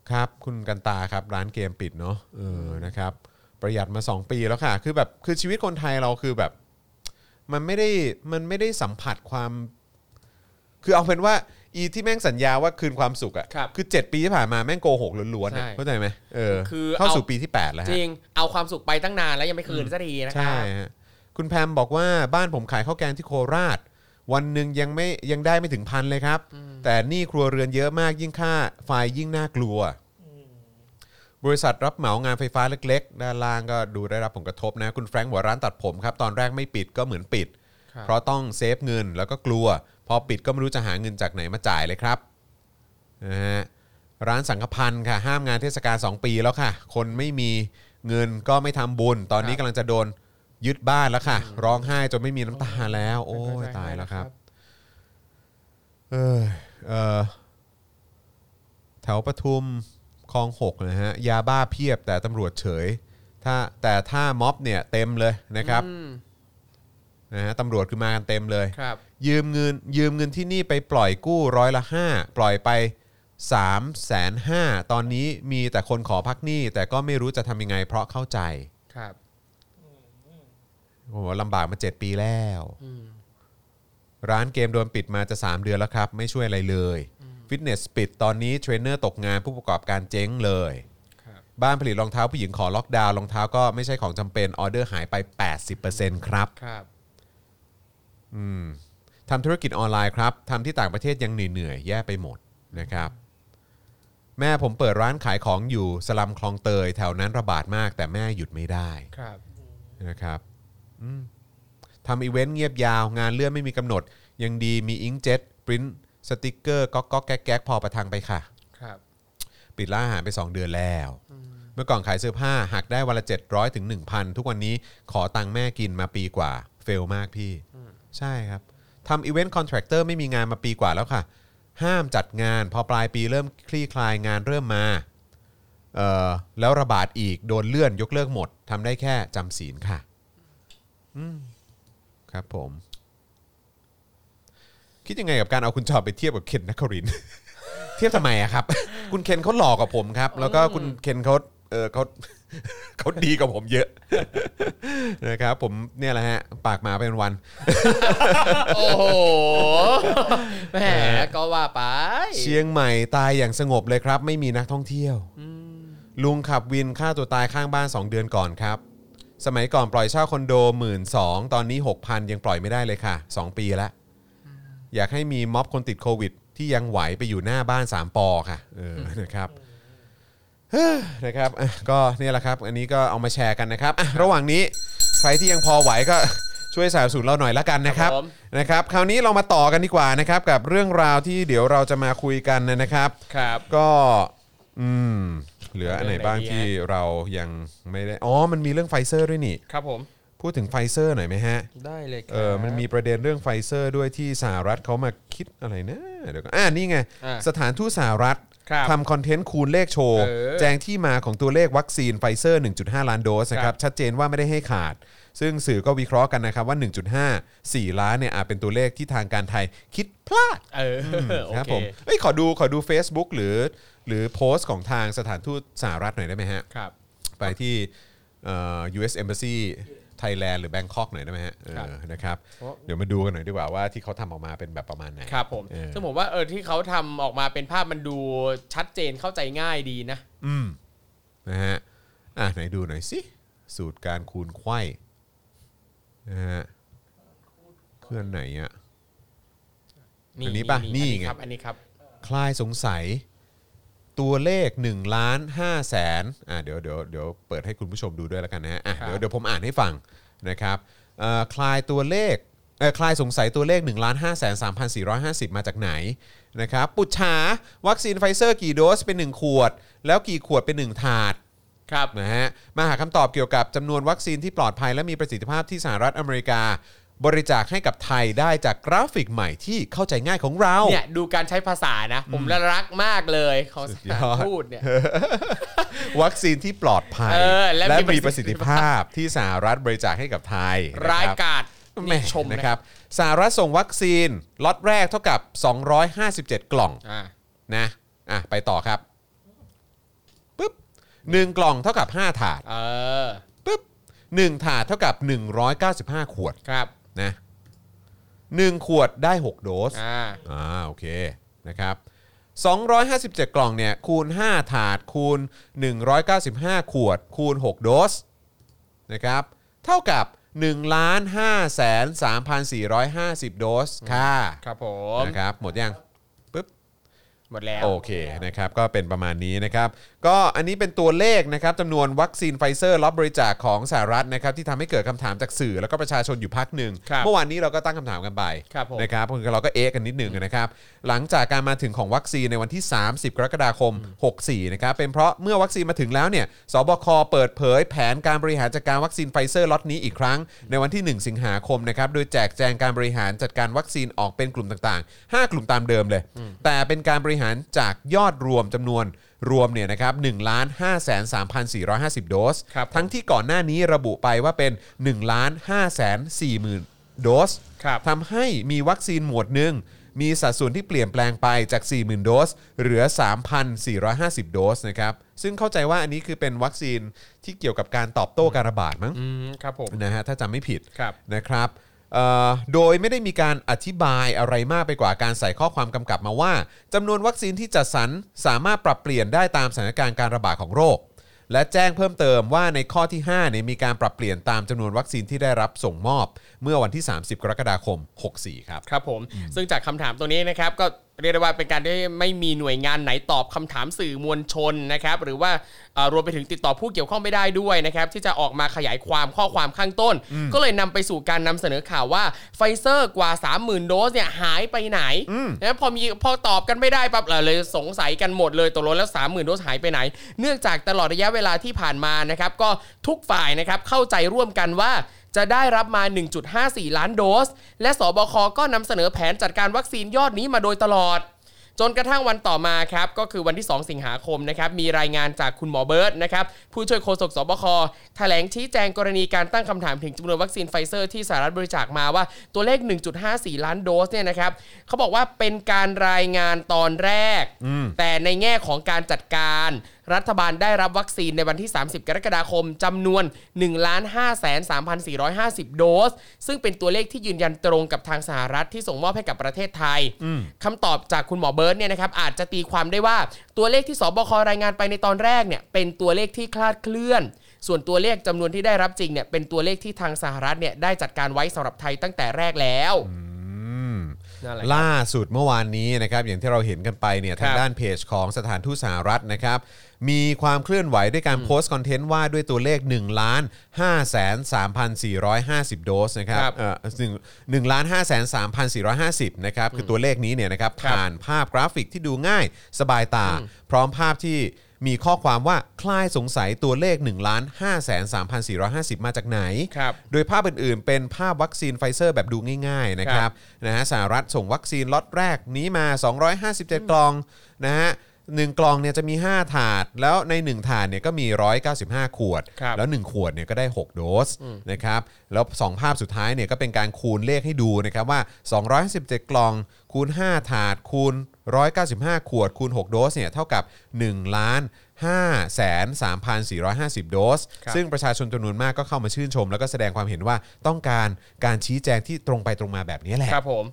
S2: ครับ คุณกันตาครับ ร้านเกมปิดเนาะเออนะครับ ประหยัดมา 2 ปีแล้วค่ะ คือแบบคือชีวิตคนไทยเราคือแบบ มันไม่ได้มันไม่ได้สัมผัสความ คือเอาเป็นว่า อีที่แม่งสัญญาว่าคืนความสุขอะ
S4: ครับ
S2: คือ 7 ปีที่ผ่านมาแม่งโกหกล้วนๆอะ
S4: ใช่
S2: เข้าใจไหมเออ
S4: คือ
S2: เข้า
S4: เอา
S2: สู่ปีที่ 8 แล้ว
S4: จ
S2: ฮะ
S4: ริงเอาความสุขไปตั้งนานแล้วยังไม่คืนสักทีนะค
S2: ใช่
S4: รับ
S2: ฮะคุณแพมบอกว่าบ้านผมขายข้าวแกงที่โคราช วันหนึ่งยังไม่ยังได้ไม่ถึงพันเลยครับ แต่หนี้ครัวเรือนเยอะมากยิ่งค่าไฟยิ่งน่ากลัว บริษัทรับเหมางานไฟฟ้าเล็กๆ ด้านล่างก็ดูได้รับผลกระทบนะ คุณแฟรงค์บอกร้านตัดผมครับ ตอนแรกไม่ปิดก็เหมือนปิด
S4: ครับ
S2: เพราะต้องเซฟเงินแล้วก็กลัว พอปิดก็ไม่รู้จะหาเงินจากไหนมาจ่ายเลยครับนะฮะร้านสังฆพันธ์ค่ะ ห้ามงานเทศกาล2ปีแล้วค่ะ คนไม่มีเงินก็ไม่ทำบุญ ตอนนี้กำลังจะโดนยึดบ้านแล้วค่ะ ร้องไห้จนไม่มีน้ำตาแล้ว โอ้ยตายแล้วครับ เออเออแถวปทุมคลองหกนะฮะยาบ้าเพียบแต่ตำรวจเฉย ถ้าแต่ถ้าม็อบเนี่ยเต็มเลยนะครับ
S4: อืม
S2: นะฮะตำรวจคือมากันเต็มเลย
S4: ครับ
S2: ยืมเงินยืมเงินที่นี่ไปปล่อยกู้ร้อยละห้าปล่อยไป 3 5 0 0 0ตอนนี้มีแต่คนขอพักหนี้ แต่ก็ไม่รู้จะทำยังไงเพราะเข้าใจ
S4: ครับ
S2: ผมว่าลำบากมา 7 ปีแล้ว ร้านเกมโดนปิดมาจะ 3 เดือนแล้วครับ ไม่ช่วยอะไรเลย ฟิตเนสปิดตอนนี้เทรนเนอร์ตกงานผู้ประกอบการเจ๊งเลย
S4: ครับ
S2: บ้านผลิตรองเท้าผู้หญิงขอล็อกดาวน์รองเท้าก็ไม่ใช่ของจำเป็นออเดอร์หายไป 80%ครับ
S4: ครับ
S2: ทำธุรกิจออนไลน์ครับทำที่ต่างประเทศยังเหนื่อยๆ แย่ไปหมดนะครับ แม่ผมเปิดร้านขายของอยู่สลัมคลองเตย แถวนั้นระบาดมาก แต่แม่หยุดไม่ได้
S4: ครับ
S2: นะครับอืมทำอีเวนต์เงียบยาว งานเลื่อนไม่มีกำหนด ยังดีมีอิงเจ็ตปริ้นสติกเกอร์ก๊อกก๊อกแก๊กแก๊กพอประทังไปค่ะ
S4: ครับ
S2: ปิดร้านอาหารไป 2 เดือนแล้ว เมื่อก่อนขายเสื้อผ้าหักได้วันละ 700ถึง1,000 ทุกวันนี้ขอตังค์แม่กินมาปีกว่า เฟลมากพี่ ใช่ครับทำอีเวนต์คอนแทคเตอร์ไม่มีงานมาปีกว่าแล้วค่ะ ห้ามจัดงานพอปลายปีเริ่มคลี่คลายงานเริ่มมาเอ่อแล้วระบาดอีกโดนเลื่อนยกเลิกหมดทำได้แค่จำศีลค่ะอืมครับผม คิดยังไงกับการเอาคุณจอบไปเทียบกับเคนนักครินทร์ เทียบทำไมอะครับ คุณเคนเขาหลอกกว่าผมครับ แล้วก็คุณเคนเขาเออเขา เขาดีกว่าผมเยอะ นะครับ ผมเนี่ยแหละฮะ ปากหมาเป็นวัน
S4: โอ้โหแหมก็ว่าไป
S2: เชียงใหม่ตายอย่างสงบเลยครับ ไม่มีนักท่องเที่ยว ลุงขับวินฆ่าตัวตายข้างบ้าน 2 เดือนก่อนครับ สมัยก่อนปล่อยเช่าคอนโดหมื่นสองตอนนี้ 6,000 ยังปล่อยไม่ได้เลยค่ะ 2 ปีแล้ว อยากให้มีม็อบคนติดโควิด ที่ยังไหวไปอยู่หน้าบ้าน 3 ปอค่ะเออนะครับเฮ้อนะครับอ่ะก็เนี่ยแหละครับ อันนี้ก็เอามาแชร์กันนะครับอ่ะระหว่างนี้ใครที่ยังพอไหวก็ ช่วยสนับสนุนเราหน่อยละกันนะครับ
S4: ครับผม
S2: นะครับคราวนี้เรามาต่อกันดีกว่านะครับ กับเรื่องราวที่เดี๋ยวเราจะมาคุยกันนะครับ
S4: ครับ
S2: ก็อืมเหลืออันไหนบ้างที่เรายังไม่ได้อ๋อมันมีเรื่องไฟเซอร์ด้วยนี่
S4: ครับผม
S2: พูดถึงไฟเซอร์หน่อยไหมฮะ
S4: ได้เลยครับ
S2: เออมันมีประเด็นเรื่องไฟเซอร์ด้วยที่สหรัฐเขามาคิดอะไรนะเดี๋ยวก็อ่านี่ไง
S4: อ่า
S2: สถานทูตสหรัฐ
S4: ครับ
S2: ทำคอนเทนต์คูณเลขโชว์
S4: เออ
S2: แจ้งที่มาของตัวเลขวัคซีนไฟเซอร์ 1.5 ล้านโดสนะครับ ชัดเจนว่าไม่ได้ให้ขาด ซึ่งสื่อก็วิเคราะห์กันนะครับว่า 1.5 4 ล้านเนี่ยอาจเป็นตัวเลขที่ทางการไทยคิดพลาด
S4: เออโอ
S2: ครับ
S4: เค
S2: ผมเอ้ยขอดูขอดู Facebook หรือ หรือโพสต์ของทางสถานทูตสหรัฐหน่อยได้ไหมฮะ
S4: ครับ
S2: ไปที่เอ่อ US Embassy Thailand หรือ Bangkok หน่อยได้ไหมฮะเอ
S4: ครับ
S2: อนะครับ เดี๋ยวมาดูกันหน่อยดีกว่าว่าที่เขาทำออกมาเป็นแบบประมาณไหน
S4: ครับผม
S2: เออ
S4: ซึ่งผมว่าเออที่เขาทำออกมาเป็นภาพมันดูชัดเจนเข้าใจง่ายดีนะ
S2: อืมนะฮะอ่ะไหนดูหน่อยสิ สูตรการคูณไขว้นะฮะเคลื่อนไหนอ่ะ อันนี้ปะนี่ไง
S4: ครับ อันนี้ครับ
S2: คลายสงสัยตัวเลข1ล้าน5แสนอ่าเดี๋ยวเดี๋ยวเดี๋ยวเปิดให้คุณผู้ชมดูด้วยแล้วกันนะฮะอ่ะ
S4: ครับ
S2: เดี๋ยวเดี๋ยวผมอ่านให้ฟังนะครับเอ่อคลายตัวเลขเอ่อคลายสงสัยตัวเลข1ล้าน5แสน3,450 มาจากไหนนะครับปุจฉาวัคซีนไฟเซอร์กี่โดสเป็น 1 ขวด แล้วกี่ขวดเป็น 1 ถาด
S4: ครับ
S2: นะฮะมาหาคำตอบเกี่ยวกับจำนวนวัคซีนที่ปลอดภัยและมีประสิทธิภาพที่สหรัฐอเมริกา บริจาคให้กับไทยได้จากกราฟิกใหม่ที่เข้าใจง่ายของเรา
S4: เนี่ยดูการใช้ภาษานะ ผมรักมากเลยของ
S2: สุ
S4: ส
S2: ดยอด
S4: ถานทูต เนี่ย
S2: วัคซีนที่ปลอดภัย
S4: เออและมี
S2: และมีประสิทธิภาพที่สหรัฐบริจาคให้กับไทยนะครับ
S4: ร้ายกาจ
S2: แห
S4: นี่
S2: ม่
S4: ชม
S2: นะ
S4: นะ
S2: ค
S4: ครับ
S2: รับสหรัฐส่งวัคซีนล็อตแรกเท่ากับ 257 กล่อง
S4: อ่า
S2: นะอ่ะไปต่อครับปึ๊บหนึ่งกล่องเท่ากับ 5 ถาด
S4: เออ
S2: ปึ๊บหนึ่งถาดเท่ากับ 195 ขวด
S4: ครับ
S2: นะหนึ่งขวดได้ 6 โดส
S4: อ่า
S2: อ่า โอเค นะครับ 257 กล่องเนี่ย คูณ 5 ถาด คูณ 195 ขวด คูณ 6 โดส นะครับ เท่ากับ 1 5 3 4 5 0 โดส ค่ะ
S4: ครับผม
S2: นะครับ หมดยังปึ๊บ
S4: หมดแล้ว
S2: โอเคนะครับก็เป็นประมาณนี้นะครับก็อันนี้เป็นตัวเลขนะครับจำนวนวัคซีนไฟเซอร์รับบริจาคของสหรัฐนะครับที่ทำให้เกิดคำถามจากสื่อแล้วก็ประชาชนอยู่พักหนึ่ง
S4: ครับ
S2: เมื่อวานนี้เราก็ตั้งคำถามกันไป
S4: ครับผม
S2: นะครับคือเราก็เอะกันนิดหนึ่งนะครับ หลังจากการมาถึงของวัคซีนในวันที่ 30 กรกฎาคม 64นะครับเป็นเพราะเมื่อวัคซีนมาถึงแล้วเนี่ยสบคเปิดเผยแผนการบริหารจัดการวัคซีนไฟเซอร์ล็อตนี้อีกครั้ง ในวันที่ 1 สิงหาคมนะครับโดยแจกแจงการบริหารจัดการวัคซีนออกเป็นกลุ่มต่างๆ 5 กลุ่มตามเดิมเลย แต่เป็นการบริหารจากยอดรวมจำนวนรวมเนี่ยนะครับ1ล้าน5แสน3,450 โดส
S4: ครับ
S2: ทั้งที่ก่อนหน้านี้ระบุไปว่าเป็น1ล้าน5แสน4หมื่นโดส
S4: ครับ
S2: ทำให้มีวัคซีนหมวดหนึ่ง มีสัดส่วนที่เปลี่ยนแปลงไปจาก 40,000 โดส เหลือ 3,450 โดสนะครับ ซึ่งเข้าใจว่าอันนี้คือเป็นวัคซีนที่เกี่ยวกับการตอบโต้การระบาดมั้ง
S4: อืมครับผม
S2: นะฮะถ้าจำไม่ผิด
S4: ครับ
S2: นะครับเอ่อโดยไม่ได้มีการอธิบายอะไรมากไปกว่าการใส่ข้อความกำกับมาว่าจำนวนวัคซีนที่จัดสรรสามารถปรับเปลี่ยนได้ตามสถานการณ์การระบาดของโรค และแจ้งเพิ่มเติมว่าในข้อที่5เนี่ยมีการปรับเปลี่ยนตามจำนวนวัคซีนที่ได้รับส่งมอบ เมื่อวันที่ 30 กรกฎาคม 64 ครับ
S4: ครับผมซึ่งจากคำถามตัวนี้นะครับก็เรียกได้ว่าเป็นการที่ไม่มีหน่วยงานไหนตอบคำถามสื่อมวลชนนะครับหรือว่าเอ่อรวมไปถึงติดต่อผู้เกี่ยวข้องไม่ได้ด้วยนะครับที่จะออกมาขยายความข้อความข้างต้น ก็เลยนำไปสู่การนำเสนอข่าวว่าไฟเซอร์กว่า 30,000 โดสเนี่ยหายไปไหนนะพอมีพอตอบกันไม่ได้ปั๊บเอ่อเลยสงสัยกันหมดเลยตกลงแล้ว 30,000 โดสหายไปไหน เนื่องจากตลอดระยะเวลาที่ผ่านมานะครับก็ทุกฝ่ายนะครับเข้าใจร่วมกันว่า จะได้รับมา 1.54 ล้านโดส และสบค ก็นำเสนอแผนจัดการวัคซีนยอดนี้มาโดยตลอด จนกระทั่งวันต่อมาครับ ก็คือวันที่ 2 สิงหาคมนะครับ มีรายงานจากคุณหมอเบิร์ตนะครับ ผู้ช่วยโฆษกสบค แถลงชี้แจงกรณีการตั้งคำถามถึงจำนวนวัคซีนไฟเซอร์ที่สหรัฐบริจาคมาว่าตัวเลข 1.54 ล้านโดสเนี่ยนะครับเขาบอกว่าเป็นการรายงานตอนแรก แต่ในแง่ของการจัดการ รัฐบาลได้รับวัคซีนในวันที่ 30 กรกฎาคมจำนวน 1 5 3 4 5 0 โดส ซึ่งเป็นตัวเลขที่ยืนยันตรงกับทางสหรัฐที่ส่งมอบให้กับประเทศไทยคำตอบจากคุณหมอเบิร์ตเนี่ยนะครับอาจจะตีความได้ว่าตัวเลขที่สบครายงานไปในตอนแรกเนี่ยเป็นตัวเลขที่คลาดเคลื่อน ส่วนตัวเลขจำนวนที่ได้รับจริงเนี่ยเป็นตัวเลขที่ทางสหรัฐเนี่ยได้จัดการไว้สำหรับไทยตั้งแต่แรกแล้วนั่นแหละ
S2: ล่าสุดเมื่อวานนี้นะครับอย่างที่เราเห็นกันไปเนี่ยทางด้านเพจของสถานทูตสหรัฐนะครับมีความเคลื่อนไหวด้วยการโพสต์คอนเทนต์ว่าด้วยตัวเลข1ล้าน5แสน3,450 โดสนะครับ
S4: ครับ
S2: เอ่อหนึ่งหนึ่งล้าน5แสน3,450นะครับคือตัวเลขนี้เนี่ยนะครับ
S4: ครับ
S2: ผ่านภาพกราฟิกที่ดูง่ายสบายตา พร้อมภาพที่มีข้อความว่าคลายสงสัยตัวเลข1ล้าน5แสน3,450 มาจากไหน
S4: ครับ
S2: โดยภาพอื่นๆ เป็นภาพวัคซีนไฟเซอร์แบบดูง่ายๆนะค
S4: ครั
S2: รับบ นะฮะสหรัฐส่งวัคซีนล็อตแรกนี้มา 257 กล่องนะฮะหนึ่งกล่องเนี่ยจะมี 5 ถาด แล้วใน 1 ถาดเนี่ยก็มี 195 ขวด
S4: ครับ
S2: แล้ว 1 ขวดเนี่ยก็ได้ 6 โดสนะครับแล้ว 2 ภาพสุดท้ายเนี่ยก็เป็นการคูณเลขให้ดูนะครับว่า 257 กล่องคูณ 5 ถาดคูณ 195 ขวดคูณ 6 โดสเนี่ยเท่ากับ1ล้าน5แสน3,450 โดส
S4: ครับ
S2: ซึ่งประชาชนจำนวนมากก็เข้ามาชื่นชม แล้วก็แสดงความเห็นว่าต้องการการชี้แจงที่ตรงไปตรงมาแบบนี้แหละ
S4: ครับผม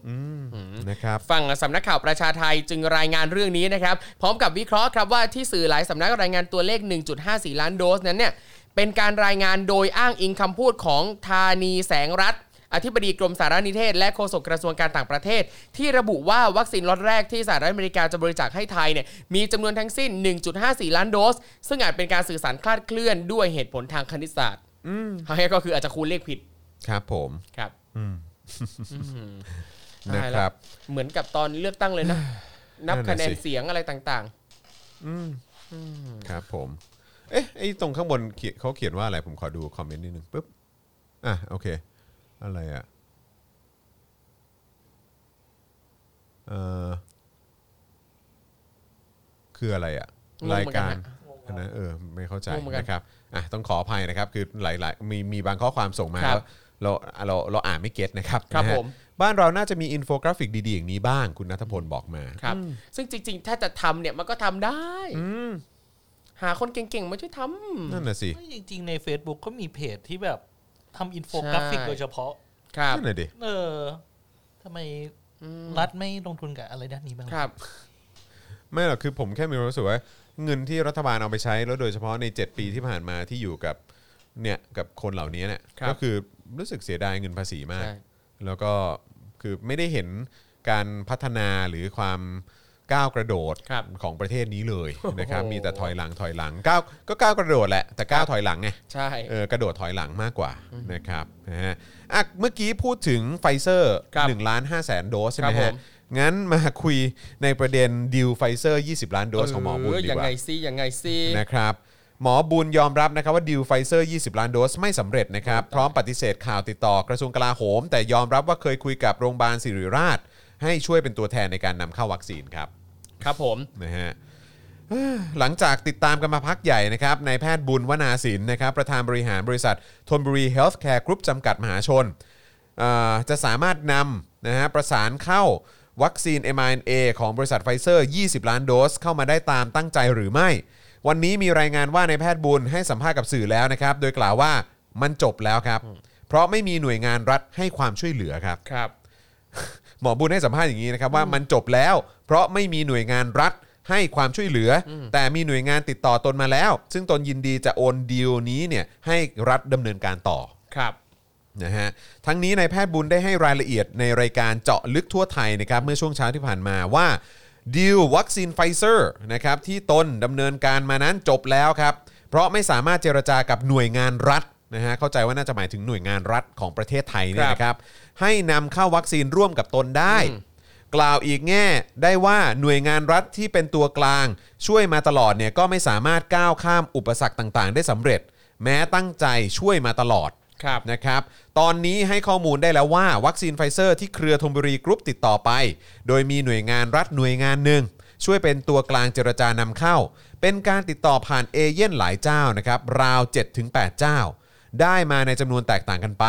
S2: นะครับ
S4: ฝั่งสำนักข่าวประชาไทยจึงรายงานเรื่องนี้นะครับ พร้อมกับวิเคราะห์ครับว่าที่สื่อหลายสำนักรายงานตัวเลข 1.54 ล้านโดสนั้นเนี่ยเป็นการรายงานโดยอ้างอิงคำพูดของธานีแสงรัตน์อธิบดีกรมสารนิเทศ และโฆษกกระทรวงการต่างประเทศ ที่ระบุว่าวัคซีนล็อตแรกที่สหรัฐอเมริกาจะบริจาคให้ไทยเนี่ยมีจำนวนทั้งสิ้น 1.54 ล้านโดส ซึ่งอาจเป็นการสื่อสารคลาดเคลื่อนด้วยเหตุผลทางคณิตศาสตร์ทางนี้ก็คืออาจจะคูณเลขผิด
S2: ครับผม
S4: ครับ
S2: นะ
S4: ได้
S2: ค
S4: แล้ว
S2: รับ
S4: เหมือนกับตอนเลือกตั้งเลยนะ นับ
S2: นั่นน่ะ
S4: คะแนน
S2: สิ
S4: เสียงอะไรต่าง
S2: ครับผม เอ๊ะไอ้ตรงข้างบนเขียนเขาเขียนว่าอะไร ผมขอดูคอมเมนต์นิดนึงปุ๊บ อ่ะ โอเค อะไรอ่ะ เอ่อ คืออะไรอ่ะ
S4: ๆงง
S2: ราย
S4: เหมือนน
S2: การ
S4: ฮะ
S2: อันนั้นเออไม่เข้าใจ
S4: งงเหมือนกัน
S2: นะครับอ่ะต้องขออภัยนะครับ คือหลายๆมีมีบางข้อความส่งมา
S4: ครั
S2: แล้ว
S4: บ
S2: เราเราเราอ่านไม่เก็ตนะครับ
S4: ครับ
S2: นะฮะ
S4: ผม
S2: บ้านเราน่าจะมีอินโฟกราฟิกดีๆอย่างนี้บ้างคุณนัทพลบอกมา
S4: ครับ ซึ่งจริงๆ ถ้าจะทำเนี่ยมันก็ทำได้ หาคนเก่งๆ มาช่วยทำ
S2: นั่นน่ะสิ
S3: จริง ๆ ใน Facebook ก็มีเพจที่แบบทำอินโฟกราฟิก
S4: ใช่
S3: โดยเฉพาะ
S4: ครับ
S2: นั่นน่ะดิ
S3: เออทำไมรัฐไม่ลงทุนกับอะไรด้านนี้บ้าง
S4: ครับ
S2: ไม่หรอกคือผมแค่มีความรู้สึกว่าเงินที่รัฐบาลเอาไปใช้แล้วโดยเฉพาะใน 7 ปีที่ผ่านมาที่อยู่กับเนี่ยกับคนเหล่านี้เนี่ย
S4: ครับ
S2: ก็คือรู้สึกเสียดายเงินภาษีมาก
S4: ใช่
S2: แล้วก็คือไม่ได้เห็นการพัฒนาหรือความก้าวกระโดด
S4: ครับ
S2: ของประเทศนี้เลยนะครับ
S4: โอ้โห
S2: มีแต่ถอยหลังถอยหลังก้าวก็ก้าวกระโดดแหละแต่ก้าวถอยหลังไง
S4: ใช่
S2: เออกระโดดถอยหลังมากกว่านะครับนะฮะอ่ะเมื่อกี้พูดถึงไฟเซอร์
S4: ครับ
S2: 1ล้าน5แสนโดสใช่ไหม
S4: ครับผ
S2: ฮะ
S4: ม
S2: งั้นมาคุยในประเด็นดีลไฟเซอร์ 20 ล้านโดสของหมอบุญดีก
S4: เยัง
S2: ว่า
S4: ไงซิยังไงซิ
S2: นะครับหมอบุญยอมรับนะครับว่าดีลไฟเซอร์ 20 ล้านโดสไม่สำเร็จนะครับ พร้อมปฏิเสธข่าวติดต่อกระทรวงกลาโหม แต่ยอมรับว่าเคยคุยกับโรงพยาบาลศิริราช ให้ช่วยเป็นตัวแทนในการนำเข้าวัคซีนครับ
S4: ครับผม
S2: นะฮะเอ้อหลังจากติดตามกันมาพักใหญ่นะครับนายแพทย์บุญวนาสินนะครับประธานบริหารบริษัทธนบุรีเฮลท์แคร์กรุ๊ปจำกัดมหาชนเอ่อจะสามารถนำนะฮะประสานเข้า วัคซีน mRNA ของบริษัทไฟเซอร์ 20 ล้านโดสเข้ามาได้ตามตั้งใจหรือไม่ วันนี้มีรายงานว่าในายแพทย์บุญให้สัมภาษณ์กับสื่อแล้วนะครับ โดยกล่าวว่ามันจบแล้วครับ เพราะไม่มีหน่วยงานรัฐให้ความช่วยเหลือครับ
S4: ครับ
S2: หมอบุญให้สัมภาษณ์อย่างนี้นะครับว่ามันจบแล้ว เพราะไม่มีหน่วยงานรัฐให้ความช่วยเหลืออแต่มีหน่วยงานติดต่อตนมาแล้ว ซึ่งตนยินดีจะโอนดีลนี้เนี่ยให้รัฐดำเนินการต่อ
S4: ครับ
S2: นะฮะทั้งนี้นายแพทย์บุญได้ให้รายละเอียดในรายการเจาะลึกทั่วไทยนะครับเมื่อช่วงเช้าที่ผ่านมาว่าดีลวัคซีนไฟเซอร์นะครับที่ตนดำเนินการมานั้นจบแล้วครับเพราะไม่สามารถเจรจากับหน่วยงานรัฐนะฮะเข้าใจว่าน่าจะหมายถึงหน่วยงานรัฐของประเทศไทยเนี่ยนะครับให้นำเข้าวัคซีนร่วมกับตนได้ กล่าวอีกแง่ได้ว่าหน่วยงานรัฐที่เป็นตัวกลาง ช่วยมาตลอดเนี่ยก็ไม่สามารถก้าวข้ามอุปสรรคต่างๆ ได้สำเร็จ แม้ตั้งใจช่วยมาตลอด
S4: ครับ
S2: นะครับตอนนี้ให้ข้อมูลได้แล้วว่าวัคซีนไฟเซอร์ที่เครือธงบุรีกรุ๊ปติดต่อไป โดยมีหน่วยงานรัฐหน่วยงานหนึ่ง ช่วยเป็นตัวกลางเจรจานำเข้า เป็นการติดต่อผ่านเอเย่นหลายเจ้านะครับราว 7-8 เจ้า ได้มาในจำนวนแตกต่างกันไป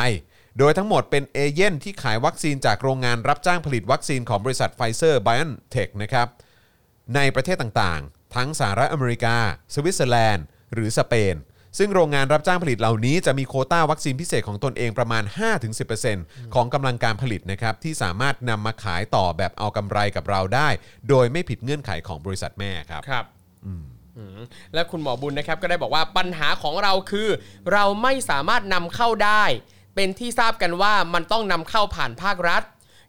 S2: โดยทั้งหมดเป็นเอเย่นที่ขายวัคซีนจากโรงงานรับจ้างผลิตวัคซีนของบริษัทไฟเซอร์ไบ n อนเทคนะครับ ในประเทศต่างๆ ทั้งสหรัฐอเมริกา สวิตเซอร์แลนด์ หรือสเปน ซึ่งโรงงานรับจ้างผลิตเหล่านี้จะมีโควต้าวัคซีนพิเศษของตนเองประมาณ 5-10%ของกำลังการผลิตนะครับ ที่สามารถนำมาขายต่อแบบเอากำไรกับเราได้ โดยไม่ผิดเงื่อนไขของบริษัทแม่ครับ
S4: ครับอืมและคุณหมอบุญนะครับก็ได้บอกว่าปัญหาของเราคือ เราไม่สามารถนำเข้าได้ เป็นที่ทราบกันว่ามันต้องนำเข้าผ่านภาครัฐ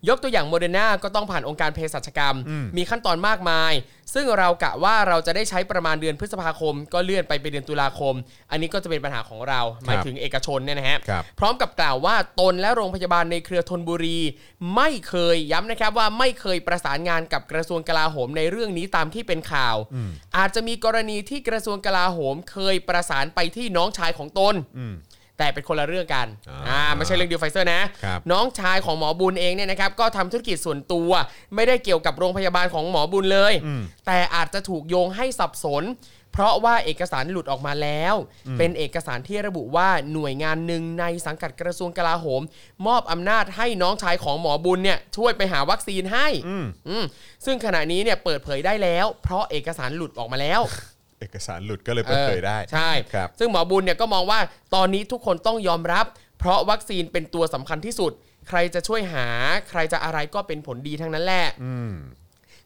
S4: ยกตัวอย่างโมเดอร์นาก็ต้องผ่านองค์การเภสัชกรรม มีขั้นตอนมากมาย ซึ่งเรากะว่าเราจะได้ใช้ประมาณเดือนพฤษภาคม ก็เลื่อนไปเป็นเดือนตุลาคม อันนี้ก็จะเป็นปัญหาของเราหมายถึงเอกชนเนี่ยนะฮะ
S2: ครับ
S4: พร้อมกับกล่าวว่าตนและโรงพยาบาลในเครือธนบุรี ไม่เคยย้ำนะครับว่าไม่เคยประสานงานกับกระทรวงกลาโหมในเรื่องนี้ตามที่เป็นข่าว อาจจะมีกรณีที่กระทรวงกลาโหมเคยประสานไปที่น้องชายของตน แต่เป็นคนละเรื่องกัน
S2: อ่า
S4: อ่าไม่ใช่เรื่องดิวไฟเซอร์นะ
S2: ครับ
S4: น้องชายของหมอบุญเองเนี่ยนะครับก็ทำธุรกิจส่วนตัว ไม่ได้เกี่ยวกับโรงพยาบาลของหมอบุญเลย
S2: อืม
S4: แต่อาจจะถูกโยงให้สับสน เพราะว่าเอกสารหลุดออกมาแล้ว เป็นเอกสารที่ระบุว่าหน่วยงานหนึ่งในสังกัดกระทรวงกลาโหม มอบอำนาจให้น้องชายของหมอบุญเนี่ยช่วยไปหาวัคซีนให้อืมซึ่งขณะนี้เนี่ยเปิดเผยได้แล้ว เพราะเอกสารหลุดออกมาแล้ว
S2: เอกสารหลุดก็เลยเปิดเผยได้
S4: ออใช่
S2: ครับ
S4: ซึ่งหมอบุญเนี่ยก็มองว่าตอนนี้ทุกคนต้องยอมรับ เพราะวัคซีนเป็นตัวสำคัญที่สุด ใครจะช่วยหา ใครจะอะไรก็เป็นผลดีทั้งนั้นแหละ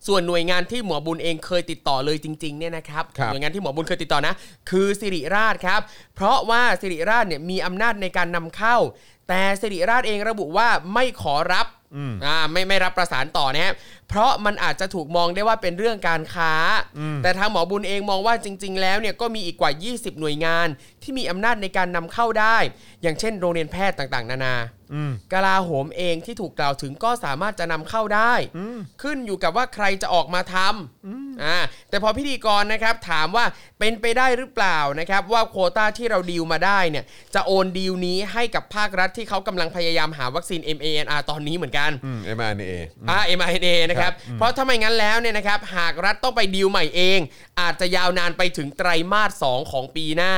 S4: ส่วนหน่วยงานที่หมอบุญเองเคยติดต่อเลยจริงๆเนี่ยนะครับ
S2: ครับ
S4: หน่วยงานที่หมอบุญเคยติดต่อนะคือสิริราชครับ เพราะว่าสิริราชเนี่ยมีอำนาจในการนำเข้า แต่สิริราชเองระบุว่าไม่ขอรับอ่าไม่ไม่รับประสานต่อนะฮะเพราะมันอาจจะถูกมองได้ว่าเป็นเรื่องการค้า แต่ทางหมอบุญเองมองว่าจริง ๆ แล้วเนี่ยก็มีอีกกว่า 20 หน่วยงาน ที่มีอำนาจในการนำเข้าได้ อย่างเช่น โรงเรียนแพทย์ต่างๆ นานากลาโหมเองที่ถูกกล่าวถึงก็สามารถจะนำเข้าได้ ขึ้นอยู่กับว่าใครจะออกมาทำอ่าแต่พอพิธีกรนะครับถามว่าเป็นไปได้หรือเปล่านะครับว่าโควต้าที่เราดีลมาได้เนี่ยจะโอนดีลนี้ให้กับภาครัฐที่เขากำลังพยายามหาวัคซีน MANR ตอนนี้เหมือนกัน
S2: เอ็มอาร์เอ
S4: อ่า MINA นะครับ เพราะถ้าไม่งั้นแล้วเนี่ยนะครับ หากรัฐต้องไปดีลใหม่เอง อาจจะยาวนานไปถึงไตรมาส 2 ของปีหน้า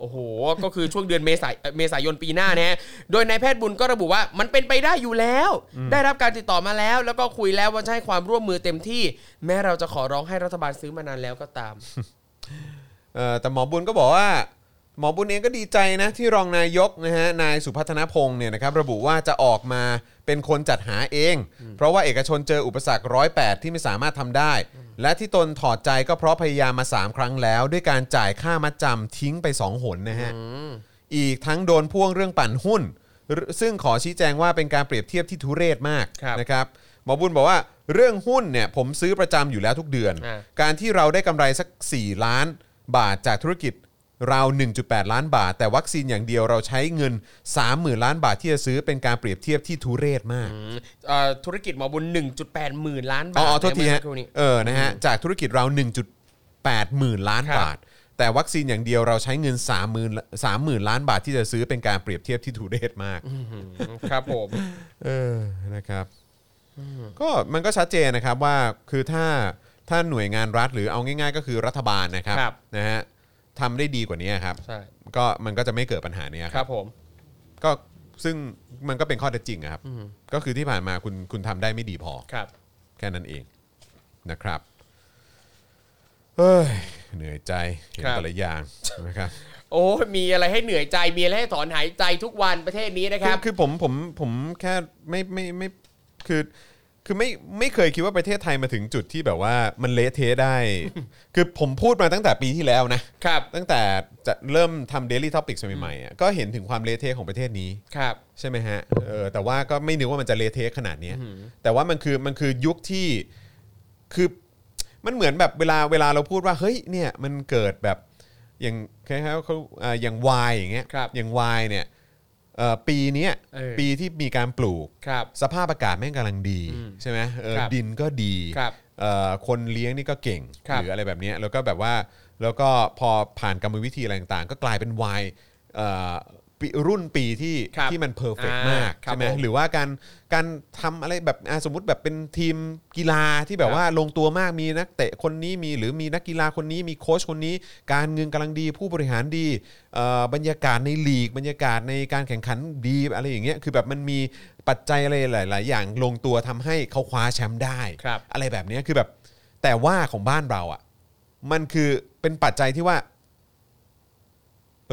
S4: โอ้โห ก็คือช่วงเดือนเมษายเมษายนปีหน้านะฮะ โดยนายแพทย์บุญก็ระบุว่ามันเป็นไปได้อยู่แล้ว ได้รับการติดต่อมาแล้ว แล้วก็คุยแล้วว่าจะให้ความร่วมมือเต็มที่ แม้เราจะขอร้องให้รัฐบาลซื้อมานานแล้วก็ ตาม
S2: เอ่อแต่หมอบุญก็บอกว่า หมอบุญเองก็ดีใจนะที่รองนายกนะฮะนายสุพัฒนพงศ์เนี่ยนะครับระบุว่าจะออกมาเป็นคนจัดหาเอง เพราะว่าเอกชนเจออุปสรรคร้อยแที่ไม่สามารถทำได้ และที่ตนถอดใจก็เพราะพยายามมา 3 ครั้งแล้ว ด้วยการจ่ายค่ามัดจำทิ้งไป 2 หนนะฮะ อีกทั้งโดนพ่วงเรื่องปั่นหุ้น ซึ่งขอชี้แจงว่าเป็นการเปรียบเทียบที่ทุเรศมาก
S4: ครับ
S2: นะครับหมอบุญบอกว่าเรื่องหุ้นเนี่ยผมซื้อประจำอยู่แล้วทุกเดือน
S4: อ่า
S2: การที่เราได้กำไรสัก 4 ล้านบาทจากธุรกิจเรา 1.8 ล้านบาท แต่วัคซีนอย่างเดียวเราใช้เงิน 30,000 ล้านบาทที่จะซื้อเป็นการเปรียบเทียบที่ทุเรศมาก
S4: เอ่อธุรกิจหมอบุญ 1.8 หมื่นล้านบา
S2: อ๋
S4: ท
S2: ออ๋อโทษที
S4: ในเมื่อ
S2: ฮะ
S4: สักครู่นี้
S2: เออนะฮะจากธุรกิจเรา 1.8 หมื่นล้าน
S4: ครับ
S2: บาท แต่วัคซีนอย่างเดียวเราใช้เงิน 30,000 30,000 ล้านบาทที่จะซื้อเป็นการเปรียบเทียบที่ทุเรศมาก
S4: ครับผม
S2: เออ นะครับ ก็มันก็ชัดเจนนะครับว่าคือถ้าถ้าหน่วยงานรัฐหรือเอาง่าย ๆ ก็คือรัฐบาลนะครับ
S4: ครับ
S2: นะฮะทำได้ดีกว่านี้ครับ
S4: ใช่
S2: ก็มันก็จะไม่เกิดปัญหาเนี้ย
S4: ค
S2: ค
S4: รั
S2: รับบ
S4: ผม
S2: ก็ซึ่งมันก็เป็นข้อเท็จจริงอะครับ ก็คือที่ผ่านมาคุณคุณทำได้ไม่ดีพอ
S4: ครับ
S2: แค่นั้นเองนะครับเฮ้ยเหนื่อยใจเห็น
S4: ครับ
S2: แต่ละอย่างนะครับ
S4: โอ้ยมีอะไรให้เหนื่อยใจมีอะไรให้ถอนหายใจทุกวันประเทศนี้นะค
S2: คือ
S4: รับ
S2: คือผมผมผมแค่ไม่ไม่ไม่คือคือไม่ไม่เคยคิดว่าประเทศไทยมาถึงจุดที่แบบว่ามันเละเทะ ได้ คือผมพูดมาตั้งแต่ปีที่แล้วนะ
S4: ครับ
S2: ตั้งแต่จะเริ่มทำ Daily Topics ใหม่ๆอ่ะก็เห็นถึงความเละเทะของประเทศนี้
S4: ครับ
S2: ใช่ไหมฮะเออแต่ว่าก็ไม่นึกว่ามันจะเละเทะขนาดเนี้ยแต่ว่ามันคือมันคือยุคที่คือมันเหมือนแบบเวลาเวลาเราพูดว่าเฮ้ยเนี่ยมันเกิดแบบอย่างคล้ายๆว่าเขาอ่าอย่างวายอย่างเงี้ย
S4: ครับ
S2: อย่างวายเนี่ยเอ่อปีเนี้ย
S4: เออ
S2: ปีที่มีการปลูก
S4: ครับ
S2: สภาพอากาศแม่งกำลังดีใช่ไหมเออ
S4: ครับ
S2: ดินก็ดี
S4: ครับ
S2: เอ่อคนเลี้ยงนี่ก็เก่ง
S4: ครับ
S2: หรืออะไรแบบเนี้ยแล้วก็แบบว่าแล้วก็พอผ่านกรรมวิธีอะไรต่างๆ ก็กลายเป็นวายเอ่อปีรุ่นปีที่
S4: ครับ
S2: ที่มันเพอร์เฟก
S4: อ่าม
S2: าก
S4: ครับ
S2: ใช่ไหม
S4: ผม
S2: หรือว่าการการทำอะไรแบบอ่ะสมมติแบบเป็นทีมกีฬาที่
S4: ค
S2: แบ
S4: รับ บ
S2: ว่าลงตัวมากมีนักเตะคนนี้มีหรือมีนักกีฬาคนนี้มีโค้ชคนนี้ การเงินกำลังดีผู้บริหารดีเอ่อบรรยากาศในลีก บรรยากาศในการแข่งขันดีอะไรอย่างเงี้ยคือแบบมันมี ปัจจัยอะไรหลาย ๆ อย่างลงตัวทำให้เขาคว้าแชมป์ได้
S4: ครับ
S2: อะไรแบบเนี้ยคือแบบ แต่ว่าของบ้านเราอ่ะ มันคือเป็นปัจจัยที่ว่า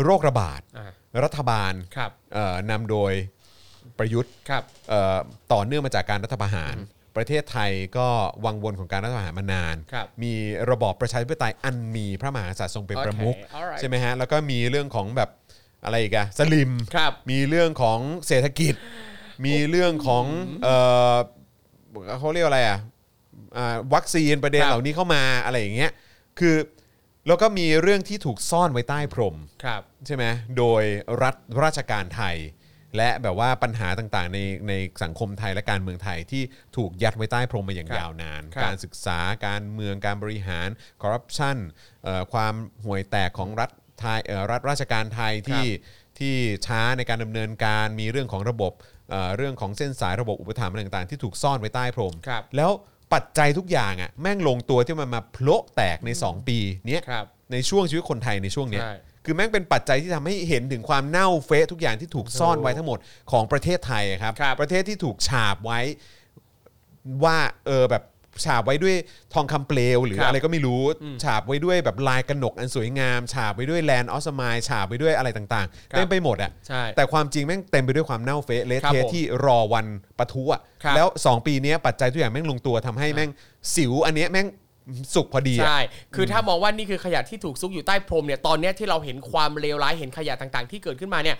S2: โรคระบาด
S4: อ่า
S2: รัฐบาล
S4: ครับ
S2: เอ่อนำโดยประยุทธ์
S4: ครับ
S2: เอ่อต่อเนื่องมาจากการรัฐประหาร ประเทศไทยก็วังวนของการรัฐประหารมานาน
S4: ครับ
S2: มีระบอบประชาธิปไตยอันมีพระมหากษัตริย์ทรงเป็น
S4: โอเค
S2: ประมุข
S4: alright
S2: ใช่ไหมฮะ แล้วก็มีเรื่องของแบบอะไรอีกอะสลิม
S4: ครับ
S2: มีเรื่องของเศรษฐกิจ มีเรื่องของเอ่อเขาเรียกอะไรอะอ่าวัคซีนประเด็น
S4: ครับ
S2: เหล่านี้เข้ามาอะไรอย่างเงี้ย คือแล้วก็มีเรื่องที่ถูกซ่อนไว้ใต้พรม
S4: ครับ
S2: ใช่ไหมโดยรัฐราชการไทย และแบบว่าปัญหาต่างๆ ในในสังคมไทยและการเมืองไทยที่ถูกยัดไว้ใต้พรมมาอย่าง
S4: ครับ
S2: ยาวนาน
S4: ครับ
S2: การศึกษาการเมืองการบริหารคอร์รัปชันความห่วยแตกของรัฐไทยเอ่อรัฐราชการไทยที่ที่ช้าในการดำเนินการมีเรื่องของระบบเอ่อเรื่องของเส้นสายระบบอุปถัมภ์อะไรต่างๆ ที่ถูกซ่อนไว้ใต้พรม
S4: ครับ
S2: แล้วปัจจัยทุกอย่างอ่ะแม่งลงตัวที่มันมาโผละแตกในสองปีเนี้ย
S4: ครับ
S2: ในช่วงชีวิตคนไทยในช่วงเนี้ย
S4: ใช่
S2: คือแม่งเป็นปัจจัยที่ทำให้เห็นถึงความเน่าเฟะทุกอย่างที่ถูกซ่อนไว้ทั้งหมดของประเทศไทยอะครับ
S4: ครับ
S2: ประเทศที่ถูกฉาบไว้ว่าเออแบบฉาบไว้ด้วยทองคำเปลว หรือ
S4: ครับ
S2: อะไรก็ไม่รู้ฉาบไว้ด้วยแบบลายกระหนกอันสวยงาม ฉาบไว้ด้วยแลนด์ออสมายฉาบไว้ด้วยอะไรต่างๆ
S4: ครับ
S2: เต็มไปหมดอ่ะ
S4: ใช่
S2: แต่ความจริงแม่งเต็มไปด้วยความเน่าเฟะเละ
S4: ครับ
S2: เทะ
S4: ผม
S2: ที่รอวันปะทุอ่ะ
S4: ครับ
S2: แล้ว 2 ปีเนี้ยปัจจัยทุกอย่างแม่งลงตัวทำให้แม่งสิวอันเนี้ยแม่งสุกพอดีอะ
S4: ใช่ คือถ้ามองว่านี่คือขยะที่ถูกซุกอยู่ใต้พรมเนี่ย ตอนเนี้ยที่เราเห็นความเลวร้าย เห็นขยะต่างๆ ที่เกิดขึ้นมาเนี่ย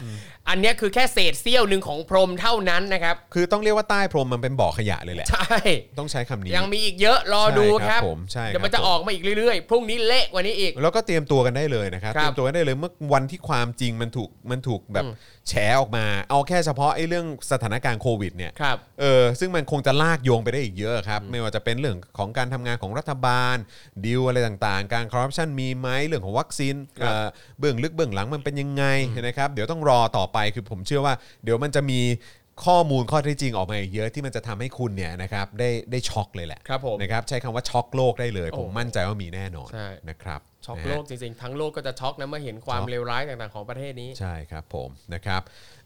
S4: อันเนี้ยคือแค่เศษเสี้ยวหนึ่งของพรมเท่านั้นนะครับ
S2: คือต้องเรียกว่าใต้พรมมันเป็นบ่อขยะเลยแหละ
S4: ใช่
S2: ต้องใช้คำนี้
S4: ยังมีอีกเยอะรอดูค
S2: ใช่ครั
S4: รั
S2: บบ ผมใช่
S4: เดี๋ยวมัน
S2: ครับ
S4: จะออกมาอีกเรื่อยๆ พรุ่งนี้เละกว่านี้อีก
S2: แล้วก็เตรียมตัวกันได้เลยนะครับ
S4: ครับ
S2: เตรียมตัวกันได้เลยเมื่อวันที่ความจริงมันถูกมันถูกแบบ
S4: อืม
S2: แฉออกมา เอาแค่เฉพาะไอ้เรื่องสถานการณ์โควิดเนี่ย
S4: ครับ
S2: เออซึ่งมันคงจะลากโยงไปได้อีกเยอะครับ ไม่ว่าจะเป็นเรื่องของการทำงานของรัฐบาลดีลอะไรต่างๆ การคอร์รัปชันมีไหมเรื่องของวัคซีน
S4: ครับ
S2: เอ่อเบื้องลึกเบื้องหลังมันเป็นยังไงนะครับเดี๋ยวต้องรอต่อไปคือผมเชื่อว่า เดี๋ยวมันจะมีข้อมูลข้อเท็จจริงออกมาอีกเยอะที่มันจะทำให้คุณเนี่ยนะครับได้ได้ช็อกเลยแหละ
S4: ครับผม
S2: นะครับใช้คำว่าช็อกโลกได้เลย
S4: โอ้
S2: ผมมั่นใจว่ามีแน่นอน
S4: ใช่
S2: นะครับ
S4: ช็อก
S2: นะฮะ
S4: โลกจริงๆ ทั้งโลกก็จะช็อกนะเมื่อเห็นความเลวร้ายต่างๆของประเทศนี้
S2: ใช่ครับผมนะครับ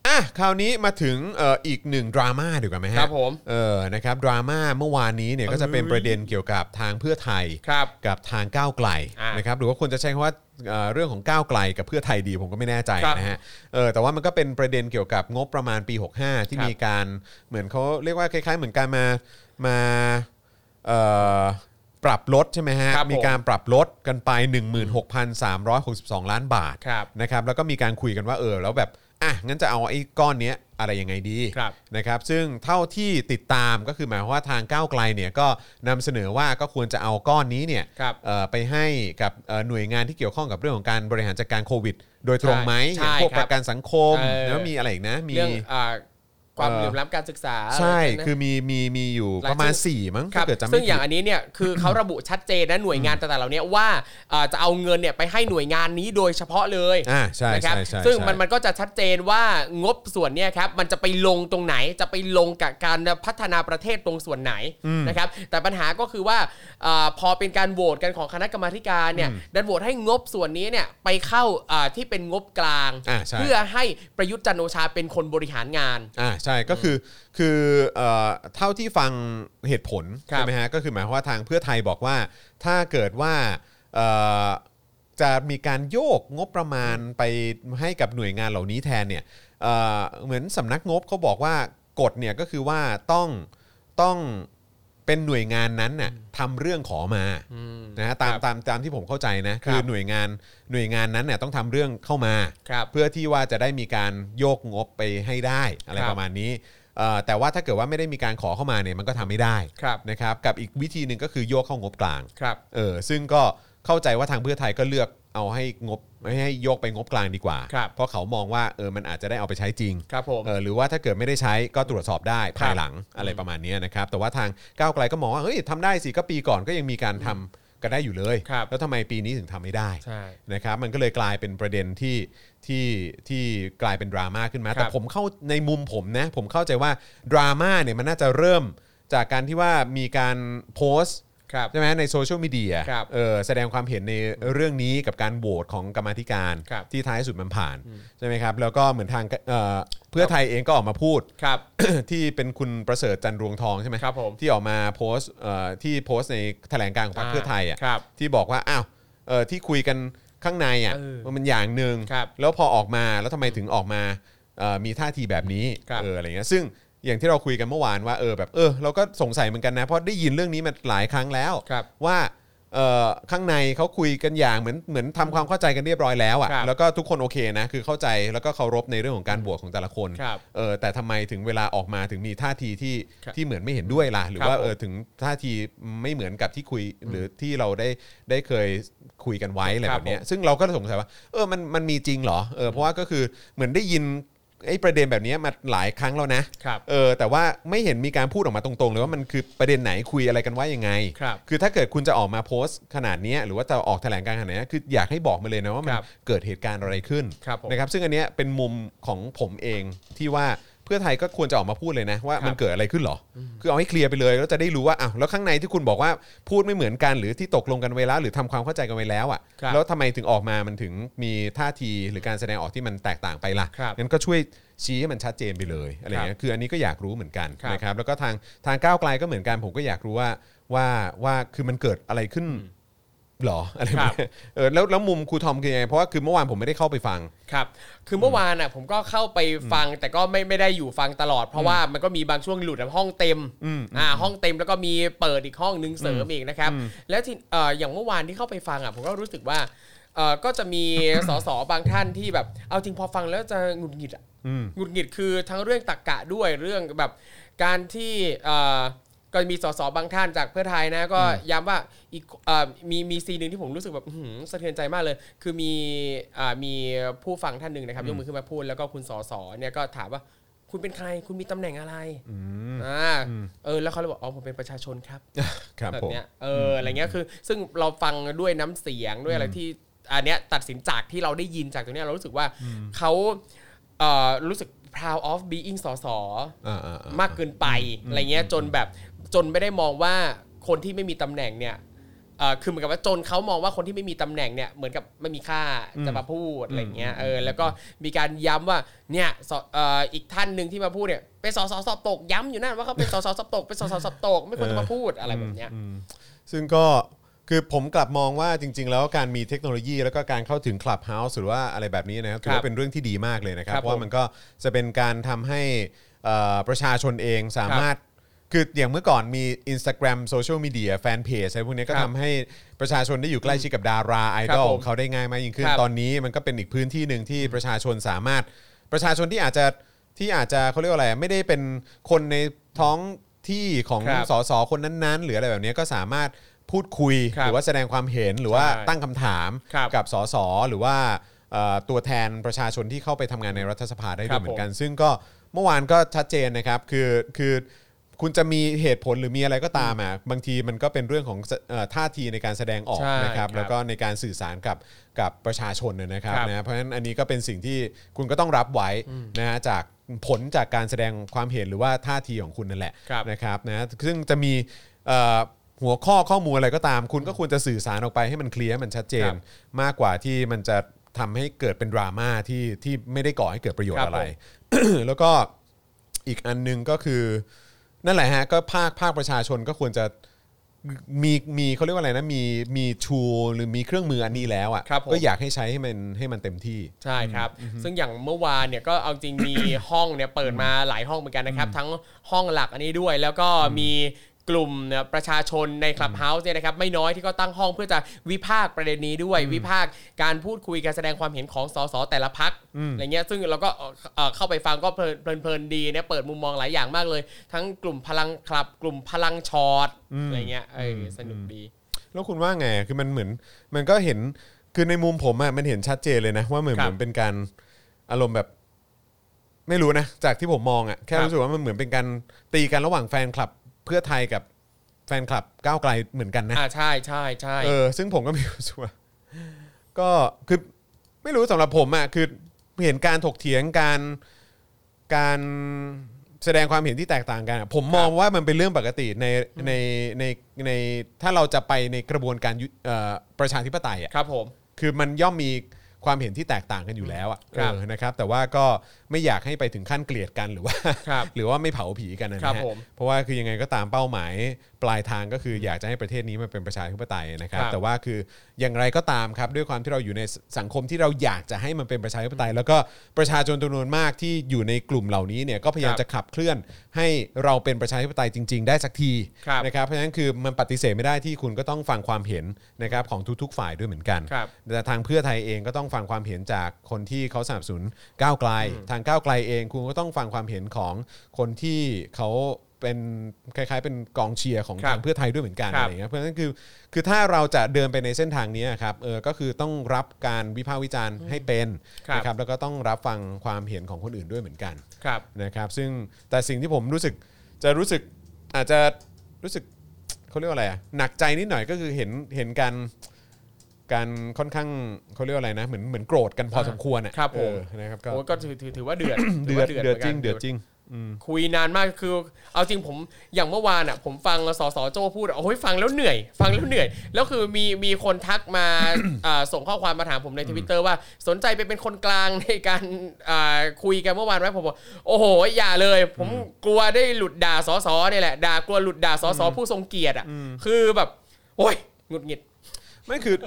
S2: อ่ะคราวนี้มาถึงเอ่ออีกหนึ่งดราม่าดีกว่าไหมฮะ
S4: ครับผม
S2: เออนะครับดราม่าเมื่อวานนี้เนี่ยก็จะเป็น
S4: เอ้ย
S2: ประเด็นเกี่ยวกับทางเพื่อไทย
S4: ครับ
S2: กับทางก้าวไกล
S4: อ่าน
S2: นะครับหรือว่าควรจะใช้คำว่าเอ่อเรื่องของก้าวไกลกับเพื่อไทยดีผมก็ไม่แน่ใจ
S4: ครับ
S2: นะฮะเออแต่ว่ามันก็เป็นประเด็นเกี่ยวกับงบประมาณปี 65 ที่
S4: ครับ
S2: มีการเหมือนเขาเรียกว่าคล้าย ๆ เหมือนการมามาเอ่อปรับลดใช่ไหมฮะ
S4: ครับผม
S2: มีการปรับลดกันไป 16,362 ล้านบาท
S4: ครับ
S2: นะครับแล้วก็มีการคุยกันว่าเออแล้วแบบอ่ะงั้นจะเอาไอ้ก้อนเนี้ยอะไรยังไงดี
S4: ครับ
S2: นะครับซึ่งเท่าที่ติดตามก็คือหมายความว่าทางก้าวไกลเนี่ยก็นำเสนอว่าก็ควรจะเอาก้อนนี้เนี่ย
S4: ครับ
S2: เอ่อไปให้กับเอ่อหน่วยงานที่เกี่ยวข้องกับเรื่องของการบริหารจัดการโควิด โดยตรงไหม
S4: ใช่
S2: อย่างพวก
S4: ค
S2: ป
S4: รับ
S2: ระกันสังคม
S4: เออ
S2: แล้วมีอะไรอีกนะมี
S4: เรื่องอ่าความ
S2: เอ่อ
S4: เหลื่อมล้ำการศึกษาะ
S2: ใช่
S4: ไรนะ
S2: คือมีมีมีอยู่
S4: หลาย
S2: ประมาณ
S4: ชื่อ
S2: 4 มั้ง
S4: ครั
S2: ถ้า
S4: บ
S2: เกิดจำไม่
S4: ซึ่ง
S2: ผิ
S4: อย่าง
S2: ด
S4: อันนี้เนี่ย คือ เขาระบุชัดเจนนะหน่วยง านต่างๆเหล่านี้ว่าเอ่อจะเอาเงินเนี่ยไปให้หน่วยงานนี้โดยเฉพาะเลย
S2: อ่าใช่
S4: นะครับ
S2: ใช่ใช่
S4: ซึ่ง
S2: ใช่
S4: มันมันก็จะชัดเจนว่างบส่วนเนี่ยครับมันจะไปลงตรงไหนจะไปลงกับการพัฒนาประเทศตรงส่วนไหน
S2: อืม
S4: นะครับแต่ปัญหาก็คือว่าเอ่อพอเป็นการโหวตกันของคณะกรรมาธิการเนี่ยดันโหวตให้งบส่วนนี้เนี่ยไปเข้าเอ่อที่เป็นงบกลาง
S2: อ่าใช่
S4: เพื่อให้ประยุทธ์จันทร์โอชาเป็นคนบริหารงาน
S2: อ่าใช่ ช่ก็คืออคือเอ่อเท่าที่ฟังเหตุผล
S4: ครับ
S2: ใช่ไหมฮะก็คือหมายความว่าทางเพื่อไทยบอกว่า ถ้าเกิดว่าเอ่อจะมีการโยกงบประมาณไปให้กับหน่วยงานเหล่านี้แทนเนี่ยเอ่อเหมือนสำนักงบเขาบอกว่ากฎเนี่ยก็คือว่าต้องต้องเป็นหน่วยงานนั้นน่ะทำเรื่องขอมานะฮะตาม
S4: ครับ
S2: ตามตามที่ผมเข้าใจนะ
S4: ครั
S2: คือบ หน่วยงานหน่วยงานนั้นเนี่ยต้องทำเรื่องเข้ามา
S4: ครับ
S2: เพื่อที่ว่าจะได้มีการโยกงบไปให้ได้อะไร
S4: ครับ
S2: ประมาณนี้เอ่อแต่ว่าถ้าเกิดว่าไม่ได้มีการขอเข้ามาเนี่ยมันก็ทำไม่ได้
S4: ครับ
S2: นะครับกับอีกวิธีหนึ่งก็คือโยกเข้างบกลาง
S4: ครับ
S2: เออซึ่งก็เข้าใจว่าทางเพื่อไทยก็เลือกเอาให้งบไม่ให้โยกไปงบกลางดีกว่า
S4: ครับ
S2: เพราะเขามองว่าเออมันอาจจะได้เอาไปใช้จริง
S4: ครับผม
S2: เออหรือว่าถ้าเกิดไม่ได้ใช้ก็ตรวจสอบได้
S4: ครับ
S2: ภายหลังอะไรประมาณเนี้ยนะครับ แต่ว่าทางก้าวไกลก็มองว่าเฮ้ยทำได้สิก็ปีก่อนก็ยังมีการทำกันได้อยู่เลย
S4: ครับ
S2: แล้วทำไมปีนี้ถึงทำไม่ได้
S4: ใช่
S2: นะครับมันก็เลยกลายเป็นประเด็นที่ที่ที่กลายเป็นดราม่าขึ้น
S4: ค
S2: มา
S4: รับ
S2: แต่ผมเข้าในมุมผมนะผมเข้าใจว่าดราม่าเนี่ยมันน่าจะเริ่มจากการที่ว่ามีการโพสต์
S4: ครับ
S2: ใช่ไหมในโซเชียลมีเดีย
S4: ครับ
S2: เออแสดงความเห็นในเรื่องนี้กับการโหวตของกรรมาธิการ
S4: ครับ
S2: ที่ท้ายสุดมันผ่านใช่ไหมครับแล้วก็เหมือนทางเอ่อเพื่อ
S4: ครับ
S2: ไทยเองก็ออกมาพูด
S4: ครับ
S2: ที่เป็นคุณประเสริฐจันทร์รวงทองใช่ไหม
S4: ครับผม
S2: ที่ออกมาโพสต์เอ่อที่โพสต์ในแถลงการณ์ของพรรคเพื่อไทยอ่ะ
S4: ครับ
S2: ที่บอกว่าอ้าวเออที่คุยกันข้างในอ่ะ
S4: เออ
S2: มันเป็นอย่างหนึ่ง
S4: ครับ
S2: แล้วพอออกมาแล้วทำไมถึงออกมาเอ่อมีท่าทีแบบนี้
S4: ครับ
S2: เอออะไรเงี้ยซึ่งอย่างที่เราคุยกันเมื่อวานว่าเออแบบเออเราก็สงสัยเหมือนกันนะเพราะได้ยินเรื่องนี้มาหลายครั้งแล้ว
S4: ครับ
S2: ว่าเอ่อข้างในเขาคุยกันอย่างเหมือนเหมือนทำความเข้าใจกันเรียบร้อยแล้ว
S4: ครั
S2: อะ่ะ
S4: บ
S2: แล้วก็ทุกคนโอเคนะคือเข้าใจแล้วก็เคารพในเรื่องของการบวชของแต่ละคน
S4: ครับ
S2: เออแต่ทำไมถึงเวลาออกมาถึงมีท่าทีที่
S4: ครับ
S2: ที่เหมือนไม่เห็นด้วยล่ะหรือ
S4: ครับ
S2: ว่า
S4: ผม
S2: เออถึงท่าทีไม่เหมือนกับที่คุยหรือที่เราได้ได้เคยคุยกันไว้ อะไร
S4: ครั
S2: แบบ บเนี้ยซึ่งเราก็สงสัยว่า เออ มัน มันมีจริงเหรอ เออ เพราะว่าก็คือ เหมือนได้ยินไอ้ประเด็นแบบเนี้ยมาหลายครั้งแล้วนะ
S4: ครับ
S2: เออ แต่ว่าไม่เห็นมีการพูดออกมาตรงๆเลยว่ามันคือประเด็นไหนคุยอะไรกันว่ายังไง
S4: ครับ
S2: อถ้าเกิดคุณจะออกมาโพสต์ขนาดเนี้ยหรือว่าจะออกแถลงการณ์ขนาดเนี้ยคืออยากให้บอกมาเลยนะว่ามัน
S4: ครับ
S2: เกิดเหตุการณ์อะไรขึ้น
S4: ครับผม
S2: นะครับ ซึ่งอันเนี้ยเป็นมุมของผมเองที่ว่าเพื่อไทยก็ควรจะออกมาพูดเลยนะว่า
S4: ครับ
S2: มันเกิดอะไรขึ้นเหรอ คือเอาให้เคลียร์ไปเลยแล้วจะได้รู้ว่าอ้าวแล้วข้างในที่คุณบอกว่าพูดไม่เหมือนกันหรือที่ตกลงกันไว้แล้ว หรือทำความเข้าใจกันไว้แล้วอ่ะ
S4: ครับ
S2: แล้วทำไมถึงออกมามันถึงมีท่าทีหรือการแสดงออกที่มันแตกต่างไป
S4: ครั
S2: ละ่ะ
S4: บ
S2: งั้นก็ช่วยชี้ให้มันชัดเจนไปเลยอะไรเงี้ยคืออันนี้ก็อยากรู้เหมือนกัน
S4: ครับ
S2: นะครับแล้วก็ทางทางก้าวไกลก็เหมือนกันผมก็อยากรู้ว่าว่าว่าคือมันเกิดอะไรขึ้นหรออะไร
S4: ครับ
S2: เงี้ยเออแล้วแล้วมุมครูทอมคือยังไงเพราะว่าคือเมื่อวานผมไม่ได้เข้าไปฟัง
S4: ครับ คือเมื่อวานอ่ะผมก็เข้าไปฟังแต่ก็ไม่ไม่ได้อยู่ฟังตลอด เพราะว่ามันก็มีบางช่วงหลุดอะห้องเต็ม
S2: อืม
S4: อ่าห้องเต็มแล้วก็มีเปิดอีกห้องนึงเสริมอีกนะครับ แล้วที่เอ่ออย่างเมื่อวานที่เข้าไปฟังอ่ะผมก็รู้สึกว่าเอ่อก็จะมี สสบางท่านที่แบบ เอาจริงพอฟังแล้วจะหงุดหงิดอ่ะ
S2: อืม
S4: หงุดหงิดคือทั้งเรื่องตรกกะด้วยเรื่องแบบการที่เอ่อก็มีสสบางท่านจากเพื่อไทยนะก็ย้ำว่าอีกเอ่อมีมีซีนหนึ่งที่ผมรู้สึกแบบอื้อหือสะเทือนใจมากเลย คือมีอ่ามีผู้ฟังท่านหนึ่งนะครับยกมือขึ้นมาพูดแล้วก็คุณสสเนี่ยก็ถามว่าคุณเป็นใครคุณมีตำแหน่งอะไรอ่าเออแล้วเขาเลยบอกอ๋อผมเป็นประชาชนครับ
S2: ครับ
S4: แบบ
S2: ผม
S4: เนี้ยเอออะไรเงี้ยคือซึ่งเราฟังด้วยน้ำเสียงด้วยอะไรที่อันเนี้ยตัดสินจากที่เราได้ยินจากตรงเนี้ยเรารู้สึกว่าเขาเอ่อรู้สึก proud of being สส
S2: อ่าๆๆ
S4: มากเกินไปอะไรเงี้ยจนแบบจนไม่ได้มองว่าคนที่ไม่มีตำแหน่งเนี่ยเอ่อคือเหมือนกับว่าจนเขามองว่าคนที่ไม่มีตำแหน่งเนี่ยเหมือนกับไม่มีค่าจะมาพูดอะไรเงี้ยเออแล้วก็มีการย้ำว่าเนี่ยสเอ่ออีกท่านหนึ่งที่มาพูดเนี่ยเป็นสสสอบตกย้ำอยู่นั่นว่าเขาเป็นสสสอบตกเป็นสสสอบตกไม่ควรจะมาพูดอะไรแบบเนี้ย
S2: ซึ่งก็คือผมกลับมองว่าจริง ๆ แล้วการมีเทคโนโลยีแล้วก็การเข้าถึง Clubhouse หรือว่าอะไรแบบนี้นะครับถือว่าเป็นเรื่องที่ดีมากเลยนะครับ
S4: ครับ
S2: เพราะว่ามันก็จะเป็นการทำให้เอ่อประชาชนเองสามารถ คืออย่างเมื่อก่อนมี Instagram โซเชียลมีเดียแฟนเพจอะไรพวกนี้ก็
S4: ครับ
S2: ทำให้ประชาชนได้อยู่ใกล้ชิดกับดาราไอดอล
S4: ผม
S2: ของเขาได้ง่ายมากยิ่งขึ้น
S4: ครับ
S2: ตอนนี้มันก็เป็นอีกพื้นที่หนึ่งที่ประชาชนสามารถประชาชนที่อาจจะที่อาจจะเขาเรียกว่าอะไรไม่ได้เป็นคนในท้องที่ของ
S4: ครับ
S2: สสคนนั้นๆ หรืออะไรแบบนี้ก็สามารถพูดคุย
S4: ครับ
S2: หรือว่าแสดงความเห็นหรือว่า
S4: ใช่
S2: ตั้งคำถาม
S4: ครับ
S2: กับสสหรือว่าเอ่อตัวแทนประชาชนที่เข้าไปทำงานในรัฐสภาได้
S4: ค
S2: ด้
S4: รั
S2: ว
S4: บ
S2: ยเหมือนกัน ซึ่งก็เมื่อวานก็ชัดเจนนะครับคือคือคุณจะมีเหตุผลหรือมีอะไรก็ตามอ่ะบางทีมันก็เป็นเรื่องของเอ่อท่าทีในการแสดงออก
S4: ใช่
S2: นะครับ
S4: ครับ
S2: แล้วก็ในการสื่อสารกับกับประชาชนนะนะครับ
S4: ครับ
S2: นะเพราะฉะนั้นอันนี้ก็เป็นสิ่งที่คุณก็ต้องรับไว้นะฮะจากผลจากการแสดงความเห็นหรือว่าท่าทีของคุณนั่นแหละ
S4: ครับ
S2: นะครับนะซึ่งจะมีเอ่อหัวข้อข้อมูลอะไรก็ตาม คุณก็ควรจะสื่อสารออกไปให้มันเคลียร์ให้มันชัดเจ
S4: ค
S2: น
S4: รับ
S2: มากกว่าที่มันจะ ทำให้เกิดเป็นดราม่าที่ที่ไม่ได้ก่อให้เกิดประโยชน์
S4: ครับ
S2: อะไร แล้วก็ อีกอันหนึงก็คือ นั่นแหละฮะก็ภาคภาคประชาชนก็ควรจะมีมีเขาเรียกว่าอะไรนะมีมีชูหรือมีเครื่องมืออันนี้แล้ว
S4: ครั
S2: อะ่ะ
S4: บผม
S2: ก็อยากให้ใช้ให้มันให้มันเต็มที่
S4: ใช่ครับ ซึ่งอย่างเมื่อวานเนี่ยก็เอาจริงมี ห้องเนี่ยเปิดมาหลายห้องเหมือนกันนะครับ ทั้งห้องหลักอันนี้ด้วย แล้วก็มีกลุ่มเนี่ยประชาชนในคลับเฮาส์เนี่ยนะครับไม่น้อยที่ก็ตั้งห้องเพื่อจะวิพากษ์ประเด็นนี้ด้วย วิพากษ์การพูดคุยการแสดงความเห็นของสสแต่ละพักอะไรเงี้ยซึ่งเราก็เอ่อเอ่อเข้าไปฟังก็เพลินเพลินเพลินดีเนี่ยเปิดมุมมองหลายอย่างมากเลย ทั้งกลุ่มพลังคลับ กลุ่มพลังชอตอะไรเงี้ยเอออสนุกดี
S2: แล้วคุณว่าไง คือมันเหมือน มันก็เห็น คือในมุมผมอะมันเห็นชัดเจนเลยนะ ว่าเหมือน
S4: ครั
S2: เห
S4: บ
S2: มือนเป็นการอารมณ์แบบ ไม่รู้นะ จากที่ผมมองอะแค่
S4: ครับ
S2: รู้สึกว่ามันเหมือนเป็นการตีกันระหว่างแฟนคลับ เพื่อไทยกับแฟนคลับก้าวไกลเหมือนกันนะ
S4: อ่าใช่ใช่ใช่
S2: เออ ซึ่งผมก็มีรู้สึกว่าก็คือไม่รู้สำหรับผมอะคือเห็นการถกเถียงการการแสดงความเห็นที่แตกต่างกันอะผมมองว่ามันเป็นเรื่องปกติในในในในถ้าเราจะไปในกระบวนการยุเอ่อประชาธิปไตยอะ
S4: ครับผม
S2: คือมันย่อมมีความเห็นที่แตกต่างกันอยู่แล้วอ่ะ
S4: ครับ
S2: เออนะครับ แต่ว่าก็ไม่อยากให้ไปถึงขั้นเกลียดกันหรือว่า
S4: ครับ
S2: หรือว่าไม่เผาผีกันนะ
S4: ครับ
S2: นะฮะ
S4: ผม
S2: เพราะว่าคือยังไงก็ตามเป้าหมาย ปลายทางก็คืออยากจะให้ประเทศนี้มันเป็นประชาธิปไตยนะครับ
S4: ครับ
S2: แต่ว่าคืออย่างไรก็ตามครับ ด้วยความที่เราอยู่ในสังคมที่เราอยากจะให้มันเป็นประชาธิปไตย แล้วก็ประชาชนจำนวนมากที่อยู่ในกลุ่มเหล่านี้เนี่ยก็พยายา
S4: ค
S2: ม
S4: รับ
S2: จะขับเคลื่อนให้เราเป็นประชาธิปไตยจริง ๆ ได้สักที
S4: ครับ
S2: นะครับเพราะฉะนั้นคือมันปฏิเสธไม่ได้ที่คุณก็ต้องฟังความเห็นนะครับของทุกๆ ฝ่ายด้วยเหมือนกัน
S4: ครับ
S2: แต่ทางเพื่อไทยเองก็ต้องฟังความเห็นจากคนที่เขาสนับสนุนก้าวไกล ทางก้าวไกลเองคุณก็ต้องฟังความเห็นของคนที่เขาเป็นคล้ายๆ เป็นกองเชียร์ของ
S4: ครับ
S2: ทางเพื่อไทยด้วยเหมือนกัน
S4: ครั
S2: อะ
S4: บ
S2: ไรเงี้ยเพราะฉะนั้นคือคือถ้าเราจะเดินไปในเส้นทางนี้ครับเออก็คือต้องรับการวิพากษ์วิจารณ์ให้เป็น
S4: ครับ
S2: นะครับแล้วก็ต้องรับฟังความเห็นของคนอื่นด้วยเหมือนกัน
S4: ครับ
S2: นะครับซึ่งแต่สิ่งที่ผมรู้สึกจะรู้สึกอาจจะรู้สึกเขาเรียกว่าอะไรอะหนักใจนิดหน่อยก็คือเห็นเห็นการการค่อนข้างเขาเรียกว่าอะไรนะเหมือนเหมือนโกรธกันพอสมควรอะ
S4: ครับผม
S2: เออนะครับก็
S4: โอ้ก็ถือถือถือว่าเดื อด
S2: เดือด
S4: ถืว่า
S2: เดือด
S4: หมืน
S2: จ
S4: กั
S2: ริ
S4: น
S2: งเดือดจริง
S4: คุยนานมากคือ เอาจริงผมอย่างเมื่อวานอ่ะ ผมฟังสสโจพูดอะโอ้ยฟังแล้วเหนื่อย ฟังแล้วเหนื่อย แล้วคือมีมีคนทักมา อ่าส่งข้อความมาถามผมในทวิตเตอร์ว่าสนใจไปเป็นคนกลาง ในการอ่าคุยกันเมื่อวานไหมผมบอกโอ้โหอย่าเลย ผมกลัวได้หลุดด่าสสเนี่ยแหละด่ากลัวหลุดด่าสสผู้ทรงเกียรติอ่ะคือแบบโอ้ยหงุดหงิด
S2: ไม่คือ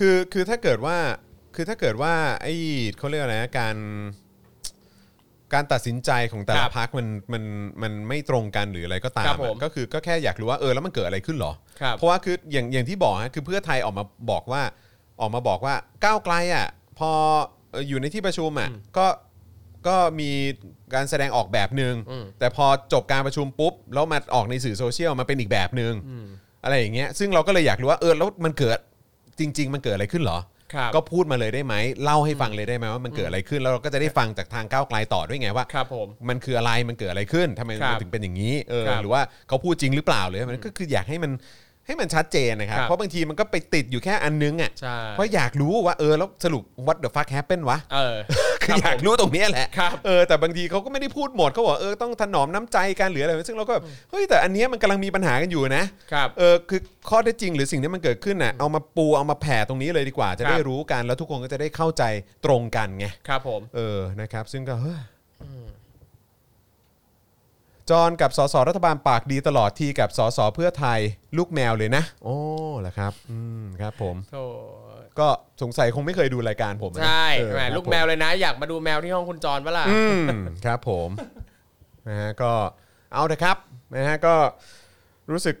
S2: คือคือถ้าเกิดว่าคือถ้าเกิดว่าไอ้เขาเรียกอะไรนะการการตัดสินใจของแต่
S4: ค
S2: ละ
S4: รับ
S2: พักมันมันมันไม่ตรงกันหรืออะไรก็ตา
S4: ครั
S2: ม
S4: บผม
S2: อะก็คือก็แค่อยากรู้ว่าเออแล้วมันเกิดอะไรขึ้นเหรอ
S4: ครับ
S2: เพราะว่าคืออย่างอย่างที่บอกฮะคือเพื่อไทยออกมาบอกว่าออกมาบอกว่าก้าวไกลอ่ะพอเอ่ออยู่ในที่ประชุมอ่ะก็ก็มีการแสดงออกแบบหนึง่ง
S4: อืม
S2: แต่พอจบการประชุมปุ๊บแล้วมาออกในสื่อโซเชียลมาเป็นอีกแบบหนึง่ง อะไรอย่างเงี้ยซึ่งเราก็เลยอยากรู้ว่าเออแล้วมันเกิดจริง ๆ มันเกิดอะไรขึ้นเหรอ
S4: ครับ
S2: ก็พูดมาเลยได้ไหมเล่าให้ฟังเลยได้ไหมว่ามันเกิดอะไรขึ้นแล้วเราก็จะได้ฟังจากทางก้าวไกลต่อด้วยไงว่า
S4: ครับผม
S2: มันคืออะไรมันเกิดอะไรขึ้นทำไม
S4: ครั
S2: มัน
S4: บ
S2: ถึงเป็นอย่างนี้เออ
S4: ครับ
S2: หรือว่าเขาพูดจริงหรือเปล่าหรือมันก็คืออยากให้มันให้มันชัดเจนนะครับ
S4: ครับ
S2: เพราะบางทีมันก็ไปติดอยู่แค่อันนึงอ่ะ
S4: ใช่
S2: เพราะอยากรู้ว่าเออแล้วสรุป what the fuck happen วะ
S4: เออ
S2: คือ
S4: รับ
S2: อยา
S4: ผ
S2: ก
S4: ม
S2: รู้ตรงเนี้ยแหละ
S4: ครับ
S2: เออ แต่บางทีเขาก็ไม่ได้พูดหมดเขาบอกเออต้องถนอมน้ำใจกันหรืออะไร ซึ่งเราก็แบบ เฮ้ย แต่อันเนี้ยมันกำลังมีปัญหากันอยู่นะ
S4: ครับ
S2: เออ คือข้อเท็จจริงหรือสิ่งที่มันเกิดขึ้นน่ะ เอามาปูเอามาแผ่ตรงนี้เลยดีกว่า จะได้
S4: ครับ
S2: รู้กัน แล้วทุกคนก็จะได้เข้าใจตรงกันไง
S4: ครับผม
S2: เออ นะครับ ซึ่งก็เฮ้ยจอนกับสสรัฐบาลปากดีตลอดทีกับสสเพื่อไทยลูกแมวเลยนะ โอ้ล่ะครับ อืม ครับผม
S4: โธ
S2: ก็สงสัยคงไม่เคยดูรายการผมนะ
S4: ใช่
S2: เออ
S4: แหม
S2: ครับ
S4: ลูก
S2: ผ
S4: แมวเลยนะ อยากมาดูแมวที่ห้องคุณจรเวล่ะ
S2: อืมครับผมนะฮะก็เอาเถอะครับนะฮะก็รู้สึก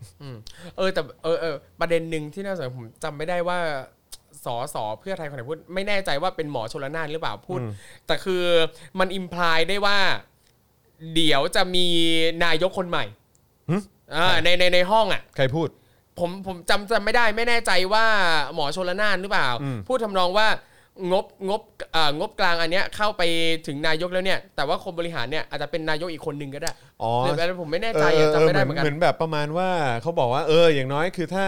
S4: เออแต่เออเออประเด็นหนึ่งที่น่าสนใจผมจำไม่ได้ว่าสอสอเพื่อไทยคนไหนพูดไม่แน่ใจว่าเป็นหมอชลนานหรือเปล่าพูด แต่คือมันอิมพลายได้ว่า เดี๋ยวจะมีนายกคนใหม่
S2: หึ
S4: อ่าในในในห้องอ่ะ
S2: ใครพูด
S4: ผมผมจำจำไม่ได้ไม่แน่ใจว่าหมอชลนานหรือเปล่า
S2: อืม
S4: พูดทำนองว่างบงบเอ่องบกลางอันเนี้ยเข้าไปถึงนายกแล้วเนี่ย แต่ว่าคนบริหารเนี่ยอาจจะเป็นนายกอีกคนหนึ่งก็ได้
S2: อ๋อ
S4: หรืออะไรผมไม่แน่
S2: เอ
S4: ใจ
S2: อ
S4: อะ
S2: เอ
S4: จำ
S2: อ
S4: ไม่
S2: เหมื
S4: ได้
S2: อน
S4: เหมือนกัน
S2: เหมือนแบบประมาณว่าเขาบอกว่าเอออย่างน้อยคือถ้า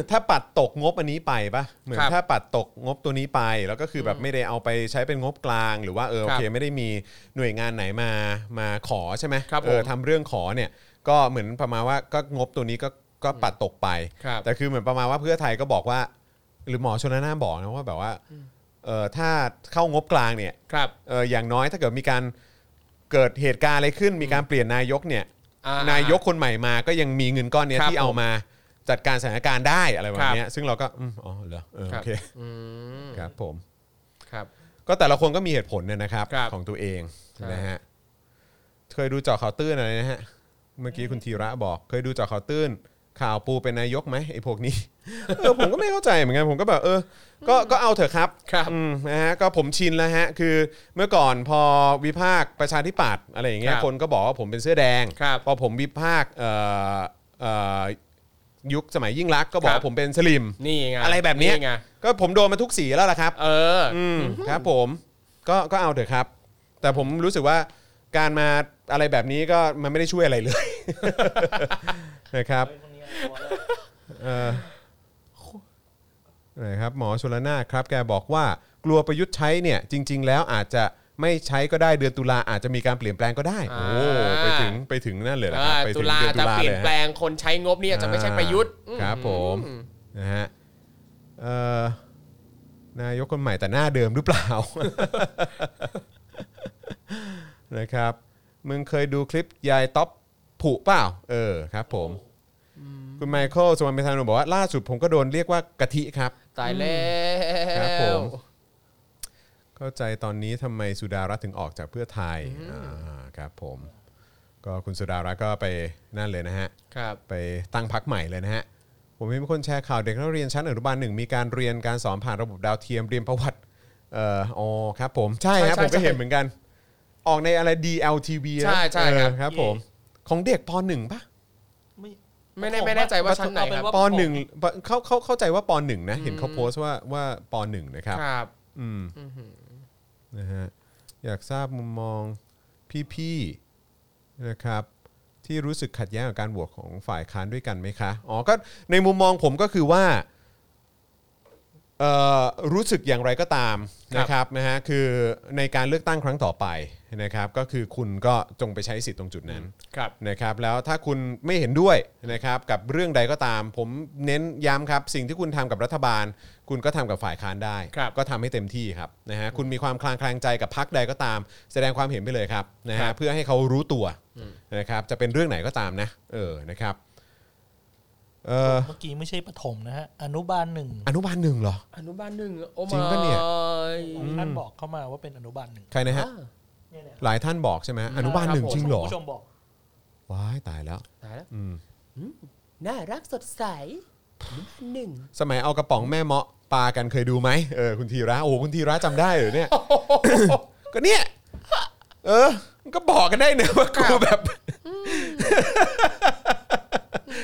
S2: ถ้าปัดตกงบอันนี้ไปปะเหมือน
S4: ครับ
S2: ถ้าปัดตกงบตัวนี้ไปแล้วก็คือแบบไม่ได้เอาไปใช้เป็นงบกลาง หรือว่าเออโอเค
S4: ครับ
S2: ไม่ได้มีหน่วยงานไหนมามาขอใช่ไหม
S4: ครับผม
S2: เออทำเรื่องขอเนี่ย ก็เหมือนประมาณว่าก็งบตัวนี้ก็ก็ปัดตกไป
S4: ครับ
S2: แต่คือเหมือนประมาณว่าเพื่อไทยก็บอกว่า หรือหมอชนน่านบอกนะว่าแบบว่าเออถ้าเข้างบกลางเนี่ย
S4: ครับ
S2: เอออย่างน้อยถ้าเกิดมีการ เกิดเหตุการณ์อะไรขึ้นมีการเปลี่ยนนายกเนี่ย
S4: อ่
S2: นายกคนใหม่มาก็ยังมีเงินก้อนเนี้ย
S4: ครับ
S2: ที่เอามาจัดการสถานการณ์ได้อะไรแบบ
S4: ครับ
S2: เนี้ยซึ่งเราก็อืมอ๋อเหรอเออ
S4: ครั
S2: โอบ เค
S4: อืม
S2: ครับผม
S4: ครับ
S2: ก็แต่ละคนก็มีเหตุผลเนี่ยนะครับ
S4: ครับ
S2: ของตัวเอง
S4: ใช่
S2: นะฮะเคยดูเจอข่าวตื้นอะไรนะฮะเมื่อกี้คุณธีระบอก เคยดูเจอข่าวตื้น ข่าวปูเป็นนายกไหมไอ้พวกนี้ เออผมก็ไม่เข้าใจเหมือนกันผมก็แบบเออ ก็ก็เอาเถอะครับ
S4: ครับ
S2: อืมนะฮะก็ผมชินแล้วฮะคือเมื่อก่อนพอวิพากษ์ประชาธิปัตย์อะไรอย่างเงี้ย
S4: ครับ
S2: คนก็บอกว่าผมเป็นเสื้อแดง
S4: ครับ
S2: พอผมวิพากษ์เอ่อเอ่อยุคสมัยยิ่งรักษณ์ก็บอ
S4: ค
S2: ก
S4: รั
S2: ว่า
S4: บ
S2: ผมเป็นสลิม
S4: นี่ไง
S2: อะไรแบบเนี้ย
S4: ไง
S2: ก็ผมโดนมาทุกสีแล้วล่ะครับ
S4: เอออ
S2: อืมครับผมก็ก็เอาเถอะครับ แต่ผมรู้สึกว่าการมาอะไรแบบนี้ก็มันไม่ได้ช่วยอะไรเลย นะครับเอ่อนะครับหมอชลนาถครับ แกบอกว่ากลัวประยุทธ์ใช้เนี่ย จริง ๆ แล้วอาจจะไม่ใช้ก็ได้เดือนตุลาอาจจะมีการเปลี่ยนแปลงก็ได้
S4: อ่า
S2: โอ้ไปถึงไปถึงนั่นเลยนะ
S4: เอ
S2: ครับ
S4: อ
S2: ไป
S4: ตุ
S2: ถึง
S4: ลา
S2: เดือนตุ
S4: จะ
S2: ลา
S4: เปลี่
S2: เล
S4: น
S2: ยยฮะ
S4: แปลงคนใช้งบเนี่ยจะไม่ใช่ประยุทธ์อืม
S2: ครับผมนะฮะเอ่อนายกคนใหม่แต่หน้าเดิมหรือเปล่า นะครับมึงเคยดูคลิปยายท็อปผุเปล่า เออครับผมคุณไมเคิลสวัสดิ์เมธานนท์บอกว่าล่าสุดผมก็โดนเรียกว่ากะทิครับ
S4: ตายแล้ว
S2: ครับผม เข้าใจตอนนี้ทำไมสุดารัตน์ถึงออกจากเพื่อไทยอ่าครับผม ก็คุณสุดารัตน์ก็ไปนั่นเลยนะฮะ
S4: ครับ
S2: ไปตั้งพักใหม่เลยนะฮะ ผมเห็นมีคนแชร์ข่าวเด็กนักเรียนชั้นอนุบาลหนึ่งมีการเรียนการสอนผ่านระบบดาวเทียมเรียนประวัติเอ่ออ๋อครับผมใช่ครับ
S4: ใช่
S2: ผ
S4: ใช่
S2: มก็เห็นเหมือนกัน ออกในอะไร DLTV นะ
S4: ใช่ใช่ครับ
S2: เออครับผมของเด็กป .1 ป่ะ
S3: ไม่
S4: ไม่แน่ไม่แน่ใจว่าชั้นไหนครับ
S2: ป .1 ปะเขาเขาเข้าใจว่าป .1 นะ เห็นเขาโพสต์ว่าว่าป .1 นะครับ
S4: ครับ
S2: อืมนะฮะอยากทราบมุมมองพี่ๆนะครับที่รู้สึกขัดแย้งกับการบวกของฝ่ายค้านด้วยกันไหมคะอ๋อก็ในมุมมองผมก็คือว่าเอ่อรู้สึกอย่างไรก็ตามนะครับนะฮะคือในการเลือกตั้งครั้งต่อไปนะครับ ก็คือคุณก็จงไปใช้สิทธิ์ตรงจุดนั้น
S4: ครับ
S2: นะครับแล้วถ้าคุณไม่เห็นด้วยนะครับกับเรื่องใดก็ตาม ผมเน้นย้ำครับสิ่งที่คุณทำกับรัฐบาล คุณก็ทำกับฝ่ายค้านได้
S4: ครับ
S2: ก็ทำให้เต็มที่ครับนะฮะคุณมีความคลางแคลงใจกับพักใดก็ตาม แสดงความเห็นไปเลยครับนะ
S4: ครั
S2: ฮะ
S4: บ
S2: เพื่อให้เขารู้ตัวนะครับจะเป็นเรื่องไหนก็ตามนะเออนะครับเออ
S3: เมื่อกี้ไม่ใช่ปฐมนะฮะ อนุบาลหนึ่ง
S2: อนุบาลหนึ่งเหรอ
S4: อนุบาลหนึ่งโอ้
S2: จริงปะเนี่ย
S3: ท่านบอกเข้ามาว่าเป็นอนุบาลหนึ่ง
S2: ใครนะฮะ
S4: อ่า
S3: เนี่ยเนี่ย
S2: หลายท่านบอกใช่ไหมฮะอนุบาลหนึ่ง
S4: ครับผม
S2: จริงเหรอ
S3: ผู้ชมบอก
S2: ว้ายตายแล้ว
S4: ตายแล้ว
S2: อืม
S4: น่ารักสดใสอนุบาลหนึ่ง
S2: สมัยเอากระป๋องแม่เมาะปลากันเคยดูไหมเออคุณธีระโอ้โหคุณธีระจำได้เหรอเนี่ย ก็เนี่ย เออมันก็บอกกันได้เน อะว่ากูแบบ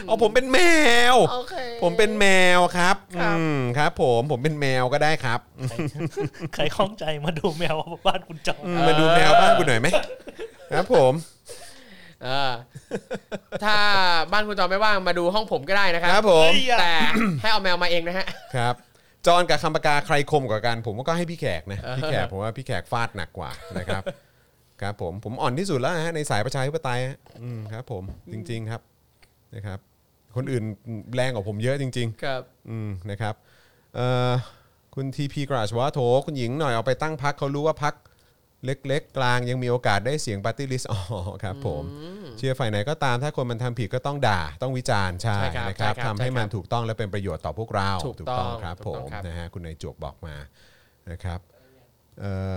S2: เอาผมเป็นแมว
S4: โอเค
S2: ผมเป็นแมวครับ
S4: ครับ
S2: อืมครับ ผมผมเป็นแมวก็ได้ครับ
S3: ใครข้องใจมาดูแมวบ้านคุณจอ
S2: อืมมาดูแมวบ้านกูหน่อยไหมครับ ผม
S4: เออถ้าบ้านคุณจอมไม่ว่างมาดูห้องผมก็ได้นะค
S2: ค
S4: รั
S2: รั
S4: บบ
S2: ผม
S4: แต่ ให้เอาแมวมาเองนะฮะ
S2: ครับ จอนกับคำปากกาใครคมกว่ากัน ผมก็ให้พี่แขกนะพี่แขกผมว่าพี่แขกฟาดหนักกว่านะครับ ครับ ผมผมอ่อนที่สุดแล้วนะฮะในสายประชาธิปไตยฮะอืมครับ ผมจริง ๆครับนะครับ คนอื่นแรงกว่าผมเยอะจริง ๆ
S4: ครับ
S2: อืมนะครับเอ่อคุณทีพีกราชว่าโถคุณหญิงหน่อยเอาไปตั้งพักเขารู้ว่าพักเล็กๆ กลางยังมีโอกาสได้เสียงปาร์ตี้ลิสต์อ๋อครับผม เชียร์ฝ่ายไหนก็ตามถ้าคนมันทำผิดก็ต้องด่าต้องวิจารณ์ใช่
S4: ใช่ครับ
S2: นะครับ
S4: ใช่ครับ
S2: ทำให้มันถูกต้องและเป็นประโยชน์ต่อพวกเรา
S4: ถูกต้อง
S2: ครับ
S4: ถู
S2: ผ
S4: กต้อ
S2: ม
S4: งครับ
S2: นะฮะคุณนายจวบบอกมานะครับเอ่อ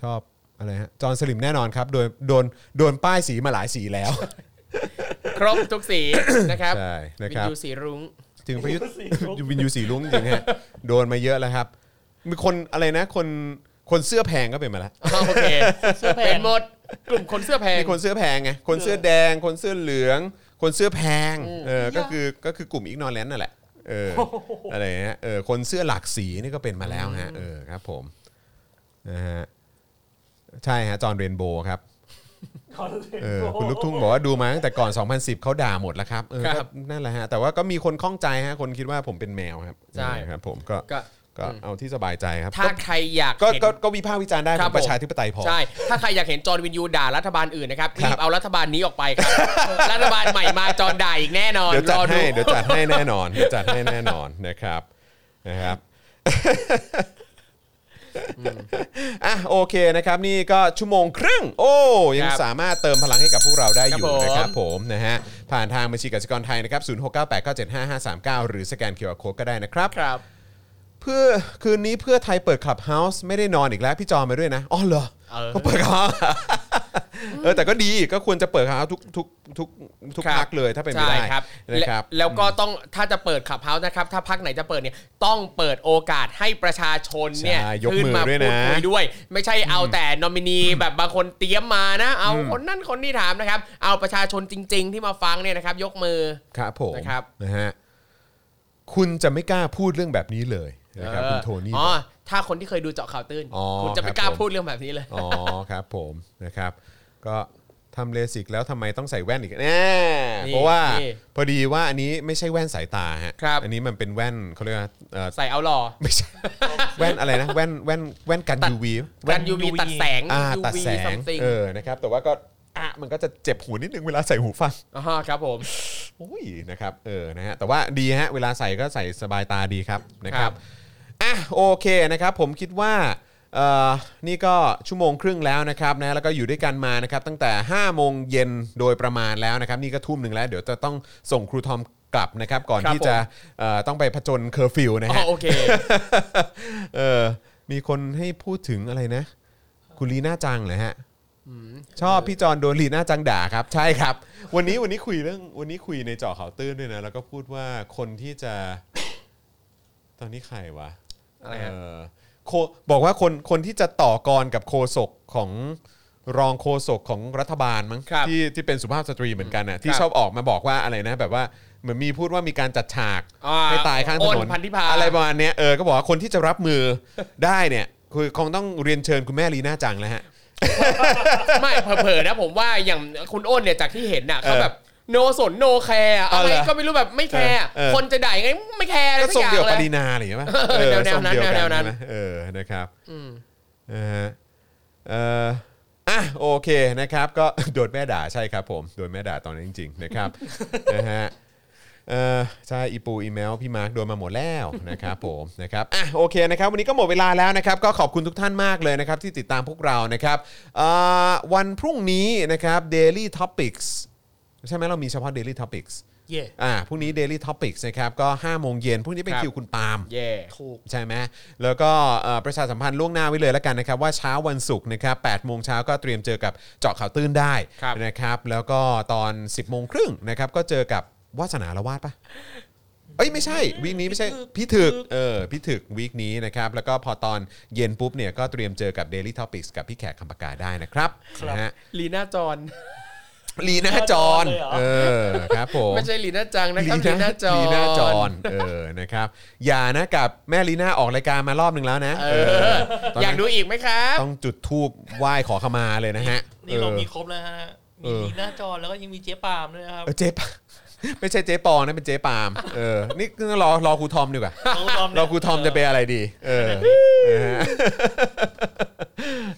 S2: ชอบอะไรฮะจอห์นสลิมแน่นอนครับโดนโดนโดนป้ายสีมาหลายสีแล้ว
S4: ครบทุกสีนะครับ
S2: ใช่นะ
S4: วิญ
S2: ครับ
S4: ญูสีรุ้ง
S2: ถึงประยุทธ์
S3: สีรุ้ง
S2: วินยูสีรุ้งจริงๆฮะโดนมาเยอะแล้วครับ มีคนอะไรนะ คนคนเสื้อแพงก็เป็นมาแล้ว
S4: อ๋อโอเค
S3: เสื้อแพง
S4: เป็นหมดกลุ่มคนเสื้อแพง
S2: มีคนเสื้อแพงไงคนเสื้อแดง คนเสื้อเหลือง คนเสื้อแพงเออก็คือก็คือกลุ่มอีกนอแลนด์นั่นแหละเอออะไรเงี้ยเออคนเสื้อหลากสีนี่ก็เป็นมาแล้วฮะเออครับผมนะฮะใช่ฮะจอห์นเรนโบว์ครับ เออคุณลูกทุ่งบอกว่าดูมาตั้งแต่ก่อน 2010 เขาด่าหมดแล้วครับเออ
S4: ค
S2: ก็
S4: รับ
S2: นั่นแหละฮะแต่ว่าก็มีคนข้องใจฮะคนคิดว่าผมเป็นแมวครับ
S4: ใช่
S2: เออครับ ผมก็
S4: ก็
S2: ก็เอาที่สบายใจครับ
S4: ถ้าใครอยาก
S2: ก็
S4: เห็น
S2: ก็ก็ก็วิพากษ์วิจารณ์ได้
S4: ค
S2: ผ
S4: รับ
S2: มประชาธิปไตยพอ
S4: ใช่ ถ้าใครอยากเห็นจอร์นวินยูด่ารัฐบาลอื่นนะครับรีบเอารัฐบาลนี้ออกไปครับ รัฐบาลใหม่มาจอร์นด่าอีกแน่นอน
S2: เดี๋ยวจัด
S4: รอ
S2: ให้เดี๋ยวจัดให้แน่นอนเดี๋ยวจัดให้แน่นอนนะครับนะครับ อ่ะโอเคนะครับ นี่ก็ชั่วโมงครึ่ง โอ้ ยัง
S4: ครับ
S2: สามารถเติมพลังให้กับพวกเราได้อยู่
S4: ครับผม
S2: นะครับผมนะฮะผ่านทางบัญชีกสิกรไทยนะครับศูนย์หกเก้าแปดเก้าเจ็ดห้าห้าสามเก้าหรือสแกนเคอร์โคก็ได้นะครับ
S4: ครับ
S2: เพื่อคืนนี้เพื่อไทยเปิดคลับเฮาส์ไม่ได้นอนอีกแล้ว พี่จอมมาด้วยนะ อ๋อเหรอ
S4: เออ
S2: ก็เปิด คลับ House เออแต่ก็ดีก็ควรจะเปิดคลับ House ทุกทุกทุกทุก
S4: ครับ
S2: พักเลยถ้าเป็นไป
S4: ใช่
S2: ได้
S4: ครับ
S2: นะ
S4: และ
S2: ครับ
S4: แล้วก็ต้องถ้าจะเปิดขับเฮาส์นะครับ ถ้าพักไหนจะเปิดเนี่ยต้องเปิดโอกาสให้ประชาชนเนี่ย
S2: ใช่ยกมือ
S4: ขึ้นมา
S2: ด้วยนะ
S4: พูดคุยด้วย ไม่ใช่เอาแต่นอมินีแบบบางคนเตรียมมานะ เอาคนนั่นคนนี่ถามนะครับ เอาประชาชนจริง ๆ ที่มาฟังเนี่ยนะครับ ยกมือ
S2: ครับผม
S4: นะครับ
S2: นะฮะคุณจะไม่กล้าพูดเรื่องแบบนี้เลยนะครับคุณ
S4: เออ
S2: โทนี่
S4: อ๋อถ้าคนที่เคยดูเจาะข่าวตื้น
S2: อ๋อ
S4: คุณจะไม่
S2: ค
S4: ก
S2: รับ
S4: ล้า
S2: ผม
S4: พูดเรื่องแบบนี้เลย
S2: อ๋อครับผมนะครับ ก็ทำเลสิกแล้วทำไมต้องใส่แว่นอีกแน่
S4: นี่
S2: เพราะว่า
S4: นี่
S2: พอดีว่าอันนี้ไม่ใช่แว่นสายตาฮะ
S4: ครับ
S2: อันนี้มันเป็นแว่นเขาเรียกว่าเอ่อ
S4: ใส่เอาหล่อ
S2: ไม่ ใช่ แว่นอะไรนะ แว่นแว่นแว่นกัน UV
S4: กัน
S3: แว่น
S4: UV
S3: UV
S4: ตัดแสง
S2: อ่า
S4: UV
S2: ตัดแสง
S4: something
S2: เออนะครับ แต่ว่าก็อ่ะมันก็จะเจ็บหูนิดนึงเวลาใส่หูฟัง
S4: อ๋อครับผม
S2: โอ้ยนะครับเออนะฮะแต่ว่าดีฮะเวลาใส่ก็ใส่สบายตาดีครับนะครับ
S4: ครับ
S2: อ่ะโอเคนะครับผมคิดว่าเอ่อนี่ก็ชั่วโมงครึ่งแล้วนะครับนะแล้วก็อยู่ด้วยกันมานะครับตั้งแต่ 5 โมงเย็นโดยประมาณแล้วนะครับ นี่ก็ทุ่มหนึ่งแล้ว เดี๋ยวจะต้องส่งครูทอมกลับนะครับ ก่อน
S4: ครับ
S2: ที่จะ
S4: ผม
S2: เอ่อต้องไปผจญเคอร์ฟิวนะ
S4: อ๋อ
S2: ฮะ
S4: โอเค
S2: เออมีคนให้พูดถึงอะไรนะ คุณลีน่าจังเหรอฮะ ชอบพี่จอนโดนลีน่าจังด่าครับ ใช่ครับ วันนี้วันนี้คุยเรื่องวันนี้คุยในเจอข่าวตื้นด้วยนะ แล้วก็พูดว่าคนที่จะ ตอนนี้ใครวะ
S4: อะไรฮะ
S2: เอโคบอกว่าคนคนที่จะต่อกรกับโคศกของรองโคศกของรัฐบาลมั้ง
S4: ครับ
S2: ที่ที่เป็นสุภาพสตรีเหมือนกันน่ะที่
S4: ครับ
S2: ชอบออกมาบอกว่าอะไรนะ แบบว่าเหมือนมีพูดว่ามีการจัดฉาก
S4: อ่
S2: ให้ตายข้างถน
S4: อ้
S2: น
S4: พันธิพา
S2: อะไรประมาณเนี้ยเออก็บอกว่าคนที่จะรับมือ ได้เนี่ยคือคงต้องเรียนเชิญคุณแม่ลีน่าจังแล้วฮะ
S4: ไม่เผลอๆนะผมว่าอย่างคุณอ้นเนี่ยจากที่เห็นน่ะเขาแบบโนสนโนแคร์
S2: เออ
S4: อะ
S2: เหร
S4: ไร
S2: อ
S4: ก็ไม่รู้แบบไม่แคร์
S2: เออเออ
S4: คนจะด่ายังไงไม่แคร์อะไร
S2: ก็
S4: สักอ
S2: ทรง
S4: ย่าง
S2: เดียว
S4: เล
S2: ป
S4: ย
S2: รินาหรือเปล่า
S4: เออแนวๆนั้น
S2: ทรงเดียกั
S4: แนวๆนั้น
S2: ใช่ไหมเออนะครับนะฮะเอออ่ะโอเคนะครับ ก็ โดนแม่ด่าใช่ครับผมโดนแม่ด่าตอนนั้นจริง ๆ นะครับ นะฮะเออใช่อีปูอีเมลพี่มาร์คโดนมาหมดแล้วนะครับผม นะครับอ่ะโอเคนะครับวันนี้ก็หมดเวลาแล้วนะครับ ก็ขอบคุณทุกท่านมากเลยนะครับ ที่ติดตามพวกเรานะครับเอ่อวันพรุ่งนี้นะครับ Daily Topics ใช่ไหมเรามีเฉพาะ Daily Topics
S3: เย่
S2: อ่าพรุ่งนี้ Daily Topics นะครับก็5โมงเย็นพรุ่งนี้เป็น
S4: ครับ
S2: คิวคุณปาล์ม
S4: เย่
S3: ถูก
S2: ใช่ไหมแล้วก็เอ่อประชาสัมพันธ์ล่วงหน้าไว้เลยแล้วกันนะครับ ว่าเช้าวันศุกร์นะครับ8โมงเช้าก็เตรียมเจอกับเจาะข่าวตื้นได้
S4: ครับ
S2: นะครับ แล้วก็ตอน 10โมงครึ่งนะครับก็เจอกับวาสนาละวาดปะเอ้ยไม่ใช่วีคนี้ไม่ใช่พี่ถึกเออพี่ถึกวีคนี้นะครับ แล้วก็พอตอนเย็นปุ๊บเนี่ยก็เตรียมเจอกับ Daily Topics กับพี่แขกคำปากกาได้นะครับ
S3: ครับ
S2: นะฮะ
S4: ลีน่าจอน
S2: ลีน่าจอนเออครับผม
S4: ไม่ใช่ลีน่าจังนะครับลี
S2: ลี
S4: น่า
S2: น่า
S4: จอน
S2: ลีน่าจอนเออนะครับอย่านะกับแม่ลีน่าออกรายการมารอบหนึ่งแล้วนะ
S4: เออ
S2: ตนนั้น
S4: อยากดูอีกไหมครับ
S2: ต้องจุดทูบไหว้ขอขมาเลยนะฮะ
S3: นี่เรา
S2: เออ
S3: มีครบแล้วฮะ
S2: เอ
S3: มี
S2: อ
S3: ลีน่าจอแล้วก็ยังมีเจ๊ปามด้วยนะครับ
S2: เออเจ๊ปา ไม่ใช่เจ๊ปองนะเป็นเจ๊ปามเออนี่รอรอครูทอมดีกว่า
S3: น้องดอม
S2: เรา
S3: เนี่ย
S2: ครูทอมจะเป็นอะไรดี เออนะ ฮะ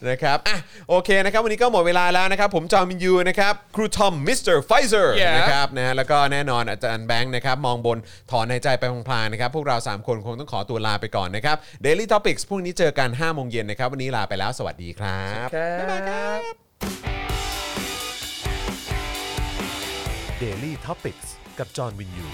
S2: นะครับอ่ะโอเคนะครับวันนี้ก็หมดเวลาแล้วนะครับ ผมจอมินยูนะครับครูทอมมิสเตอร์ไฟเซอร์
S4: Yeah
S2: นะครับนะฮะแล้วก็แน่นอนอาจารย์แบงค์นะครับ มองบนถอนในใจไปพลางๆนะครับ พวกเรา 3 คนคงต้องขอตัวลาไปก่อนนะครับ Daily Topics พรุ่งนี้เจอกัน 5 โมงเย็นนะครับ วันนี้ลาไปแล้วสวัสดีครับ
S4: บ๊ายบายครับ
S2: Daily Topics กับจอห์นวินยู